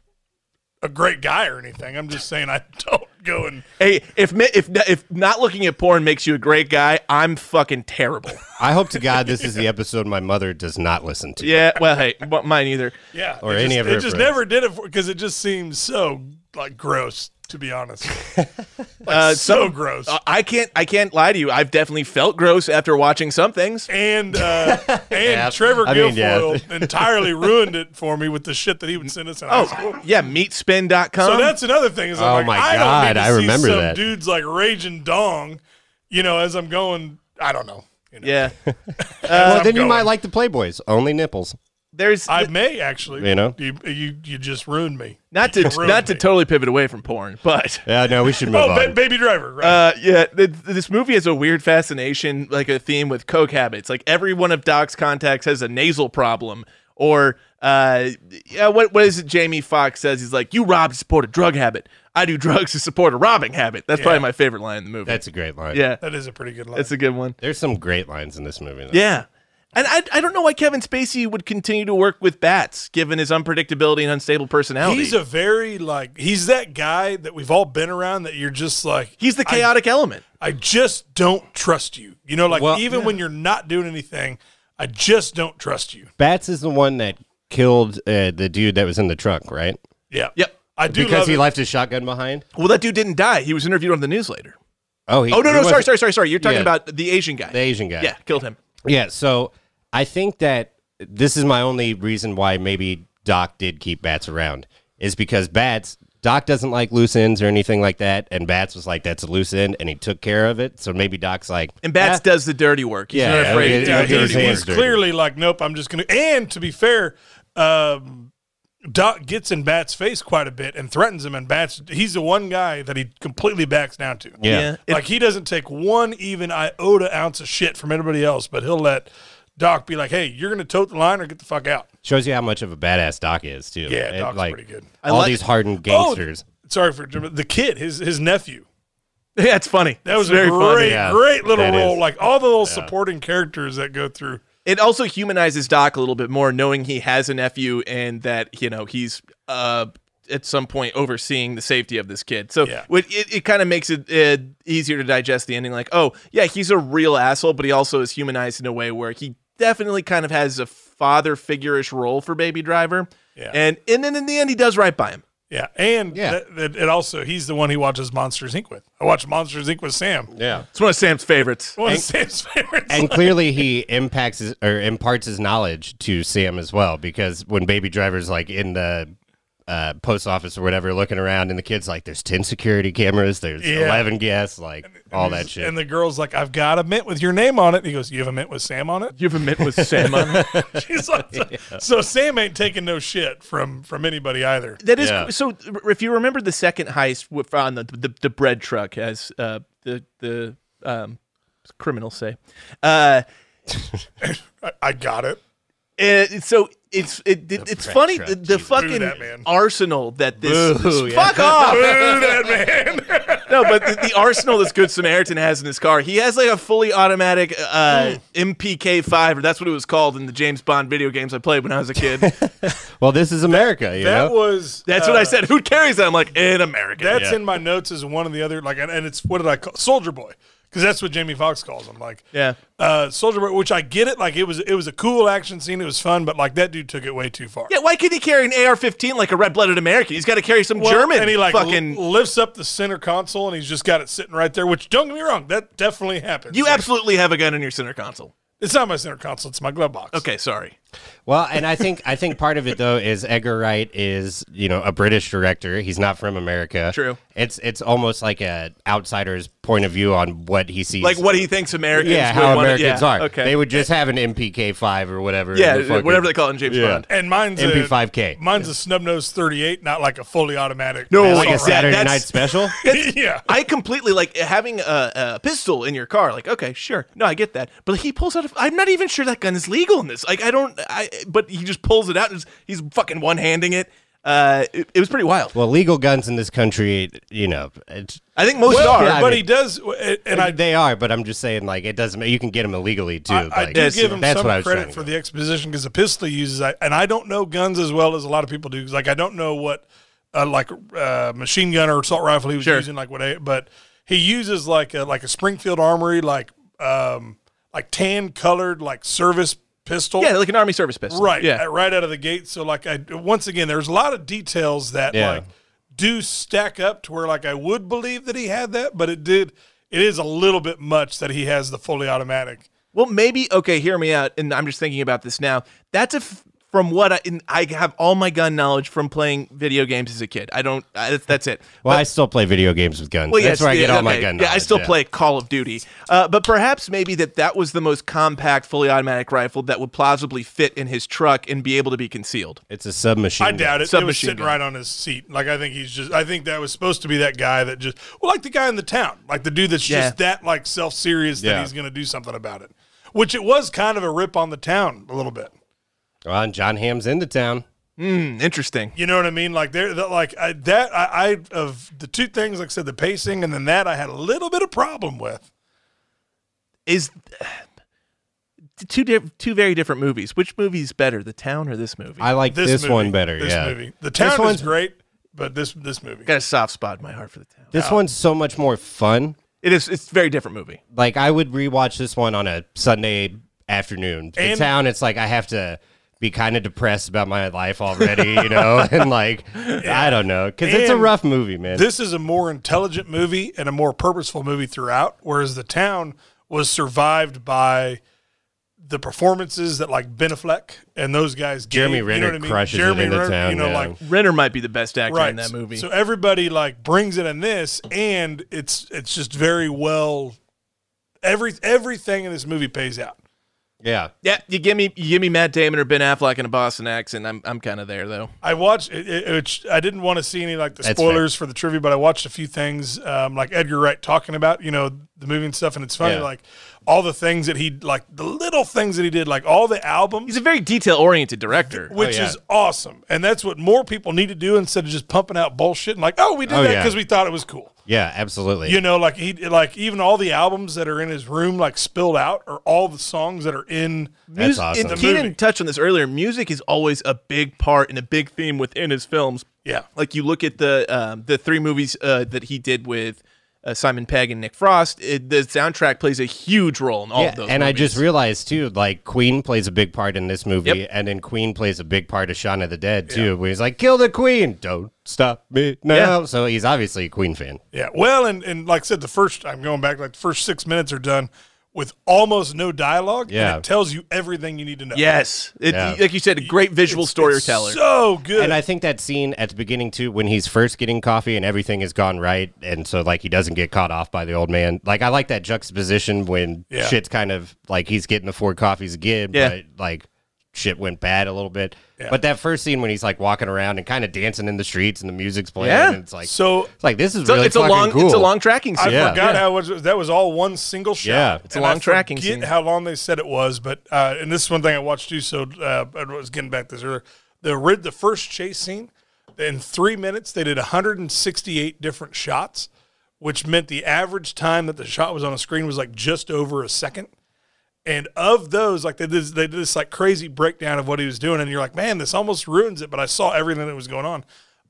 [SPEAKER 7] a great guy or anything. I'm just saying I don't shit going.
[SPEAKER 1] Hey, if ma- if if not looking at porn makes you a great guy, I'm fucking terrible.
[SPEAKER 2] I hope to God this is the episode my mother does not listen to.
[SPEAKER 1] Yeah. Well, hey, but mine either.
[SPEAKER 7] Yeah,
[SPEAKER 2] Or
[SPEAKER 7] it
[SPEAKER 2] any
[SPEAKER 7] just,
[SPEAKER 2] of
[SPEAKER 7] it
[SPEAKER 2] her
[SPEAKER 7] just
[SPEAKER 2] friends.
[SPEAKER 7] never did it because it just seems so like gross. To be honest, like,
[SPEAKER 1] Uh,
[SPEAKER 7] so
[SPEAKER 1] some-
[SPEAKER 7] gross.
[SPEAKER 1] Uh, I can't. I can't lie to you. I've definitely felt gross after watching some things.
[SPEAKER 7] and uh, and Trevor
[SPEAKER 2] I mean, yeah.
[SPEAKER 7] Guilfoyle entirely ruined it for me with the shit that he would send us in high school.
[SPEAKER 1] Oh, yeah. Meatspin.com.
[SPEAKER 7] So that's another thing. Is I'm
[SPEAKER 2] Oh
[SPEAKER 7] like,
[SPEAKER 2] my
[SPEAKER 7] I don't need
[SPEAKER 2] God,
[SPEAKER 7] to
[SPEAKER 2] I
[SPEAKER 7] see
[SPEAKER 2] remember
[SPEAKER 7] some
[SPEAKER 2] that.
[SPEAKER 7] Dudes like raging dong, you know, as I'm going. I don't know. You know.
[SPEAKER 1] yeah.
[SPEAKER 2] well, then you
[SPEAKER 7] going.
[SPEAKER 2] might like the Playboys. Only nipples.
[SPEAKER 1] There's
[SPEAKER 7] I may actually.
[SPEAKER 2] You know?
[SPEAKER 7] you you, you just ruined me.
[SPEAKER 1] not to
[SPEAKER 7] ruined
[SPEAKER 1] not to
[SPEAKER 7] me.
[SPEAKER 1] totally pivot away from porn, but
[SPEAKER 2] Yeah, no, we should move
[SPEAKER 7] Oh,
[SPEAKER 2] on.
[SPEAKER 7] ba- Baby Driver. Right.
[SPEAKER 1] Uh, yeah, th- th- this movie has a weird fascination, like a theme with coke habits. Like every one of Doc's contacts has a nasal problem, or uh, yeah, what what is it? Jamie Foxx says he's like, "You rob to support a drug habit. I do drugs to support a robbing habit." That's probably my favorite line in the movie.
[SPEAKER 2] That's a great line.
[SPEAKER 1] yeah,
[SPEAKER 7] that is a pretty good line.
[SPEAKER 1] that's a good one.
[SPEAKER 2] There's some great lines in this movie. Though.
[SPEAKER 1] Yeah. And I, I don't know why Kevin Spacey would continue to work with bats, given his unpredictability and unstable personality.
[SPEAKER 7] He's a very like he's that guy that we've all been around that you're just like
[SPEAKER 1] He's the
[SPEAKER 7] I-
[SPEAKER 1] chaotic element.
[SPEAKER 7] I, just don't trust you. You know, like
[SPEAKER 2] Well,
[SPEAKER 7] even when you're not doing anything, I just don't trust you.
[SPEAKER 2] Bats is the one that killed uh, the dude that was in the truck, right?
[SPEAKER 7] Yeah.
[SPEAKER 1] Yep.
[SPEAKER 7] I do
[SPEAKER 2] Because
[SPEAKER 7] love
[SPEAKER 2] he
[SPEAKER 7] it.
[SPEAKER 2] left his shotgun behind.
[SPEAKER 1] Well, that dude didn't die. He was interviewed on the news later.
[SPEAKER 2] Oh, he,
[SPEAKER 1] Oh no,
[SPEAKER 2] he
[SPEAKER 1] no, sorry,
[SPEAKER 2] wasn't-
[SPEAKER 1] sorry, sorry, sorry. You're talking
[SPEAKER 2] Yeah.
[SPEAKER 1] about the Asian guy.
[SPEAKER 2] The Asian guy.
[SPEAKER 1] Yeah, killed him.
[SPEAKER 2] Yeah, so I think that this is my only reason why maybe Doc did keep Bats around is because Bats Doc doesn't like loose ends or anything like that, and Bats was like, "That's a loose end," and he took care of it. So maybe Doc's like,
[SPEAKER 1] And Bats
[SPEAKER 2] "Ah,
[SPEAKER 1] does the dirty work. He's
[SPEAKER 2] Yeah,
[SPEAKER 1] not afraid
[SPEAKER 2] okay,
[SPEAKER 1] to do
[SPEAKER 7] Yeah,
[SPEAKER 1] the
[SPEAKER 2] yeah,
[SPEAKER 7] he's,
[SPEAKER 2] dirty
[SPEAKER 1] dirty
[SPEAKER 2] hands
[SPEAKER 7] he's
[SPEAKER 1] work.
[SPEAKER 2] dirty.
[SPEAKER 7] clearly like, nope, I'm just gonna and to be fair, um Doc gets in Bat's face quite a bit and threatens him, and Bat's he's the one guy that he completely backs down to.
[SPEAKER 2] Yeah.
[SPEAKER 1] Yeah. If-
[SPEAKER 7] like he doesn't take one even iota ounce of shit from anybody else, but he'll let Doc be like, "Hey, you're gonna tote the line or get the fuck out."
[SPEAKER 2] shows you how much of a badass Doc is too."
[SPEAKER 7] Yeah,
[SPEAKER 2] And,
[SPEAKER 7] Doc's
[SPEAKER 2] like,
[SPEAKER 7] pretty good.
[SPEAKER 1] I
[SPEAKER 2] All
[SPEAKER 1] like-
[SPEAKER 2] these hardened gangsters.
[SPEAKER 7] Oh, sorry for the kid, his his nephew.
[SPEAKER 1] Yeah, it's funny.
[SPEAKER 7] That was
[SPEAKER 1] It's very
[SPEAKER 7] a great,
[SPEAKER 1] funny.
[SPEAKER 2] Yeah,
[SPEAKER 7] great little
[SPEAKER 2] that
[SPEAKER 7] role.
[SPEAKER 2] is.
[SPEAKER 7] Like all the little supporting characters that go through.
[SPEAKER 1] It also humanizes Doc a little bit more, knowing he has a nephew and that you know he's uh at some point overseeing the safety of this kid. So
[SPEAKER 7] Yeah.
[SPEAKER 1] it it, it kind of makes it uh, easier to digest the ending. Like, oh yeah, he's a real asshole, but he also is humanized in a way where he definitely kind of has a father figure-ish role for Baby Driver.
[SPEAKER 7] Yeah.
[SPEAKER 1] And and then in the end, he does right by him.
[SPEAKER 7] Yeah, and
[SPEAKER 2] Yeah.
[SPEAKER 7] That, that, it also he's the one he watches Monsters Inc. with. I watch Monsters Inc. with Sam.
[SPEAKER 2] Yeah.
[SPEAKER 1] It's one of Sam's favorites.
[SPEAKER 7] One of Sam's favorites.
[SPEAKER 2] And clearly, he impacts his, or imparts his knowledge to Sam as well, because when Baby Driver's like in the uh, post office or whatever, looking around, and the kid's like, "There's ten security cameras, there's
[SPEAKER 7] Yeah.
[SPEAKER 2] eleven guests, like all that shit."
[SPEAKER 7] and the girl's like, "I've got a mint with your name on it." And he goes, "You have a mint with Sam on it."
[SPEAKER 1] You have a mint with Sam on it?
[SPEAKER 7] She's like, so, so Sam ain't taking no shit from from anybody either.
[SPEAKER 1] That is
[SPEAKER 2] Yeah.
[SPEAKER 1] so. r- If you remember the second heist with- on the the, the bread truck, as uh, the the um, criminals say, uh,
[SPEAKER 7] I, I got it.
[SPEAKER 1] and so it's it, it- it's
[SPEAKER 2] bread
[SPEAKER 1] funny
[SPEAKER 2] truck,
[SPEAKER 1] the, the
[SPEAKER 2] Jesus.
[SPEAKER 1] fucking
[SPEAKER 7] that man.
[SPEAKER 1] arsenal that this
[SPEAKER 2] Boo, yeah.
[SPEAKER 1] fuck off
[SPEAKER 7] Boo that man.
[SPEAKER 1] no, but the, the arsenal this good Samaritan has in his car, he has like a fully automatic uh, MPK five, or that's what it was called in the James Bond video games I played when I was a kid.
[SPEAKER 2] Well, this is America, you
[SPEAKER 7] That
[SPEAKER 2] know.
[SPEAKER 7] was. uh,
[SPEAKER 1] That's what I said. Who carries that? I'm like in America.
[SPEAKER 7] That's
[SPEAKER 2] Yeah.
[SPEAKER 7] in my notes as one of the other like, and, and it's what did I call Soldier Boy? Because that's what Jamie Foxx calls him. Like,
[SPEAKER 1] Yeah.
[SPEAKER 7] uh, Soldier Boy. Which I get it. Like it was it was a cool action scene. It was fun, but like that dude took it way too far.
[SPEAKER 1] Yeah, why couldn't he carry an AR-15 like a red-blooded American? He's got to carry some
[SPEAKER 7] Well,
[SPEAKER 1] German.
[SPEAKER 7] and he like
[SPEAKER 1] fucking.
[SPEAKER 7] l- lifts up the center console, and he's just got it sitting right there. Which don't get me wrong, that definitely happens.
[SPEAKER 1] you
[SPEAKER 7] Like,
[SPEAKER 1] absolutely have a gun in your center console.
[SPEAKER 7] it's not my center console; it's my glove box.
[SPEAKER 1] Okay, sorry.
[SPEAKER 2] Well, and I think I think part of it though is Edgar Wright is you know a British director. He's not from America.
[SPEAKER 1] True.
[SPEAKER 2] It's it's almost like a outsider's point of view on what he sees.
[SPEAKER 1] Like what he thinks Americans.
[SPEAKER 2] yeah,
[SPEAKER 1] would
[SPEAKER 2] how
[SPEAKER 1] wanna-
[SPEAKER 2] Americans
[SPEAKER 1] yeah,
[SPEAKER 2] are.
[SPEAKER 1] Okay.
[SPEAKER 2] They would just have an MPK five or whatever.
[SPEAKER 1] yeah,
[SPEAKER 2] the fucking-
[SPEAKER 1] whatever they call it in James
[SPEAKER 2] Yeah.
[SPEAKER 1] Bond.
[SPEAKER 7] And mine's a-
[SPEAKER 2] MP5K.
[SPEAKER 7] Mine's a snub nose thirty eight, not like a fully automatic.
[SPEAKER 1] No,
[SPEAKER 2] That's
[SPEAKER 1] Oh,
[SPEAKER 2] like
[SPEAKER 1] yeah,
[SPEAKER 2] a Saturday
[SPEAKER 1] that's-
[SPEAKER 2] night special.
[SPEAKER 7] yeah.
[SPEAKER 1] I completely like having a, a pistol in your car. Like, okay, sure, no, I get that. But he pulls out. A, I'm not even sure that gun is legal in this. Like, I don't. I. But he just pulls it out and he's fucking one handing it. Uh, it, it was pretty wild.
[SPEAKER 2] well, legal guns in this country, you know, it's,
[SPEAKER 1] I think most
[SPEAKER 7] Well,
[SPEAKER 1] are.
[SPEAKER 2] yeah, I
[SPEAKER 7] but
[SPEAKER 2] mean-
[SPEAKER 7] he does, and I
[SPEAKER 2] they are. But I'm just saying, like, it doesn't. You can get them illegally too.
[SPEAKER 7] I, I
[SPEAKER 2] like,
[SPEAKER 7] do give him
[SPEAKER 2] that's what I
[SPEAKER 7] some
[SPEAKER 2] was
[SPEAKER 7] credit
[SPEAKER 2] trying
[SPEAKER 7] for
[SPEAKER 2] to-
[SPEAKER 7] the exposition because the pistol he uses, I, and I don't know guns as well as a lot of people do. 'cause, Like I don't know what uh, like uh, machine gun or assault rifle he was
[SPEAKER 1] Sure.
[SPEAKER 7] using, like what? I- But he uses like a like a Springfield Armory, like um, like tan colored like service pistol.
[SPEAKER 1] Yeah, like an army service pistol.
[SPEAKER 7] right
[SPEAKER 1] Yeah.
[SPEAKER 7] uh, right out of the gate so like i once again there's a lot of details that
[SPEAKER 2] Yeah.
[SPEAKER 7] like do stack up to where like i would believe that he had that but it did it is a little bit much that he has the fully automatic
[SPEAKER 1] Well, maybe okay. Hear me out, and I'm just thinking about this now. That's if from what I and I have all my gun knowledge from playing video games as a kid. I don't. I, that's, that's it.
[SPEAKER 2] Well, I still play video games with guns.
[SPEAKER 1] Well, yes,
[SPEAKER 2] That's where I
[SPEAKER 1] yeah,
[SPEAKER 2] get all my
[SPEAKER 1] okay.
[SPEAKER 2] gun.
[SPEAKER 1] Yeah, I
[SPEAKER 2] knowledge,
[SPEAKER 1] still play Call of Duty, uh, but perhaps maybe that that was the most compact fully automatic rifle that would plausibly fit in his truck and be able to be concealed.
[SPEAKER 2] It's a submachine.
[SPEAKER 7] i doubt
[SPEAKER 2] gun.
[SPEAKER 7] it it was
[SPEAKER 1] Submachine
[SPEAKER 7] sitting
[SPEAKER 1] gun.
[SPEAKER 7] right on his seat like i think he's just i think that was supposed to be that guy that just well like the guy in the town like the dude that's
[SPEAKER 1] Yeah.
[SPEAKER 7] just that like self-serious that
[SPEAKER 2] Yeah.
[SPEAKER 7] he's going to do something about it which it was kind of a rip on the town a little bit
[SPEAKER 2] Well, and John Ham's in the town.
[SPEAKER 1] Hmm, interesting.
[SPEAKER 7] You know what I mean? Like there, that like I, that I, I of the two things, like I said, the pacing and then that I had a little bit of problem with.
[SPEAKER 1] Is two di- two very different movies. Which movie's better, The Town or this movie?
[SPEAKER 2] I like
[SPEAKER 7] This,
[SPEAKER 2] this,
[SPEAKER 7] movie,
[SPEAKER 2] one better.
[SPEAKER 7] This
[SPEAKER 2] yeah.
[SPEAKER 7] movie. The town
[SPEAKER 2] one's-
[SPEAKER 7] is great, but this this movie.
[SPEAKER 1] got a soft spot in my heart for The Town.
[SPEAKER 2] This one's so much more fun.
[SPEAKER 1] It is. It's a very different movie.
[SPEAKER 2] Like I would rewatch this one on a Sunday afternoon. The
[SPEAKER 7] And-
[SPEAKER 2] town. It's like I have to be kind of depressed about my life already, you know, and like I don't know because it's a
[SPEAKER 7] And
[SPEAKER 2] rough movie, man.
[SPEAKER 7] This is a more intelligent movie and a more purposeful movie throughout, whereas the town was survived by the performances that like Ben Affleck and those guys. gave,
[SPEAKER 2] Jeremy
[SPEAKER 7] you know
[SPEAKER 2] Renner
[SPEAKER 7] what I mean?
[SPEAKER 2] crushes it in The Town,
[SPEAKER 7] You know,
[SPEAKER 2] yeah.
[SPEAKER 7] like
[SPEAKER 1] Renner might be the best actor in that
[SPEAKER 7] so-
[SPEAKER 1] movie.
[SPEAKER 7] So everybody like brings it in this, and it's it's just very well. Every everything in this movie pays out.
[SPEAKER 2] yeah.
[SPEAKER 1] yeah, you give me you give me Matt Damon or Ben Affleck in a Boston accent. I'm I'm kind of there though.
[SPEAKER 7] I watched it, it, which I didn't want to see any like the
[SPEAKER 2] That's
[SPEAKER 7] spoilers for the trivia, but I watched a few things um, like Edgar Wright talking about you know the movie and stuff, and it's funny
[SPEAKER 2] Yeah.
[SPEAKER 7] like all the things that he like the little things that he did, like all the albums.
[SPEAKER 1] He's a very detail oriented director.
[SPEAKER 7] which
[SPEAKER 2] oh, yeah.
[SPEAKER 7] is awesome, and that's what more people need to do instead of just pumping out bullshit and like, oh, we did
[SPEAKER 2] Oh,
[SPEAKER 7] that
[SPEAKER 2] yeah.
[SPEAKER 7] because we thought it was cool.
[SPEAKER 2] Yeah. Absolutely.
[SPEAKER 7] You know, like he like even all the albums that are in his room, like spilled out, are all the songs that are in.
[SPEAKER 2] That's
[SPEAKER 1] Mus-
[SPEAKER 2] awesome.
[SPEAKER 1] And
[SPEAKER 7] The
[SPEAKER 1] Keenan
[SPEAKER 7] movie.
[SPEAKER 1] touched on this earlier. Music is always a big part and a big theme within his films.
[SPEAKER 7] Yeah,
[SPEAKER 1] Like you look at the um, the three movies uh, that he did with uh, Simon Pegg and Nick Frost. It, the soundtrack plays a huge role in all
[SPEAKER 2] Yeah,
[SPEAKER 1] of those.
[SPEAKER 2] and I
[SPEAKER 1] movies.
[SPEAKER 2] just realized too, like Queen plays a big part in this movie,
[SPEAKER 1] Yep.
[SPEAKER 2] and then Queen plays a big part of Shaun of the Dead too. Where he's like, "Kill the Queen, don't stop me now." So he's obviously a Queen fan.
[SPEAKER 7] yeah. Well, and and like I said, the first I'm going back, like the first six minutes are done with almost no dialogue. and
[SPEAKER 2] Yeah.
[SPEAKER 7] it tells you everything you need to know.
[SPEAKER 1] yes, It-
[SPEAKER 2] Yeah.
[SPEAKER 1] like you said, a great visual storyteller.
[SPEAKER 7] so good.
[SPEAKER 2] And I think that scene at the beginning too, when he's first getting coffee and everything has gone right, and so like he doesn't get caught off by the old man. Like I like that juxtaposition when
[SPEAKER 7] Yeah.
[SPEAKER 2] shit's kind of like he's getting the four coffees again,
[SPEAKER 1] Yeah.
[SPEAKER 2] but like shit went bad a little bit.
[SPEAKER 7] Yeah.
[SPEAKER 2] But that first scene when he's like walking around and kind of dancing in the streets and the music's playing,
[SPEAKER 1] Yeah.
[SPEAKER 2] and it's like
[SPEAKER 7] so
[SPEAKER 2] It's like this is
[SPEAKER 1] So
[SPEAKER 2] really
[SPEAKER 1] it's a
[SPEAKER 2] fucking
[SPEAKER 1] long
[SPEAKER 2] cool.
[SPEAKER 1] it's a long tracking.
[SPEAKER 7] I
[SPEAKER 1] scene.
[SPEAKER 7] forgot
[SPEAKER 1] Yeah.
[SPEAKER 7] how it was that was all one single shot.
[SPEAKER 2] Yeah.
[SPEAKER 1] It's a
[SPEAKER 7] And I
[SPEAKER 1] long tracking
[SPEAKER 7] forget
[SPEAKER 1] scene.
[SPEAKER 7] How long they said it was, but uh, and this is one thing I watched too. So uh, I was getting back to this earlier. The rid the first chase scene in three minutes they did 168 different shots, which meant the average time that the shot was on a screen was like just over a second. And of those, like they did, they did this like crazy breakdown of what he was doing, and you're like, man, this almost ruins it. But I saw everything that was going on.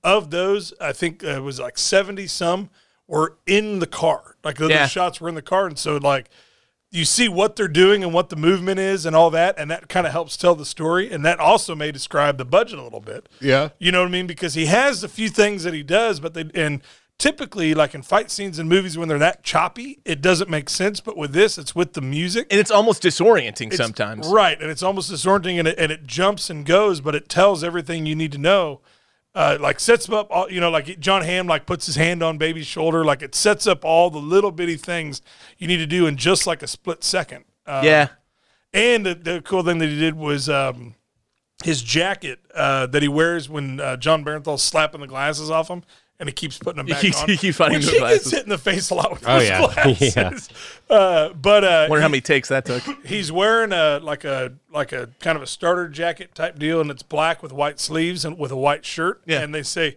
[SPEAKER 7] Of those, I think uh, it was like 70 some were in the car. Like the, the
[SPEAKER 1] Yeah.
[SPEAKER 7] shots were in the car, and so like you see what they're doing and what the movement is and all that, and that kind of helps tell the story. And that also may describe the budget a little bit.
[SPEAKER 2] Yeah.
[SPEAKER 7] You know what I mean? Because he has a few things that he does, but they and typically like in fight scenes in movies when they're that choppy, it doesn't make sense. But with this, it's with the music.
[SPEAKER 1] and it's almost disorienting sometimes.
[SPEAKER 7] Right, and it's almost disorienting, and it, and it jumps and goes, but it tells everything you need to know. Uh, like sets up, all, you know, like John Hamm like puts his hand on Baby's shoulder, like it sets up all the little bitty things you need to do in just like a split second. Uh,
[SPEAKER 1] yeah.
[SPEAKER 7] and the, the cool thing that he did was um, his jacket uh, that he wears when uh, John Bernthal's slapping the glasses off him, and he keeps putting them back
[SPEAKER 1] keeps-
[SPEAKER 7] on.
[SPEAKER 1] he keeps finding
[SPEAKER 7] which
[SPEAKER 1] the
[SPEAKER 7] he
[SPEAKER 1] glasses.
[SPEAKER 7] gets hit in the face a lot with
[SPEAKER 2] Oh,
[SPEAKER 7] those
[SPEAKER 2] yeah.
[SPEAKER 7] glasses. Uh, but uh,
[SPEAKER 1] Wonder how many takes that took.
[SPEAKER 7] he's wearing a like a like a kind of a starter jacket type deal, and it's black with white sleeves and with a white shirt.
[SPEAKER 1] Yeah.
[SPEAKER 7] And they say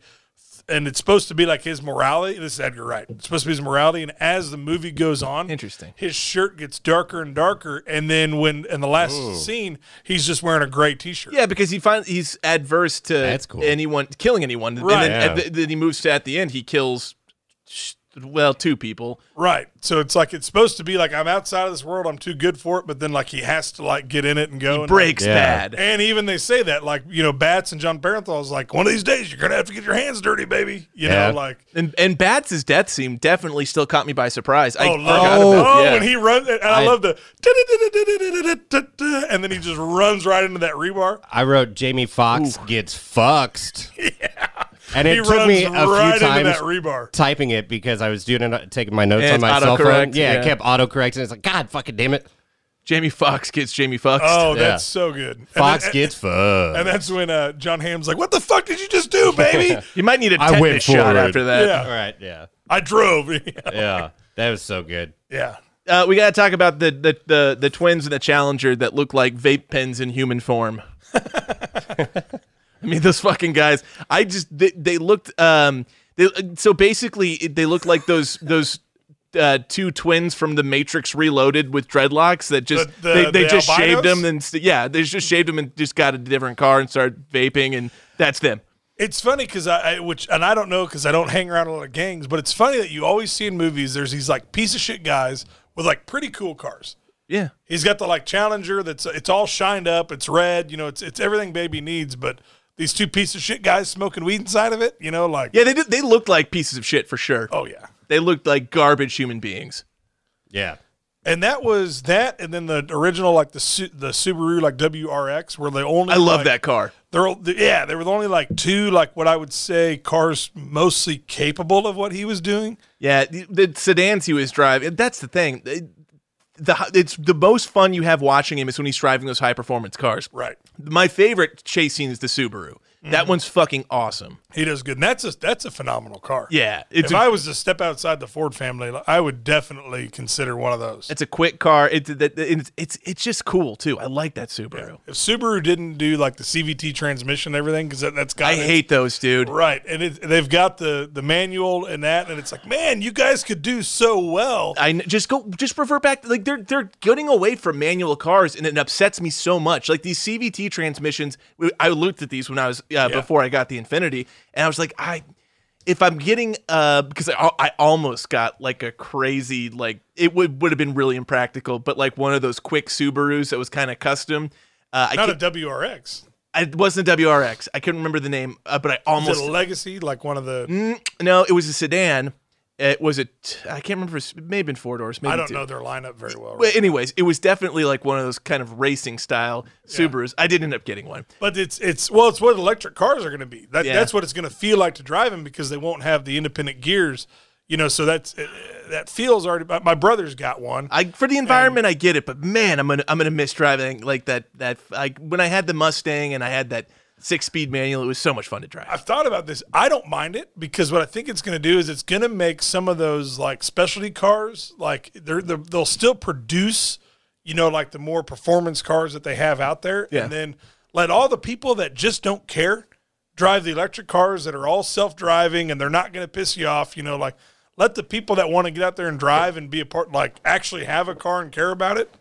[SPEAKER 7] and it's supposed to be like his morality. This is Edgar Wright. It's supposed to be his morality, and as the movie goes on,
[SPEAKER 8] Interesting.
[SPEAKER 7] His shirt gets darker and darker, and then when in the last scene, he's just wearing a gray T-shirt.
[SPEAKER 1] Yeah, because he finds he's adverse to
[SPEAKER 2] That's cool.
[SPEAKER 1] anyone killing anyone. And
[SPEAKER 7] Right.
[SPEAKER 1] then, at
[SPEAKER 2] Yeah.
[SPEAKER 1] the- then he moves to at the end. He kills, well, two people.
[SPEAKER 7] Right. So it's like it's supposed to be like I'm outside of this world. I'm too good for it. But then like he has to like get in it and go and
[SPEAKER 1] Breaks
[SPEAKER 2] Yeah.
[SPEAKER 1] bad.
[SPEAKER 7] And even they say that like you know Bats and John Barenthal is like one of these days you're gonna have to get your hands dirty, baby. You
[SPEAKER 2] Yeah.
[SPEAKER 7] know like.
[SPEAKER 1] And and Bats' death scene definitely still caught me by surprise. I
[SPEAKER 7] Oh,
[SPEAKER 1] forgot
[SPEAKER 7] no.
[SPEAKER 1] about
[SPEAKER 7] oh
[SPEAKER 1] yeah.
[SPEAKER 7] when he runs, and I,
[SPEAKER 2] I-
[SPEAKER 7] love the, and then he just runs right into that rebar.
[SPEAKER 2] I wrote Jamie Fox gets fuxed. Yeah. And
[SPEAKER 7] He
[SPEAKER 2] it took
[SPEAKER 7] runs
[SPEAKER 2] me a
[SPEAKER 7] right
[SPEAKER 2] few
[SPEAKER 7] into
[SPEAKER 2] times
[SPEAKER 7] that rebar.
[SPEAKER 2] typing it because I was doing it, taking my notes
[SPEAKER 1] And
[SPEAKER 2] on my
[SPEAKER 1] it's
[SPEAKER 2] cell phone.
[SPEAKER 1] autocorrect,
[SPEAKER 2] Yeah,
[SPEAKER 1] yeah.
[SPEAKER 2] it kept autocorrecting. It's like, God fucking damn it.
[SPEAKER 1] Jamie Fox gets Jamie Fox.
[SPEAKER 7] Oh,
[SPEAKER 2] Yeah.
[SPEAKER 7] that's so good. And
[SPEAKER 2] Fox
[SPEAKER 7] then-
[SPEAKER 2] gets fucked.
[SPEAKER 7] And that's when uh, John Hamm's like, "What the fuck did you just do, baby?
[SPEAKER 1] you might need a
[SPEAKER 2] I went
[SPEAKER 1] tetanus shot
[SPEAKER 2] forward.
[SPEAKER 1] after that.
[SPEAKER 7] Yeah.
[SPEAKER 2] All right, yeah.
[SPEAKER 7] I drove."
[SPEAKER 2] Yeah. That was so good.
[SPEAKER 7] yeah.
[SPEAKER 1] Uh, we got to talk about the, the the the twins and the Challenger that look like vape pens in human form. I mean, those fucking guys. I just they, they looked. Um, they so basically it- they look like those those. Uh, two twins from the Matrix Reloaded with dreadlocks that just
[SPEAKER 7] The- the-
[SPEAKER 1] they, they
[SPEAKER 7] the
[SPEAKER 1] just
[SPEAKER 7] albinos?
[SPEAKER 1] shaved them and st- yeah they just shaved them and just got a different car and started vaping and that's them.
[SPEAKER 7] It's funny because I, I, which, and I don't know because I don't hang around a lot of gangs, but it's funny that you always see in movies there's these like piece of shit guys with like pretty cool cars.
[SPEAKER 1] Yeah,
[SPEAKER 7] He's got the like Challenger that's it's all shined up, it's red, you know, it's it's everything baby needs, but these two piece of shit guys smoking weed inside of it, you know, like
[SPEAKER 1] yeah they did, they looked like pieces of shit for sure.
[SPEAKER 7] oh yeah.
[SPEAKER 1] They looked like garbage human beings.
[SPEAKER 2] Yeah.
[SPEAKER 7] And that was that, and then the original like the Su- the Subaru like WRX were the only
[SPEAKER 1] I love
[SPEAKER 7] like,
[SPEAKER 1] that car.
[SPEAKER 7] They're all- yeah, they were the only like two like what I would say cars mostly capable of what he was doing.
[SPEAKER 1] Yeah, the, the sedans he was driving. That's the thing. It- the it's the most fun you have watching him is when he's driving those high performance cars.
[SPEAKER 7] Right. Mhm.
[SPEAKER 1] My favorite chase scene is the Subaru. That one's fucking awesome.
[SPEAKER 7] He does good. And that's a that's a phenomenal car.
[SPEAKER 1] Yeah, it's
[SPEAKER 7] if
[SPEAKER 1] a,
[SPEAKER 7] I was to step outside the Ford family, like, I would definitely consider one of those.
[SPEAKER 1] it's a quick car. It's that it's, it's it's just cool too. I like that Subaru.
[SPEAKER 7] If Subaru didn't do like the CVT transmission and everything, because that, that's got
[SPEAKER 1] I
[SPEAKER 7] it.
[SPEAKER 1] hate those, dude.
[SPEAKER 7] right, and it, they've got the the manual and that, and it's like, man, you guys could do so well.
[SPEAKER 1] I kn- just go just revert back to, like they're they're getting away from manual cars and it upsets me so much. Like these CVT transmissions, we- I looked at these when I was uh, before I got the Infinity, and I was like, I if I'm getting uh because I, al- I almost got like a crazy like it would would have been really impractical, but like one of those quick Subarus that was kind of custom. Uh, I
[SPEAKER 7] Not
[SPEAKER 1] can't,
[SPEAKER 7] a WRX.
[SPEAKER 1] I- it wasn't a WRX. I couldn't remember the name, uh, but I
[SPEAKER 7] Is
[SPEAKER 1] almost Mm,
[SPEAKER 7] it a legacy like one of the?
[SPEAKER 1] no. It was a sedan. It was a t- I can't remember. if It may have been four doors. Maybe
[SPEAKER 7] I don't
[SPEAKER 1] two.
[SPEAKER 7] know their lineup very well.
[SPEAKER 1] Well, anyways, it was definitely like one of those kind of racing style Subarus. I did end up getting one.
[SPEAKER 7] But it's it's well, it's what electric cars are going to be. That,
[SPEAKER 1] Yeah.
[SPEAKER 7] That's what it's going to feel like to drive them because they won't have the independent gears. You know, so that's uh, that feels already. My my brother's got one.
[SPEAKER 1] I for the environment, I get it, but man, I'm gonna I'm gonna miss driving like that. That like when I had the Mustang and I had that six speed manual, it was so much fun to drive.
[SPEAKER 7] I've thought about this. I don't mind it because what I think it's going to do is it's going to make some of those like specialty cars like they're, they're they'll still produce, you know, like the more performance cars that they have out there,
[SPEAKER 1] Yeah.
[SPEAKER 7] and then let all the people that just don't care drive the electric cars that are all self driving and they're not going to piss you off, you know, like let the people that want to get out there and drive and be a part, like actually have a car and care about it.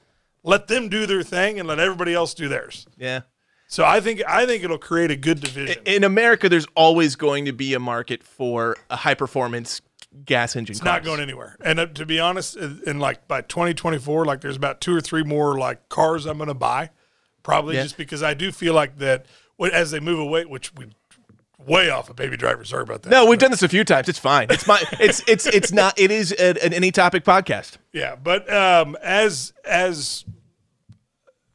[SPEAKER 7] Let them do their thing and let everybody else do theirs.
[SPEAKER 1] yeah.
[SPEAKER 7] So I think I think it'll create a good division.
[SPEAKER 1] In America, there's always going to be a market for a high performance gas engine.
[SPEAKER 7] It's not going anywhere. And uh, to be honest, in in, like by 2024, like there's about two or three more like cars I'm going to buy, probably
[SPEAKER 1] Yeah.
[SPEAKER 7] just because I do feel like that wh- as they move away, which we way off of baby driver. Sorry about that.
[SPEAKER 1] No, we've done this a few times. It's fine. It's my. It's it's it's not. It is an, an any topic podcast.
[SPEAKER 7] Yeah, but um, as as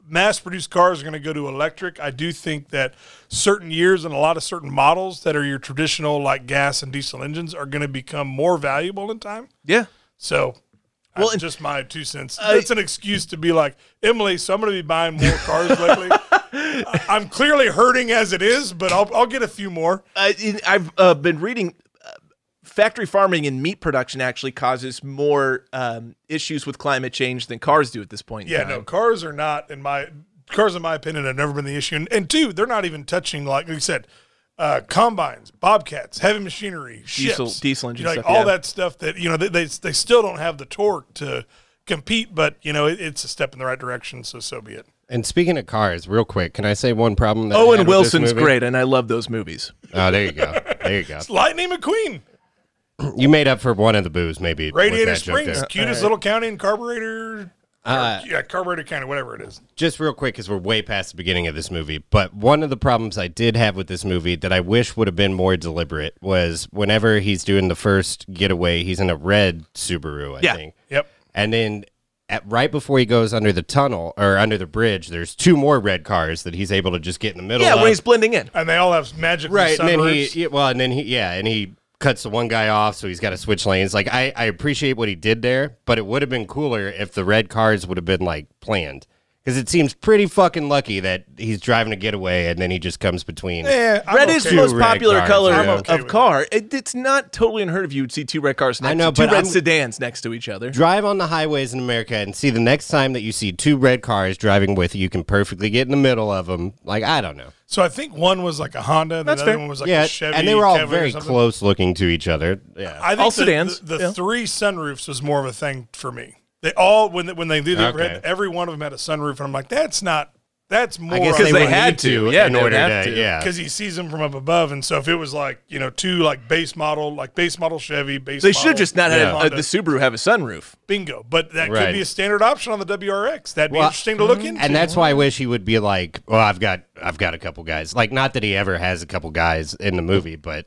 [SPEAKER 7] mass-produced cars are going to go to electric, I do think that certain years and a lot of certain models that are your traditional like gas and diesel engines are going to become more valuable in time.
[SPEAKER 1] Yeah.
[SPEAKER 7] So,
[SPEAKER 1] Well,
[SPEAKER 7] well,
[SPEAKER 1] and-
[SPEAKER 7] just my two cents. It's an excuse to be like Emily. So I'm going to be buying more cars lately. I- I'm clearly hurting as it is, but I'll, I'll get a few more.
[SPEAKER 1] I, in- I've uh, been reading uh, factory farming and meat production actually causes more um, issues with climate change than cars do at this point. in
[SPEAKER 7] Yeah,
[SPEAKER 1] time.
[SPEAKER 7] no, cars are not in my cars, in my opinion, have never been the issue. And, and two, they're not even touching like, like you said. uh, combines, bobcats, heavy machinery, ships,
[SPEAKER 1] Diesel- diesel engine
[SPEAKER 7] you know, like
[SPEAKER 1] stuff,
[SPEAKER 7] all
[SPEAKER 1] yeah.
[SPEAKER 7] that stuff that you know they, they they still don't have the torque to compete, but you know it, it's a step in the right direction. So so be it.
[SPEAKER 2] And speaking of cars, real quick, can I say one problem? That I
[SPEAKER 1] Owen
[SPEAKER 2] had with this
[SPEAKER 1] Wilson's
[SPEAKER 2] movie?
[SPEAKER 1] great, and I love those movies.
[SPEAKER 2] Oh, there you go. There you go.
[SPEAKER 7] Lightning McQueen,
[SPEAKER 2] You made up for one of the boos, maybe. with
[SPEAKER 7] Radiator
[SPEAKER 2] that joke
[SPEAKER 7] Springs,
[SPEAKER 2] there.
[SPEAKER 7] cutest
[SPEAKER 1] Uh,
[SPEAKER 7] little county in carburetor.
[SPEAKER 2] Uh,
[SPEAKER 7] yeah, carburetor county, whatever it is.
[SPEAKER 2] Just real quick, because we're way past the beginning of this movie. But one of the problems I did have with this movie that I wish would have been more deliberate was whenever he's doing the first getaway, he's in a red Subaru, I
[SPEAKER 1] Yeah.
[SPEAKER 2] think.
[SPEAKER 7] Yep.
[SPEAKER 2] And then at, right before he goes under the tunnel or under the bridge, there's two more red cars that he's able to just get in the middle
[SPEAKER 1] Yeah,
[SPEAKER 2] of.
[SPEAKER 1] when he's blending in.
[SPEAKER 7] And they all have magic
[SPEAKER 2] right and then he
[SPEAKER 7] sunroofs.
[SPEAKER 2] yeah, well and then he yeah and he cuts the one guy off so he's got to switch lanes like I, I appreciate what he did there but it would have been cooler if the red cars would have been like planned because it seems pretty fucking lucky that he's driving a getaway and then he just comes between
[SPEAKER 7] Yeah, Eh, I'm
[SPEAKER 1] Red is the
[SPEAKER 7] okay.
[SPEAKER 2] Two
[SPEAKER 1] most
[SPEAKER 2] red
[SPEAKER 1] popular
[SPEAKER 2] cars,
[SPEAKER 1] color
[SPEAKER 2] yeah. I'm
[SPEAKER 7] okay
[SPEAKER 1] of
[SPEAKER 7] with
[SPEAKER 1] car. It, it's not totally unheard of you would see two red cars next
[SPEAKER 2] I know,
[SPEAKER 1] two
[SPEAKER 2] but
[SPEAKER 1] red
[SPEAKER 2] I'm-
[SPEAKER 1] sedans next to each other.
[SPEAKER 2] drive on the highways in america and see the next time that you see two red cars driving with you you can perfectly get in the middle of them like i don't know
[SPEAKER 7] So I think one was like a Honda, and the
[SPEAKER 1] That's
[SPEAKER 7] other
[SPEAKER 1] fair.
[SPEAKER 7] one was like
[SPEAKER 2] yeah
[SPEAKER 7] a Chevy,
[SPEAKER 2] and they were all
[SPEAKER 7] Cavalier or
[SPEAKER 2] very
[SPEAKER 7] something.
[SPEAKER 2] close looking to each other yeah
[SPEAKER 7] I think
[SPEAKER 1] All
[SPEAKER 7] the,
[SPEAKER 1] sedans,
[SPEAKER 7] The, the
[SPEAKER 1] yeah.
[SPEAKER 7] three sunroofs was more of a thing for me. They all when they, when they did the
[SPEAKER 2] Okay.
[SPEAKER 7] red, every one of them had a sunroof, and I'm like, that's not that's more
[SPEAKER 2] I guess
[SPEAKER 1] Because
[SPEAKER 2] they,
[SPEAKER 1] they
[SPEAKER 2] would
[SPEAKER 1] had
[SPEAKER 2] need to
[SPEAKER 1] to. Yeah,
[SPEAKER 2] in
[SPEAKER 1] they would
[SPEAKER 2] order
[SPEAKER 1] have
[SPEAKER 2] to,
[SPEAKER 1] to.
[SPEAKER 2] yeah
[SPEAKER 7] because he sees them from up above, and so if it was like you know two like base model like base model Chevy, base
[SPEAKER 1] They
[SPEAKER 7] model,
[SPEAKER 1] should have just not
[SPEAKER 7] Honda,
[SPEAKER 1] had uh, the Subaru have a sunroof.
[SPEAKER 7] bingo, but that
[SPEAKER 2] Right.
[SPEAKER 7] could be a standard option on the WRX. That'd be
[SPEAKER 2] Well, mm-hmm.
[SPEAKER 7] interesting to look into.
[SPEAKER 2] And that's why I wish he would be like, "Well, I've got, I've got a couple guys." Like, not that he ever has a couple guys in the movie, but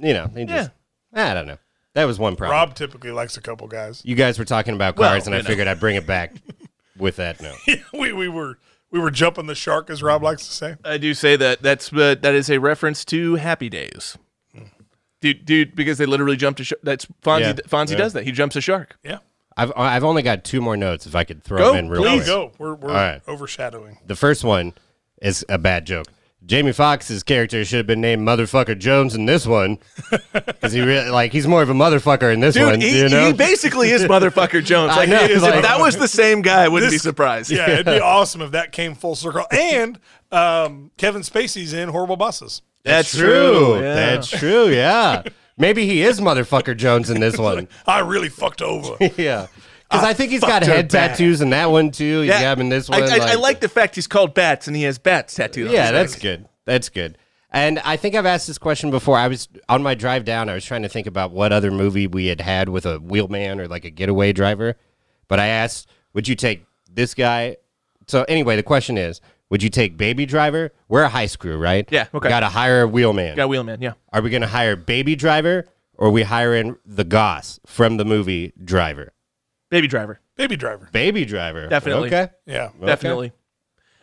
[SPEAKER 2] you know, he just, I don't know. That was one problem.
[SPEAKER 7] Rob typically likes a couple guys.
[SPEAKER 2] you guys were talking about cars,
[SPEAKER 1] Well,
[SPEAKER 2] and I
[SPEAKER 1] you know.
[SPEAKER 2] figured I'd bring it back with that note.
[SPEAKER 7] we we were we were jumping the shark, as Rob likes to say.
[SPEAKER 1] I do say that. That's but that is a reference to Happy Days,
[SPEAKER 7] Hmm.
[SPEAKER 1] dude. Dude, because they literally jumped a shark. That's Fonzie.
[SPEAKER 2] Yeah,
[SPEAKER 1] Fonzie
[SPEAKER 2] yeah.
[SPEAKER 1] does that. He jumps a shark.
[SPEAKER 7] Yeah,
[SPEAKER 2] I've, I've only got two more notes. If I could throw
[SPEAKER 1] Go,
[SPEAKER 2] them in real
[SPEAKER 7] go
[SPEAKER 2] quick.
[SPEAKER 7] go. We're we're
[SPEAKER 2] All right.
[SPEAKER 7] overshadowing.
[SPEAKER 2] The first one is a bad joke. Jamie Foxx's character should have been named Motherfucker Jones in this one, because he really like he's more of a motherfucker in this
[SPEAKER 1] Dude,
[SPEAKER 2] one.
[SPEAKER 1] he,
[SPEAKER 2] you know?
[SPEAKER 1] he basically is motherfucker Jones.
[SPEAKER 2] I
[SPEAKER 1] Like,
[SPEAKER 2] know,
[SPEAKER 1] if
[SPEAKER 2] like-
[SPEAKER 1] that was the same guy, I wouldn't be
[SPEAKER 7] This-
[SPEAKER 1] surprised.
[SPEAKER 7] Yeah, it'd be awesome if that came full circle. And um, Kevin Spacey's in Horrible Bosses.
[SPEAKER 1] that's,
[SPEAKER 2] true.
[SPEAKER 1] Yeah.
[SPEAKER 2] That's true. Yeah. Maybe he is motherfucker Jones in this one.
[SPEAKER 7] I really fucked over.
[SPEAKER 2] Yeah. Because I, think he's got
[SPEAKER 7] fucked her
[SPEAKER 2] head
[SPEAKER 7] back.
[SPEAKER 2] tattoos in that one too. He's
[SPEAKER 1] Yeah.
[SPEAKER 2] got him in this
[SPEAKER 1] I,
[SPEAKER 2] one.
[SPEAKER 1] I- I like, the fact he's called Bats and he has Bats tattooed. on
[SPEAKER 2] Yeah,
[SPEAKER 1] his
[SPEAKER 2] that's
[SPEAKER 1] face.
[SPEAKER 2] good. That's good. And I think I've asked this question before. I was on my drive down. I was trying to think about what other movie we had had with a wheelman or like a getaway driver. But I asked, would you take this guy? So anyway, the question is, would you take Baby Driver? We're a heist crew, right?
[SPEAKER 1] Yeah, okay.
[SPEAKER 2] Got to hire a wheelman.
[SPEAKER 1] Got Wheelman. Yeah.
[SPEAKER 2] Are we going to hire Baby Driver or are we hiring the Goss from the movie Driver?
[SPEAKER 1] Baby Driver.
[SPEAKER 7] Baby Driver.
[SPEAKER 2] Baby Driver.
[SPEAKER 1] Definitely.
[SPEAKER 2] Okay.
[SPEAKER 7] Yeah.
[SPEAKER 2] Okay.
[SPEAKER 1] Definitely.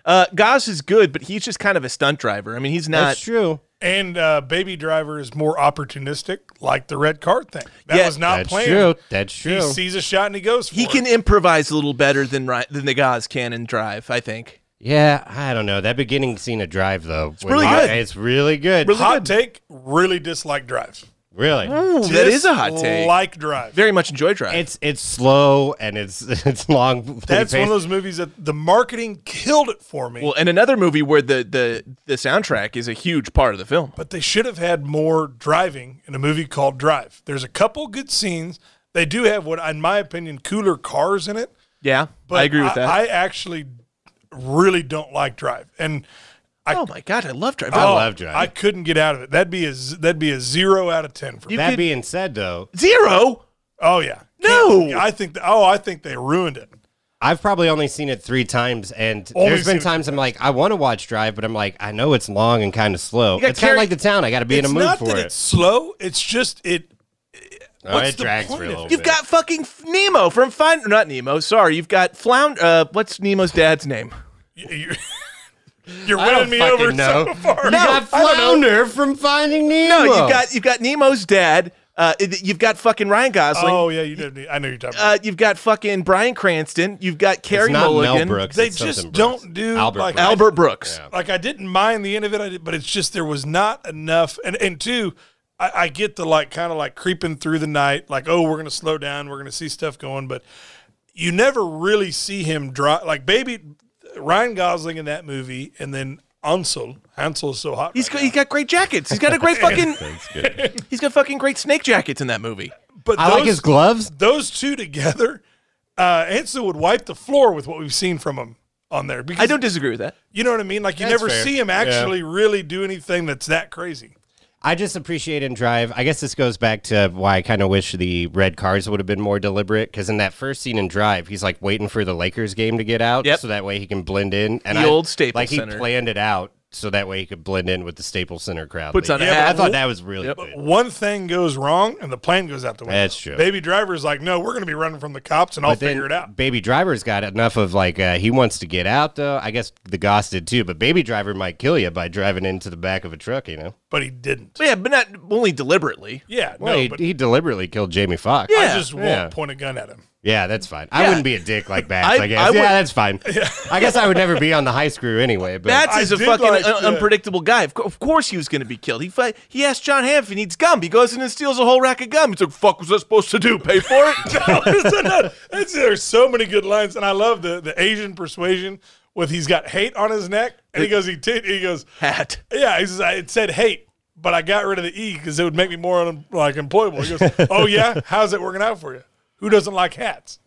[SPEAKER 1] Uh, Goss is good, but he's just kind of a stunt driver. I mean, he's not.
[SPEAKER 2] That's true.
[SPEAKER 7] And uh, Baby Driver is more opportunistic, like the red card thing. That
[SPEAKER 1] Yeah.
[SPEAKER 7] was not
[SPEAKER 2] That's
[SPEAKER 7] planned.
[SPEAKER 2] true. That's true.
[SPEAKER 7] He sees a shot and he goes for
[SPEAKER 1] He
[SPEAKER 7] it.
[SPEAKER 1] can improvise a little better than Ri- than the Goss can in Drive. I think.
[SPEAKER 2] yeah, I don't know. That beginning scene of Drive though. It's
[SPEAKER 1] really good.
[SPEAKER 2] It's really good. Really?
[SPEAKER 7] Hot take, really dislike drive.
[SPEAKER 1] that is a hot take.
[SPEAKER 7] Like drive.
[SPEAKER 1] Very much enjoy Drive.
[SPEAKER 2] It's it's slow and it's it's long.
[SPEAKER 7] That's one of
[SPEAKER 2] paced.
[SPEAKER 7] those movies that the marketing killed it for me.
[SPEAKER 1] well, and another movie where the the the soundtrack is a huge part of the film.
[SPEAKER 7] but they should have had more driving in a movie called Drive. There's a couple good scenes. They do have what, in my opinion, cooler cars in it.
[SPEAKER 1] Yeah, I agree with that.
[SPEAKER 7] I actually really don't like Drive, and
[SPEAKER 1] oh my god, I love Drive.
[SPEAKER 2] I
[SPEAKER 1] Oh,
[SPEAKER 2] love Drive.
[SPEAKER 7] I couldn't get out of it. That'd be a z- that'd be a zero out of ten for me.
[SPEAKER 2] that
[SPEAKER 1] could-
[SPEAKER 2] being said though,
[SPEAKER 1] Zero.
[SPEAKER 7] Oh yeah,
[SPEAKER 1] No!
[SPEAKER 7] Can't- I think th- oh I think they ruined it.
[SPEAKER 2] I've probably only seen it three times, and
[SPEAKER 7] Only
[SPEAKER 2] there's been
[SPEAKER 7] seen it
[SPEAKER 2] times I'm like, I want to watch Drive, but I'm like, I know it's long and kind of slow.
[SPEAKER 1] got
[SPEAKER 2] It's kind of
[SPEAKER 1] Carrie-
[SPEAKER 2] like the town. I got to be in
[SPEAKER 7] it's
[SPEAKER 2] a mood
[SPEAKER 7] not
[SPEAKER 2] for
[SPEAKER 7] that
[SPEAKER 2] it.
[SPEAKER 7] it's slow. It's just it.
[SPEAKER 2] Oh,
[SPEAKER 7] what's
[SPEAKER 2] it
[SPEAKER 7] the
[SPEAKER 2] drags
[SPEAKER 7] point
[SPEAKER 2] for a
[SPEAKER 7] of
[SPEAKER 2] little
[SPEAKER 7] it?
[SPEAKER 2] bit.
[SPEAKER 1] You've got fucking Nemo from Find not Nemo. Sorry, you've got Flound. Uh, what's Nemo's dad's name?
[SPEAKER 7] You, you're
[SPEAKER 2] I
[SPEAKER 7] winning
[SPEAKER 2] don't
[SPEAKER 7] me
[SPEAKER 2] fucking
[SPEAKER 7] over
[SPEAKER 2] know.
[SPEAKER 7] so far.
[SPEAKER 2] You got Flounder from Finding Nemo.
[SPEAKER 1] No, you've got you've got Nemo's dad. Uh, you've got fucking Ryan Gosling.
[SPEAKER 7] Oh yeah, you did. need- I know you're talking. about.
[SPEAKER 1] Uh, you've got fucking Brian Cranston. You've got Carrie
[SPEAKER 2] it's not
[SPEAKER 1] Mulligan.
[SPEAKER 2] Mel Brooks.
[SPEAKER 7] They
[SPEAKER 2] it's
[SPEAKER 7] just
[SPEAKER 2] something Brooks.
[SPEAKER 7] don't do,
[SPEAKER 2] Albert.
[SPEAKER 7] like,
[SPEAKER 2] Brooks.
[SPEAKER 1] Albert Brooks.
[SPEAKER 2] Yeah.
[SPEAKER 7] like I didn't mind the end of it, I did, but it's just there was not enough. And and two, I, I get the like kind of like creeping through the night, like oh we're gonna slow down, we're gonna see stuff going, but you never really see him drive. Like baby Ryan Gosling in that movie, and then Ansel. Hansel is so hot.
[SPEAKER 1] He's
[SPEAKER 7] right
[SPEAKER 1] got, he's got great jackets. He's got a great fucking. He's got fucking great snake jackets in that movie.
[SPEAKER 7] now. but
[SPEAKER 2] I like his gloves.
[SPEAKER 7] Those two together, uh, Ansel would wipe the floor with what we've seen from him on there. Because
[SPEAKER 1] I don't disagree with that.
[SPEAKER 7] You know what I mean? Like you
[SPEAKER 2] That's
[SPEAKER 7] never
[SPEAKER 2] fair.
[SPEAKER 7] see him
[SPEAKER 2] Yeah.
[SPEAKER 7] actually really do anything that's that crazy.
[SPEAKER 2] I just appreciate in Drive. I guess this goes back to why I kind of wish the red cars would have been more deliberate. Because in that first scene in Drive, he's like waiting for the Lakers game to get out,
[SPEAKER 1] Yep.
[SPEAKER 2] so that way he can blend in. And
[SPEAKER 1] The
[SPEAKER 2] I-
[SPEAKER 1] old Staples
[SPEAKER 2] like he
[SPEAKER 1] Center.
[SPEAKER 2] planned it out so that way he could blend in with the Staples Center crowd.
[SPEAKER 1] Puts
[SPEAKER 2] that
[SPEAKER 1] on a
[SPEAKER 2] he-
[SPEAKER 1] hat.
[SPEAKER 2] I thought that was really
[SPEAKER 1] Yep.
[SPEAKER 2] good.
[SPEAKER 7] One thing goes wrong and the plane goes out the window.
[SPEAKER 2] That's true.
[SPEAKER 7] Baby driver's like, no, we're going to be running from the cops and I'll
[SPEAKER 2] But then
[SPEAKER 7] figure it out.
[SPEAKER 2] Baby Driver's got enough of like uh, he wants to get out though. I guess the Goss did too, but Baby Driver might kill you by driving into the back of a truck. You know,
[SPEAKER 7] But he didn't.
[SPEAKER 1] But yeah, but not only deliberately.
[SPEAKER 7] Yeah,
[SPEAKER 2] well,
[SPEAKER 7] no,
[SPEAKER 2] he,
[SPEAKER 7] but
[SPEAKER 2] he deliberately killed Jamie Foxx.
[SPEAKER 7] I
[SPEAKER 1] Yeah,
[SPEAKER 7] just won't
[SPEAKER 2] yeah.
[SPEAKER 7] point a gun at him.
[SPEAKER 2] Yeah, that's fine. I
[SPEAKER 1] Yeah.
[SPEAKER 2] wouldn't be a dick like that.
[SPEAKER 1] I-
[SPEAKER 2] I, guess.
[SPEAKER 1] I would-
[SPEAKER 2] yeah, that's fine. I guess I would never be on the high screw anyway. But
[SPEAKER 1] Bats
[SPEAKER 7] I
[SPEAKER 1] is a
[SPEAKER 7] did
[SPEAKER 1] fucking
[SPEAKER 7] like
[SPEAKER 1] un-
[SPEAKER 7] that.
[SPEAKER 1] unpredictable guy. Of, co- of course he was going to be killed. He fi- he asked John Hamm if he needs gum. He goes in and steals a whole rack of gum. He's like, "Fuck, was I supposed to do? Pay for it?"
[SPEAKER 7] That's, there's so many good lines, and I love the the Asian persuasion with he's got hate on his neck, and he goes he t- he goes
[SPEAKER 1] Hat.
[SPEAKER 7] yeah he says "I- it said hate, but I got rid of the e because it would make me more un- like employable. He goes oh yeah, how's it working out for you? Who doesn't like hats?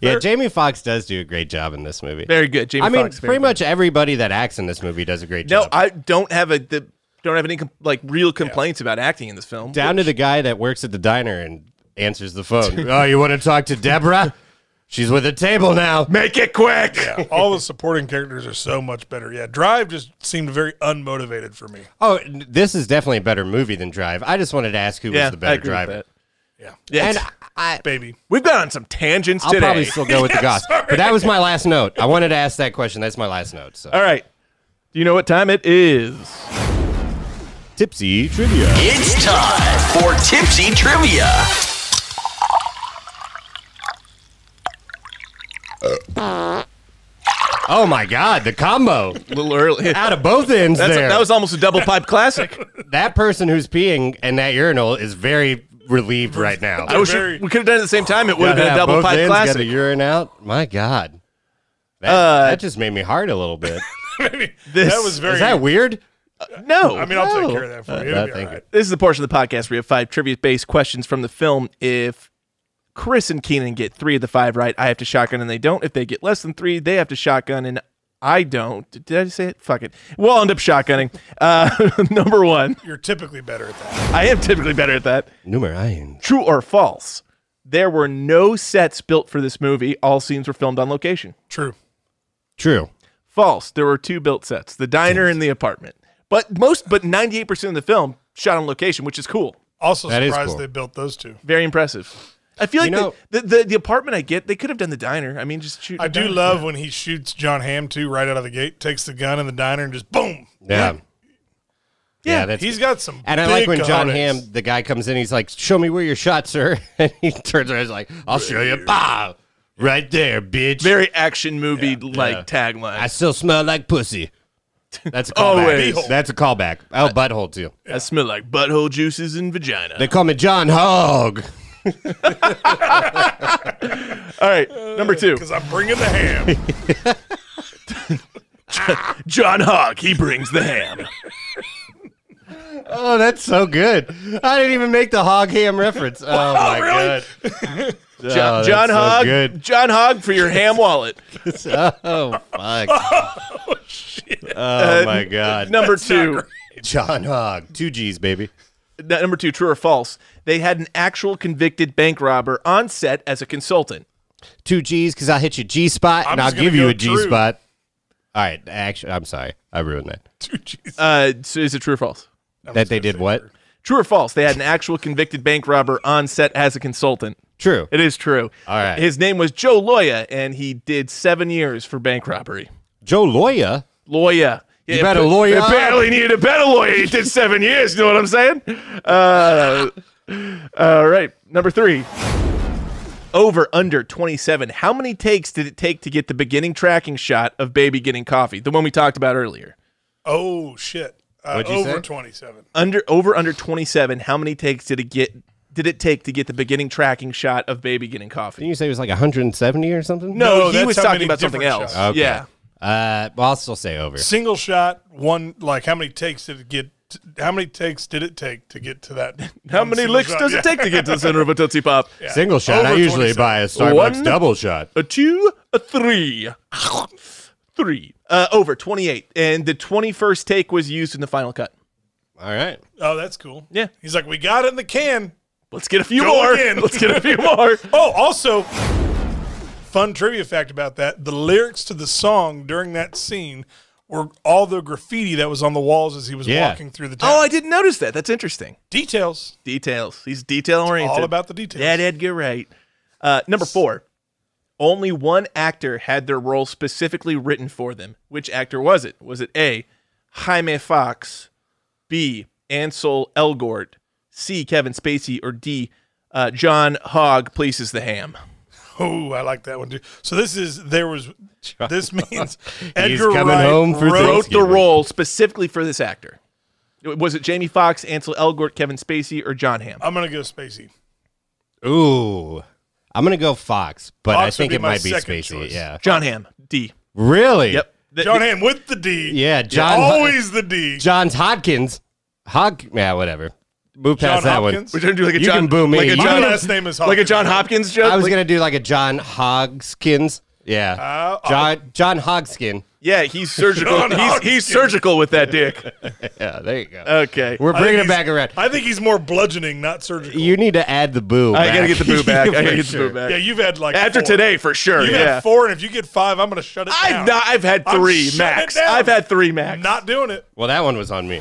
[SPEAKER 2] yeah, Jamie Foxx does do a great job in this movie.
[SPEAKER 1] Very good, Jamie.
[SPEAKER 2] I mean,
[SPEAKER 1] Foxx, very
[SPEAKER 2] pretty
[SPEAKER 1] good.
[SPEAKER 2] much everybody that acts in this movie does a great
[SPEAKER 1] No,
[SPEAKER 2] job.
[SPEAKER 1] I don't have a the, don't have any com- like real complaints about acting in this film.
[SPEAKER 2] Down to the guy that works at the diner and answers the phone. oh, you want to talk to Deborah? She's with a table now.
[SPEAKER 1] Make it quick.
[SPEAKER 7] All the supporting characters are so much better. Yeah, Drive just seemed very unmotivated for me.
[SPEAKER 2] Oh, n- this is definitely a better movie than Drive. I just wanted to ask who
[SPEAKER 1] Yeah,
[SPEAKER 2] was the
[SPEAKER 1] I
[SPEAKER 2] better
[SPEAKER 1] agree
[SPEAKER 2] driver.
[SPEAKER 1] with
[SPEAKER 7] Yeah,
[SPEAKER 1] that. Yeah,
[SPEAKER 2] And
[SPEAKER 1] it's-
[SPEAKER 2] I,
[SPEAKER 7] baby.
[SPEAKER 1] we've gone on some tangents
[SPEAKER 2] I'll
[SPEAKER 1] today.
[SPEAKER 2] probably still go with the Goss.
[SPEAKER 7] sorry.
[SPEAKER 2] But that was my last note. I wanted to ask that question. That's my last note. So.
[SPEAKER 1] All right. Do you know what time it is?
[SPEAKER 2] Tipsy trivia.
[SPEAKER 9] It's time for Tipsy Trivia.
[SPEAKER 2] Oh my God, the combo
[SPEAKER 1] A little early.
[SPEAKER 2] out of both ends
[SPEAKER 1] That's a-
[SPEAKER 2] there.
[SPEAKER 1] that was almost a double pipe classic.
[SPEAKER 2] that person who's peeing and that urinal is very relieved right now.
[SPEAKER 1] I wish
[SPEAKER 7] Very-
[SPEAKER 1] we could have done it at the same time. It would have
[SPEAKER 2] Gotta
[SPEAKER 1] been a
[SPEAKER 2] have
[SPEAKER 1] double
[SPEAKER 2] both
[SPEAKER 1] pipe
[SPEAKER 2] ends,
[SPEAKER 1] classic.
[SPEAKER 2] Gotta urine out. My God, that,
[SPEAKER 1] Uh,
[SPEAKER 2] that just made me hard a little bit.
[SPEAKER 1] This-
[SPEAKER 7] that was very.
[SPEAKER 2] is that weird?
[SPEAKER 1] No.
[SPEAKER 7] I mean, I'll
[SPEAKER 2] No.
[SPEAKER 7] take care of that for
[SPEAKER 2] Uh,
[SPEAKER 7] you. It'll
[SPEAKER 2] uh,
[SPEAKER 7] be
[SPEAKER 2] thank
[SPEAKER 7] all right.
[SPEAKER 1] this is the portion of the podcast where we have five trivia based questions from the film. If Chris and Keenan get three of the five right, I have to shotgun and they don't. If they get less than three, they have to shotgun and I don't. Did I say it? Fuck it. We'll end up shotgunning. Uh, number one,
[SPEAKER 7] You're typically better at that.
[SPEAKER 1] I am typically better at that.
[SPEAKER 2] Numerain.
[SPEAKER 1] True or false? There were no sets built for this movie. All scenes were filmed on location.
[SPEAKER 7] True.
[SPEAKER 2] True.
[SPEAKER 1] False. There were two built sets: the diner and the apartment. But most, but ninety-eight percent of the film shot on location, which is cool.
[SPEAKER 7] Also
[SPEAKER 2] That is
[SPEAKER 7] surprised
[SPEAKER 2] cool.
[SPEAKER 7] they built those two.
[SPEAKER 1] Very impressive. I feel like
[SPEAKER 2] You know-
[SPEAKER 1] the, the, the the apartment I get, they could have done the diner. I mean, just shoot.
[SPEAKER 7] I
[SPEAKER 1] the
[SPEAKER 7] do
[SPEAKER 1] diner.
[SPEAKER 7] love when he shoots John Hamm too right out of the gate, takes the gun in the diner and just boom.
[SPEAKER 2] Yeah. Yeah,
[SPEAKER 1] Yeah,
[SPEAKER 2] that's
[SPEAKER 7] He's got some.
[SPEAKER 2] And I like when John
[SPEAKER 7] Ham.
[SPEAKER 2] Hamm, the guy comes in, he's like, "Show me where your shot, sir," and he turns around, he's like, "I'll show you, bah, right there, bitch."
[SPEAKER 1] very action movie like
[SPEAKER 2] I
[SPEAKER 1] tagline.
[SPEAKER 2] still smell like pussy. That's a
[SPEAKER 1] Always.
[SPEAKER 2] callback. That's a callback. Oh, butthole too.
[SPEAKER 1] I, smell like butthole juices and vagina.
[SPEAKER 2] They call me John Hog.
[SPEAKER 1] All right, number two,
[SPEAKER 2] Uh,
[SPEAKER 7] Because I'm bringing the ham.
[SPEAKER 1] John Hawk. He brings the ham.
[SPEAKER 2] Oh, that's so good. I didn't even make the hog ham reference. Oh my god. Oh,
[SPEAKER 1] John,
[SPEAKER 2] that's
[SPEAKER 1] John
[SPEAKER 2] so
[SPEAKER 1] Hogg.
[SPEAKER 2] good.
[SPEAKER 1] John Hogg for your ham wallet.
[SPEAKER 2] Oh fuck. oh Uh, my god.
[SPEAKER 1] Number two.
[SPEAKER 2] John Hog. Two G's, baby.
[SPEAKER 1] that- number two, true or false? They had an actual convicted bank robber on set as a consultant.
[SPEAKER 2] Two G's because I hit you G spot
[SPEAKER 7] I'm
[SPEAKER 2] and I'll
[SPEAKER 7] just gonna
[SPEAKER 2] give you
[SPEAKER 7] go
[SPEAKER 2] a G
[SPEAKER 7] true.
[SPEAKER 2] spot. All right. Actually, I'm sorry. I ruined that.
[SPEAKER 7] Dude, jeez.
[SPEAKER 1] Uh, so is it true or false?
[SPEAKER 2] that they did what?
[SPEAKER 1] True or false? They had an actual convicted bank robber on set as a consultant.
[SPEAKER 2] True.
[SPEAKER 1] It is true.
[SPEAKER 2] All right.
[SPEAKER 1] His name was Joe Loya, and he did seven years for bank robbery.
[SPEAKER 2] Joe Loya.
[SPEAKER 1] Loya. Yeah,
[SPEAKER 2] You better lawyer up.
[SPEAKER 1] Apparently needed a better lawyer. He did seven years. You know what I'm saying? Uh, all right. Number three. Over under 27. How many takes did it take to get the beginning tracking shot of baby getting coffee? The one we talked about earlier.
[SPEAKER 7] Oh, shit. Uh,
[SPEAKER 2] What'd you
[SPEAKER 7] over
[SPEAKER 2] say?
[SPEAKER 7] 27.
[SPEAKER 1] Under over under 27. How many takes did it get? Did it take to get the beginning tracking shot of baby getting coffee?
[SPEAKER 2] Didn't you say it was like 170 or something?
[SPEAKER 1] No,
[SPEAKER 7] No,
[SPEAKER 1] he
[SPEAKER 7] that's
[SPEAKER 1] was
[SPEAKER 7] how
[SPEAKER 1] talking
[SPEAKER 7] many
[SPEAKER 1] about something
[SPEAKER 7] different
[SPEAKER 1] else.
[SPEAKER 7] shots.
[SPEAKER 2] Okay.
[SPEAKER 1] Yeah.
[SPEAKER 2] Uh, well, I'll still say over.
[SPEAKER 7] Single shot, one like how many takes did it get? How many takes did it take to get to that?
[SPEAKER 1] How
[SPEAKER 7] one
[SPEAKER 1] many
[SPEAKER 7] single
[SPEAKER 1] licks
[SPEAKER 7] shot?
[SPEAKER 1] does
[SPEAKER 7] Yeah.
[SPEAKER 1] it take to get to the center of a Tootsie Pop?
[SPEAKER 2] Single shot. I
[SPEAKER 7] Over
[SPEAKER 2] usually
[SPEAKER 7] 27.
[SPEAKER 2] buy a Starbucks
[SPEAKER 1] One.
[SPEAKER 2] double shot.
[SPEAKER 1] A two, a three. Three. Uh, over 28. And the 21st take was used in the final cut.
[SPEAKER 2] All right.
[SPEAKER 7] Oh, that's cool.
[SPEAKER 1] Yeah.
[SPEAKER 7] he's like, we got it in the can.
[SPEAKER 1] Let's get a few
[SPEAKER 7] Go
[SPEAKER 1] more.
[SPEAKER 7] again.
[SPEAKER 1] Let's get a few more.
[SPEAKER 7] Oh, also, fun trivia fact about that: the lyrics to the song during that scene were all the graffiti that was on the walls as he was
[SPEAKER 2] Yeah.
[SPEAKER 7] walking through the town.
[SPEAKER 1] Oh, I didn't notice that. That's interesting.
[SPEAKER 7] details.
[SPEAKER 1] Details. He's detail oriented.
[SPEAKER 7] All about the details.
[SPEAKER 1] That Edgar Wright. Uh, number four. Only one actor had their role specifically written for them. Which actor was it? Was it A. Jaime Fox, B. Ansel Elgort, C. Kevin Spacey, or D. Uh, John Hogg places the ham.
[SPEAKER 7] Oh, I like that one too. So this is there was. This means Edgar
[SPEAKER 2] coming
[SPEAKER 7] Wright
[SPEAKER 2] home for
[SPEAKER 7] wrote-
[SPEAKER 2] Thanksgiving.
[SPEAKER 1] Wrote the role specifically for this actor. Was it Jamie Fox, Ansel Elgort, Kevin Spacey, or John Hamm?
[SPEAKER 7] I'm gonna go Spacey.
[SPEAKER 2] Ooh. I'm gonna go Fox, but I
[SPEAKER 7] Fox would
[SPEAKER 2] think
[SPEAKER 7] be
[SPEAKER 2] it
[SPEAKER 7] my
[SPEAKER 2] might be
[SPEAKER 7] second
[SPEAKER 2] Spacey.
[SPEAKER 7] choice.
[SPEAKER 2] Yeah.
[SPEAKER 1] John Hamm. D.
[SPEAKER 2] Really?
[SPEAKER 1] Yep. Th-
[SPEAKER 7] John
[SPEAKER 1] th-
[SPEAKER 7] Hamm with the D.
[SPEAKER 2] Yeah. John.
[SPEAKER 7] always the D.
[SPEAKER 2] John's Hodkins. Hog. Yeah. Whatever. Move
[SPEAKER 7] John
[SPEAKER 2] past that
[SPEAKER 7] Hopkins?
[SPEAKER 1] We're
[SPEAKER 2] one.
[SPEAKER 1] gonna do like a
[SPEAKER 2] You
[SPEAKER 1] John.
[SPEAKER 2] can boo me.
[SPEAKER 1] Like a
[SPEAKER 2] You
[SPEAKER 1] John,
[SPEAKER 2] can-
[SPEAKER 7] My last name is Hopkins.
[SPEAKER 1] like a John Hopkins joke.
[SPEAKER 2] I was
[SPEAKER 1] Like-
[SPEAKER 2] gonna do like a John Hogskins. Yeah.
[SPEAKER 7] Uh, uh,
[SPEAKER 2] John John Hogskin.
[SPEAKER 1] yeah, he's surgical.
[SPEAKER 7] John
[SPEAKER 1] he's, he's
[SPEAKER 7] Hopkins.
[SPEAKER 1] surgical with that dick.
[SPEAKER 2] Yeah. There you go.
[SPEAKER 1] Okay.
[SPEAKER 2] We're
[SPEAKER 7] Uh, I think
[SPEAKER 2] bringing it
[SPEAKER 7] he's-
[SPEAKER 2] back around.
[SPEAKER 7] I think he's more bludgeoning, not surgical.
[SPEAKER 2] You need to add the boo.
[SPEAKER 1] I gotta
[SPEAKER 2] back.
[SPEAKER 1] get the boo back. I
[SPEAKER 2] For
[SPEAKER 1] gotta get
[SPEAKER 2] sure.
[SPEAKER 1] the boo back.
[SPEAKER 7] yeah, you've had like
[SPEAKER 1] After
[SPEAKER 7] four.
[SPEAKER 1] today, for sure.
[SPEAKER 7] You've
[SPEAKER 1] yeah.
[SPEAKER 7] had four, and if you get five, I'm gonna shut it
[SPEAKER 1] I've
[SPEAKER 7] down.
[SPEAKER 1] not, I've had
[SPEAKER 7] I'm
[SPEAKER 1] three
[SPEAKER 7] shutting it
[SPEAKER 1] max.
[SPEAKER 7] down.
[SPEAKER 1] I've had three max.
[SPEAKER 7] I'm not doing it.
[SPEAKER 2] Well, that one was on me.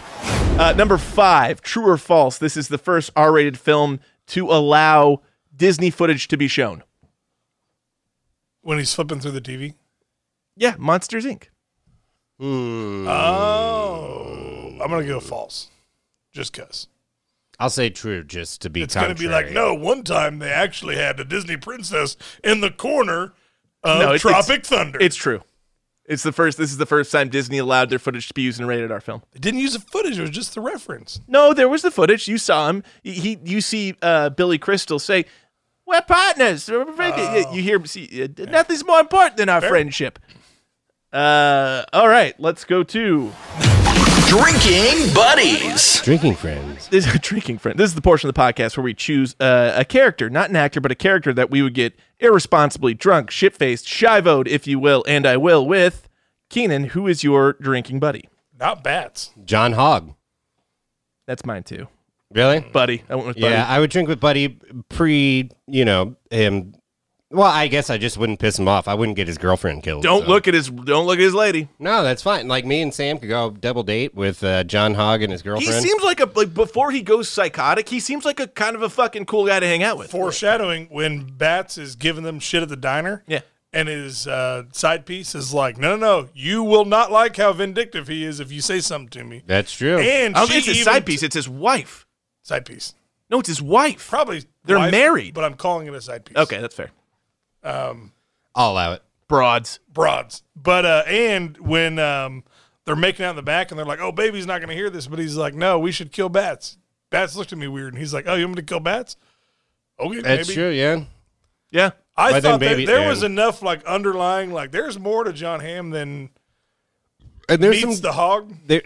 [SPEAKER 1] Uh, number five, true or false? This is the first R-rated film to allow Disney footage to be shown.
[SPEAKER 7] When he's flipping through the TV.
[SPEAKER 1] Yeah, Monsters Inc.
[SPEAKER 7] Oh, I'm gonna go false, just cause.
[SPEAKER 2] I'll say true just to be.
[SPEAKER 7] It's gonna be like no.
[SPEAKER 2] contrary.
[SPEAKER 7] One time they actually had a Disney princess in the corner of
[SPEAKER 1] No, it's-
[SPEAKER 7] Tropic Thunder.
[SPEAKER 1] It's true. It's the first. This is the first time Disney allowed their footage to be used in a rated R film.
[SPEAKER 7] They didn't use the footage. It was just the reference.
[SPEAKER 1] No, there was the footage. You saw him. He, he you see uh, Billy Crystal say, "We're partners." We're friends." You hear him. See, uh, nothing's more important than our friendship. Uh, all right, let's go to
[SPEAKER 9] Drinking buddies.
[SPEAKER 2] drinking friends.
[SPEAKER 1] this is drinking friend. This is the portion of the podcast where we choose uh, a character, not an actor, but a character that we would get irresponsibly drunk, shit faced, shivoed, if you will, and I will with Keenan. Who is your drinking buddy?
[SPEAKER 7] Not bats.
[SPEAKER 2] John Hogg.
[SPEAKER 1] That's mine too,
[SPEAKER 2] Really?
[SPEAKER 1] buddy. I went with buddy.
[SPEAKER 2] Yeah, I would drink with Buddy pre, you know, him. Well, I guess I just wouldn't piss him off. I wouldn't get his girlfriend killed.
[SPEAKER 1] don't
[SPEAKER 2] so.
[SPEAKER 1] look at his. Don't look at his lady.
[SPEAKER 2] No, that's fine. Like me and Sam could go double date with uh, John Hogg and his
[SPEAKER 1] He
[SPEAKER 2] girlfriend.
[SPEAKER 1] seems like a like before he goes psychotic. He seems like a kind of a fucking cool guy to hang out with.
[SPEAKER 7] Foreshadowing when bats is giving them shit at the diner.
[SPEAKER 1] Yeah.
[SPEAKER 7] And his uh, side piece is like, no, no, no, you will not like how vindictive he is if you say something to me.
[SPEAKER 2] that's true.
[SPEAKER 7] And
[SPEAKER 1] I don't
[SPEAKER 7] she
[SPEAKER 1] think it's his
[SPEAKER 7] even-
[SPEAKER 1] side piece. It's his wife.
[SPEAKER 7] Side piece.
[SPEAKER 1] No, it's his wife.
[SPEAKER 7] Probably.
[SPEAKER 1] They're
[SPEAKER 7] wife,
[SPEAKER 1] married.
[SPEAKER 7] But I'm calling it a side piece.
[SPEAKER 1] Okay, that's fair.
[SPEAKER 2] I'll allow it.
[SPEAKER 1] Broads.
[SPEAKER 7] Broads. But, uh, and when um, they're making out in the back and they're like, oh, baby's not going to hear this. But he's like, no, we should kill bats. Bats looked at me weird. And he's like, oh, you want me to kill bats? Okay,
[SPEAKER 2] That's
[SPEAKER 7] maybe.
[SPEAKER 2] true. Yeah.
[SPEAKER 1] Yeah.
[SPEAKER 7] I
[SPEAKER 2] But then
[SPEAKER 7] thought
[SPEAKER 2] baby-
[SPEAKER 7] that there
[SPEAKER 2] and-
[SPEAKER 7] was enough like underlying, like there's more to John Hamm than
[SPEAKER 2] And there's
[SPEAKER 7] meets
[SPEAKER 2] some.
[SPEAKER 7] the hog.
[SPEAKER 2] there-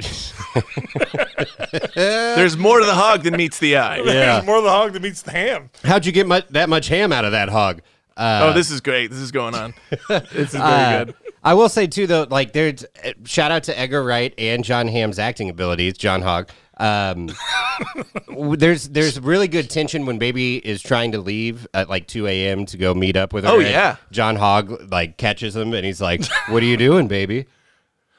[SPEAKER 1] There's more to the hog than meets the eye.
[SPEAKER 2] Yeah.
[SPEAKER 7] There's more of the hog that meets the ham.
[SPEAKER 2] how'd you get mu- that much ham out of that hog? Uh,
[SPEAKER 1] oh, this is great. This is going on. this is very
[SPEAKER 2] Uh,
[SPEAKER 1] good.
[SPEAKER 2] I will say too, though, like there's uh, shout out to Edgar Wright and John Hamm's acting abilities, John Hogg. Um, w- there's there's really good tension when Baby is trying to leave at like 2 a.m. to go meet up with her.
[SPEAKER 1] Oh,
[SPEAKER 2] and
[SPEAKER 1] yeah.
[SPEAKER 2] John Hogg like catches him and he's like, "What are you doing, Baby?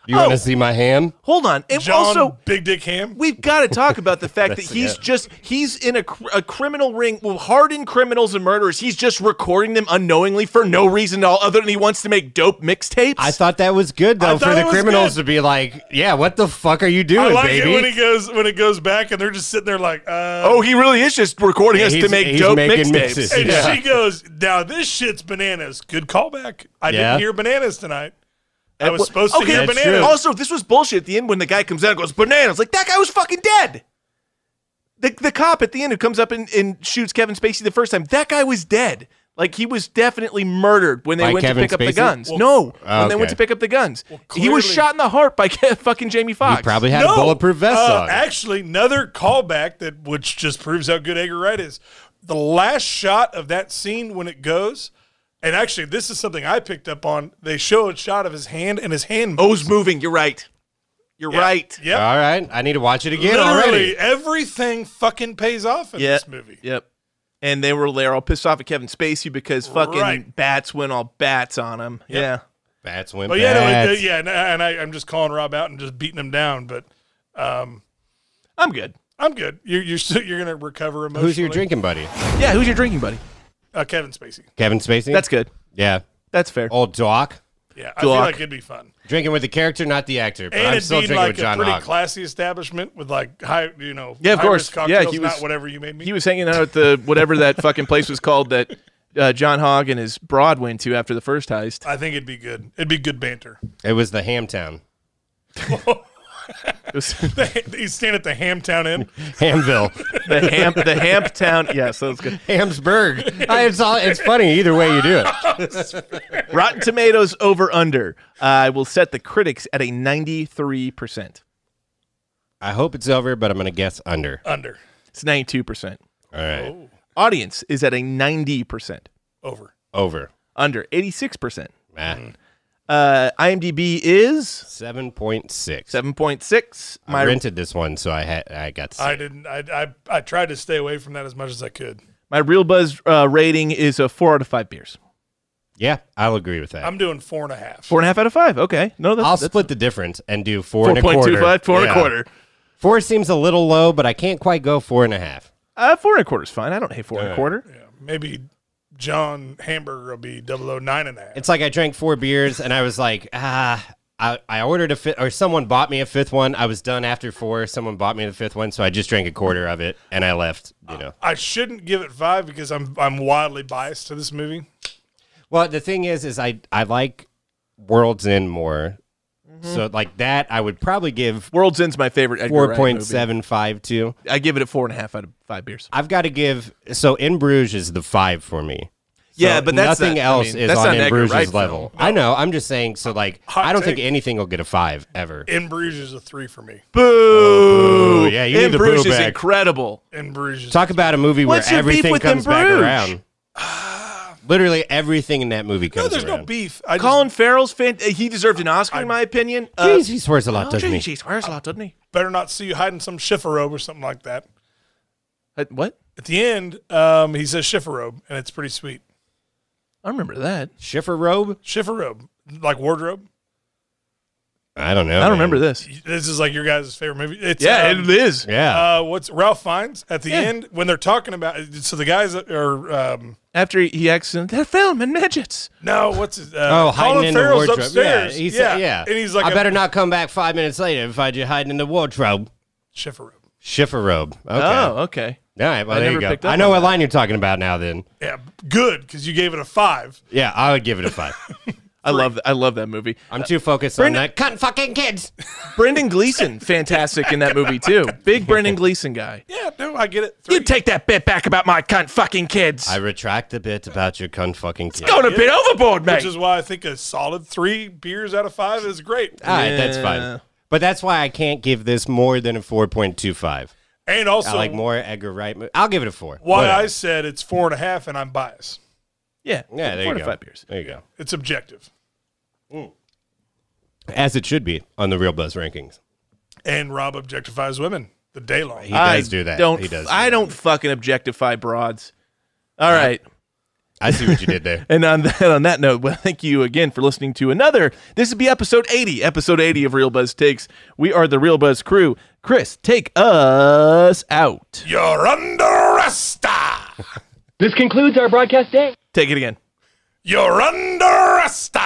[SPEAKER 2] You
[SPEAKER 7] Oh.
[SPEAKER 2] want to see my ham?"
[SPEAKER 1] Hold on. And
[SPEAKER 7] John
[SPEAKER 1] also,
[SPEAKER 7] Big Dick Ham.
[SPEAKER 1] we've got to talk about the fact that
[SPEAKER 2] That's
[SPEAKER 1] he's
[SPEAKER 2] it.
[SPEAKER 1] just he's in a, cr- a criminal ring with hardened criminals and murderers. He's just recording them unknowingly for no reason at all, other than he wants to make dope mixtapes.
[SPEAKER 2] I thought that was good
[SPEAKER 7] I
[SPEAKER 2] though
[SPEAKER 7] thought
[SPEAKER 2] for the
[SPEAKER 7] it was
[SPEAKER 2] criminals
[SPEAKER 7] good.
[SPEAKER 2] to be like, "Yeah, what the fuck are you
[SPEAKER 7] I
[SPEAKER 2] doing,
[SPEAKER 7] like
[SPEAKER 2] Baby?"
[SPEAKER 7] it when he goes when it goes back and they're just sitting there like, uh,
[SPEAKER 1] Oh, he really is just recording
[SPEAKER 2] Yeah,
[SPEAKER 1] us to
[SPEAKER 2] he's-
[SPEAKER 1] make
[SPEAKER 2] he's
[SPEAKER 1] dope
[SPEAKER 2] making
[SPEAKER 1] mixtapes.
[SPEAKER 2] mixes.
[SPEAKER 7] and
[SPEAKER 2] yeah.
[SPEAKER 7] she goes, now this shit's bananas. Good callback. I
[SPEAKER 2] Yeah.
[SPEAKER 7] didn't hear bananas tonight. I was supposed to
[SPEAKER 1] okay,
[SPEAKER 7] hear
[SPEAKER 2] that's
[SPEAKER 7] bananas.
[SPEAKER 2] true.
[SPEAKER 1] Also, this was bullshit at the end when the guy comes out and goes, bananas. Like, that guy was fucking dead. The, the cop at the end who comes up and, and shoots Kevin Spacey the first time, that guy was dead. Like he was definitely murdered when they
[SPEAKER 2] By
[SPEAKER 1] went
[SPEAKER 2] Kevin
[SPEAKER 1] to pick up the
[SPEAKER 2] Spacey?
[SPEAKER 1] guns.
[SPEAKER 2] Well-
[SPEAKER 1] no,
[SPEAKER 2] Oh,
[SPEAKER 1] when they went
[SPEAKER 2] okay.
[SPEAKER 1] to pick up the guns, he was
[SPEAKER 7] clearly-
[SPEAKER 1] shot in the heart by Ke- fucking Jamie Foxx.
[SPEAKER 2] He probably had a bulletproof vest
[SPEAKER 7] uh,
[SPEAKER 2] on.
[SPEAKER 7] Actually, another callback that which just proves how good Edgar Wright is. The last shot of that scene when it goes, and actually this is something I picked up on. They show a shot of his hand and his hand.
[SPEAKER 1] Oh, it's moving. You're right. You're right.
[SPEAKER 7] Yep.
[SPEAKER 2] All right, I need to watch it again
[SPEAKER 7] Literally
[SPEAKER 2] already.
[SPEAKER 7] everything fucking pays off in
[SPEAKER 1] Yeah.
[SPEAKER 7] this movie.
[SPEAKER 1] Yep. And they were there all pissed off at Kevin Spacey because fucking
[SPEAKER 7] Right.
[SPEAKER 1] bats went all bats on him. Yeah.
[SPEAKER 2] Bats went
[SPEAKER 7] But yeah, no,
[SPEAKER 2] bats.
[SPEAKER 7] it- uh, yeah, and, and I, I'm just calling Rob out and just beating him down. But um,
[SPEAKER 1] I'm good.
[SPEAKER 7] I'm good. You're you're still, you're gonna recover emotionally.
[SPEAKER 2] Who's your drinking buddy?
[SPEAKER 1] Yeah, who's your drinking buddy?
[SPEAKER 7] Uh, Kevin Spacey.
[SPEAKER 2] Kevin Spacey.
[SPEAKER 1] That's good.
[SPEAKER 2] yeah.
[SPEAKER 1] That's fair.
[SPEAKER 2] Old Doc.
[SPEAKER 7] Yeah, I feel like
[SPEAKER 1] Glock.
[SPEAKER 7] it'd be fun.
[SPEAKER 2] Drinking with the character, not the actor. But
[SPEAKER 7] And
[SPEAKER 2] I'm
[SPEAKER 7] it'd
[SPEAKER 2] still
[SPEAKER 7] be
[SPEAKER 2] drinking
[SPEAKER 7] like
[SPEAKER 2] with
[SPEAKER 7] a
[SPEAKER 2] John
[SPEAKER 7] pretty
[SPEAKER 2] Hawk.
[SPEAKER 7] classy establishment with like high, you know,
[SPEAKER 1] Yeah, of course.
[SPEAKER 7] high-risk
[SPEAKER 1] Yeah,
[SPEAKER 7] cocktails,
[SPEAKER 1] he was-
[SPEAKER 7] not whatever you made me.
[SPEAKER 1] He was hanging out at the whatever that fucking place was called that uh, John Hogg and his broad went to after the first heist.
[SPEAKER 7] I think it'd be good. It'd be good banter.
[SPEAKER 2] It was the Hamtown.
[SPEAKER 1] It was
[SPEAKER 7] He's staying at the Hamtown Inn.
[SPEAKER 2] Hamville.
[SPEAKER 1] the Hamp, the Hamp Town. Yes, that was good.
[SPEAKER 2] Hamsburg. I, it's, all, it's funny either way you do it.
[SPEAKER 1] Rotten Tomatoes over under. I will set the critics at a ninety three percent.
[SPEAKER 2] I hope it's over, but I'm going to guess under.
[SPEAKER 7] Under.
[SPEAKER 1] It's ninety two percent.
[SPEAKER 2] All right.
[SPEAKER 1] Oh. Audience is at a ninety percent.
[SPEAKER 7] Over.
[SPEAKER 2] Over.
[SPEAKER 1] Under eighty six percent.
[SPEAKER 2] Ah,
[SPEAKER 1] Hmm. Uh, IMDb is
[SPEAKER 2] 7.6.
[SPEAKER 1] seven point six.
[SPEAKER 2] I rented this one, so I had I got
[SPEAKER 7] I
[SPEAKER 2] sick.
[SPEAKER 7] didn't. I, I I tried to stay away from that as much as I could.
[SPEAKER 1] my real buzz uh, rating is a four out of five beers.
[SPEAKER 2] Yeah, I'll agree with that.
[SPEAKER 7] I'm doing four and a half.
[SPEAKER 1] Four and a half out of five. Okay, no, that's
[SPEAKER 2] I'll
[SPEAKER 1] that's
[SPEAKER 2] split the difference and do four,
[SPEAKER 1] four
[SPEAKER 2] and a
[SPEAKER 1] point
[SPEAKER 2] quarter.
[SPEAKER 1] two five, four and a
[SPEAKER 2] Yeah.
[SPEAKER 1] quarter.
[SPEAKER 2] Four seems a little low, but I can't quite go four and a half.
[SPEAKER 1] Uh, four and a quarter is fine. I don't hate four and a quarter.
[SPEAKER 7] Yeah, maybe John Hamburger will be 009 and a half.
[SPEAKER 2] It's like I drank four beers and I was like, ah, I, I ordered a fifth, or someone bought me a fifth one. I was done after four. Someone bought me the fifth one, so I just drank a quarter of it and I left. You know.
[SPEAKER 7] I shouldn't give it five because I'm I'm wildly biased to this movie.
[SPEAKER 2] Well, the thing is, is I I like World's End more, so
[SPEAKER 1] Mm-hmm.
[SPEAKER 2] like that I would probably give
[SPEAKER 1] World's End's my favorite. Edgar Wright
[SPEAKER 2] four
[SPEAKER 1] movie.
[SPEAKER 2] point seven five two.
[SPEAKER 1] I give it a four and a half out of five beers.
[SPEAKER 2] I've got to give so in Bruges is the five for me.
[SPEAKER 1] yeah,
[SPEAKER 2] So
[SPEAKER 1] but that's
[SPEAKER 2] nothing
[SPEAKER 1] not- I
[SPEAKER 2] else
[SPEAKER 1] mean,
[SPEAKER 2] is
[SPEAKER 1] that's
[SPEAKER 2] on
[SPEAKER 1] not an
[SPEAKER 2] in
[SPEAKER 1] Edgar
[SPEAKER 2] Bruges
[SPEAKER 1] Wright
[SPEAKER 2] level.
[SPEAKER 1] film.
[SPEAKER 2] I know. I'm just saying. So like,
[SPEAKER 7] Hot
[SPEAKER 2] I don't think
[SPEAKER 7] take.
[SPEAKER 2] anything will get a five ever.
[SPEAKER 7] In Bruges is a three for me.
[SPEAKER 1] Boo!
[SPEAKER 2] Oh, boo. Yeah, you
[SPEAKER 1] In
[SPEAKER 2] need the boo
[SPEAKER 1] Bruges is
[SPEAKER 2] back.
[SPEAKER 1] incredible.
[SPEAKER 7] In Bruges,
[SPEAKER 2] Talk about a movie
[SPEAKER 1] What's
[SPEAKER 2] where
[SPEAKER 1] your beef
[SPEAKER 2] everything
[SPEAKER 1] with
[SPEAKER 2] comes
[SPEAKER 1] In
[SPEAKER 2] back
[SPEAKER 1] Bruges?
[SPEAKER 2] around. Literally everything in that movie comes
[SPEAKER 7] no, there's
[SPEAKER 2] around.
[SPEAKER 7] no beef. I just,
[SPEAKER 1] Colin Farrell's fan. uh, He deserved an Oscar, in my opinion. Uh,
[SPEAKER 2] Jeez, he swears a lot,
[SPEAKER 1] oh,
[SPEAKER 2] doesn't
[SPEAKER 1] gee,
[SPEAKER 2] he?
[SPEAKER 1] He swears a lot, doesn't he?
[SPEAKER 7] better not see you hiding some shiffer robe or something like that.
[SPEAKER 1] Uh, What?
[SPEAKER 7] At the end, um, he says shiffer robe, and it's pretty sweet.
[SPEAKER 1] I remember that.
[SPEAKER 2] Schiffer robe?
[SPEAKER 7] Shiffer robe, like wardrobe.
[SPEAKER 2] I don't know.
[SPEAKER 1] I
[SPEAKER 2] man.
[SPEAKER 1] don't remember this.
[SPEAKER 7] This is like your guys' favorite movie. It's,
[SPEAKER 1] Yeah,
[SPEAKER 7] um,
[SPEAKER 1] it is.
[SPEAKER 2] Yeah.
[SPEAKER 7] Uh, what's Ralph Fiennes at the
[SPEAKER 1] Yeah.
[SPEAKER 7] end when they're talking about? So the guys are um,
[SPEAKER 1] After he, he accident, they're filming midgets.
[SPEAKER 7] no, what's his, uh,
[SPEAKER 2] Oh,
[SPEAKER 7] Colin
[SPEAKER 2] hiding in
[SPEAKER 7] Farrell's
[SPEAKER 2] the wardrobe.
[SPEAKER 7] upstairs.
[SPEAKER 2] Yeah, he said, yeah.
[SPEAKER 7] and he's like,
[SPEAKER 2] I
[SPEAKER 7] a
[SPEAKER 2] better not come back five minutes later and find you hiding in the wardrobe.
[SPEAKER 7] shiffer robe.
[SPEAKER 2] Schiffer robe. Okay.
[SPEAKER 1] Oh, okay.
[SPEAKER 2] All right. Well,
[SPEAKER 1] I
[SPEAKER 2] there
[SPEAKER 1] never
[SPEAKER 2] you
[SPEAKER 1] picked
[SPEAKER 2] go.
[SPEAKER 1] up
[SPEAKER 2] I know
[SPEAKER 1] on
[SPEAKER 2] what
[SPEAKER 1] that.
[SPEAKER 2] line you're talking about now. Then,
[SPEAKER 7] Yeah, good because you gave it a five.
[SPEAKER 2] yeah, I would give it a five.
[SPEAKER 1] I love I love that movie.
[SPEAKER 2] I'm too focused on that. Cut fucking kids.
[SPEAKER 1] Brendan Gleeson, fantastic in that movie too. Big Brendan Gleeson guy.
[SPEAKER 7] Yeah, no, I get it. Three.
[SPEAKER 1] You take that bit back about my cunt fucking kids.
[SPEAKER 2] I retract the bit about your cunt fucking kids.
[SPEAKER 1] Going a bit overboard, mate.
[SPEAKER 7] Which is why I think a solid three beers out of five is great.
[SPEAKER 2] All right, that's fine. But that's why I can't give this more than a 4.25.
[SPEAKER 7] And also,
[SPEAKER 2] I like more Edgar Wright. mo- I'll give it a four.
[SPEAKER 7] why
[SPEAKER 2] Whatever.
[SPEAKER 7] I said it's four and a half, and I'm biased.
[SPEAKER 1] yeah,
[SPEAKER 2] yeah, there
[SPEAKER 1] four
[SPEAKER 2] you
[SPEAKER 1] to
[SPEAKER 2] go.
[SPEAKER 1] five beers.
[SPEAKER 2] There you go.
[SPEAKER 7] It's objective.
[SPEAKER 2] As it should be on the Real Buzz rankings.
[SPEAKER 7] And Rob objectifies women the day long.
[SPEAKER 2] He does do that.
[SPEAKER 1] Don't,
[SPEAKER 2] he does. do
[SPEAKER 1] I
[SPEAKER 2] that.
[SPEAKER 1] don't fucking objectify broads. All right.
[SPEAKER 2] I see what you did there.
[SPEAKER 1] And on that, on that note, well, thank you again for listening to another. This would be episode 80, episode 80 of Real Buzz Takes. We are the Real Buzz crew. Chris, take us out.
[SPEAKER 7] You're under arrest.
[SPEAKER 10] This concludes our broadcast day.
[SPEAKER 1] Take it again.
[SPEAKER 7] You're under arrest.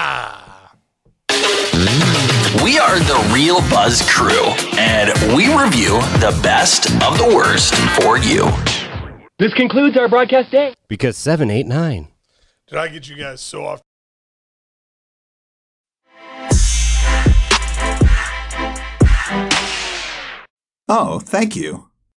[SPEAKER 9] We are the Real Buzz Crew, and we review the best of the worst for you.
[SPEAKER 10] This concludes our broadcast day.
[SPEAKER 2] Because seven, eight, nine.
[SPEAKER 7] Did I get you guys so off?
[SPEAKER 11] Oh, thank you.